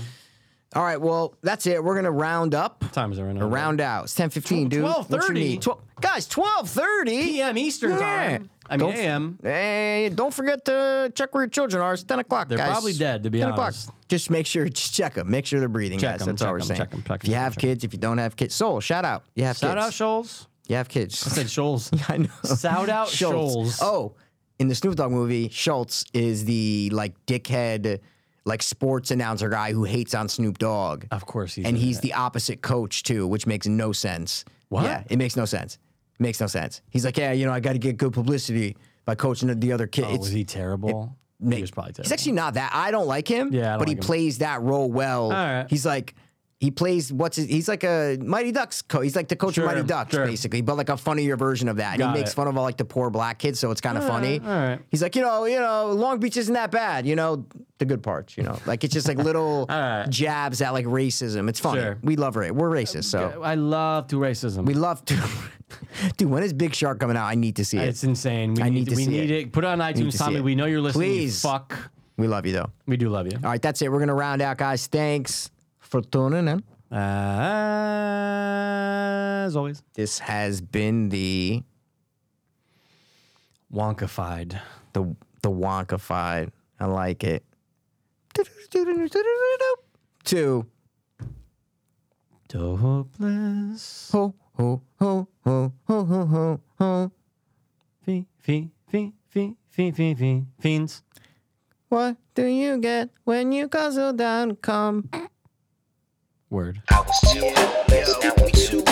All right, well, that's it. We're gonna round up.
Time is around.
Round out. It's ten fifteen, dude. What you
12:30?
need? Twelve guys, twelve thirty.
p.m. Eastern time. I mean
Don't f-
a.m.
Hey, don't forget to check where your children are. It's 10 o'clock.
They're
guys.
probably dead, to be
10
honest.
O'clock. Just make sure, just check them. Make sure they're breathing,
Check
guys.
'em,
That's
check
all we're
'em,
saying.
check 'em, check 'em,
if you have
check 'em.
kids, if you don't have kids, Soul, shout out. You have
Shout
kids.
out Shoals.
you have kids.
Said Shoals.
I know.
Shout out Shoals.
Oh, in the Snoop Dogg movie, Schultz is the like dickhead, like sports announcer guy who hates on Snoop Dogg.
Of course he's
and
in
he's
it.
the opposite coach too, which makes no sense.
What?
Yeah, it makes no sense. Makes no sense. He's like, yeah, you know, I got to get good publicity by coaching the other kid.
Oh,
It's-
was he terrible?
Ma-
he was probably terrible.
He's actually not that. I don't like him.
Yeah, I don't
but he
like him.
plays that role well.
right.
He's like he plays what's his, he's like a Mighty Ducks coach. He's like the coach
Sure,
of Mighty Ducks
sure.
basically, but like a funnier version of that. And
Got
he makes
it.
fun of all like the poor black kids, so it's kind of funny.
all right.
He's like, you know, you know, Long Beach isn't that bad. You know, the good parts. You know, like it's just like little
right.
jabs at like racism. It's funny.
Sure.
We love it. We're racist, so
I love to racism.
we love to. Dude, when is Big Shark coming out? I need to see it.
it's insane. We
I
need,
need to
we
see
need
it.
it. Put it on
to
iTunes,
see
Tommy.
it.
We know you're listening. you
Please.
Fuck.
we love you though.
We do love you.
All right, that's it. We're gonna round out, guys. Thanks for tuning in.
as always.
Uh, This has been the
Wonkified.
The the wonkified. I like it. Two.
Hopeless.
Ho ho ho ho ho ho ho ho.
Fee, fee, fee, fee, fee, fee, fee. Fiends.
What do you get when you guzzle down cum?
Word.
I was too hopeless, now I'm too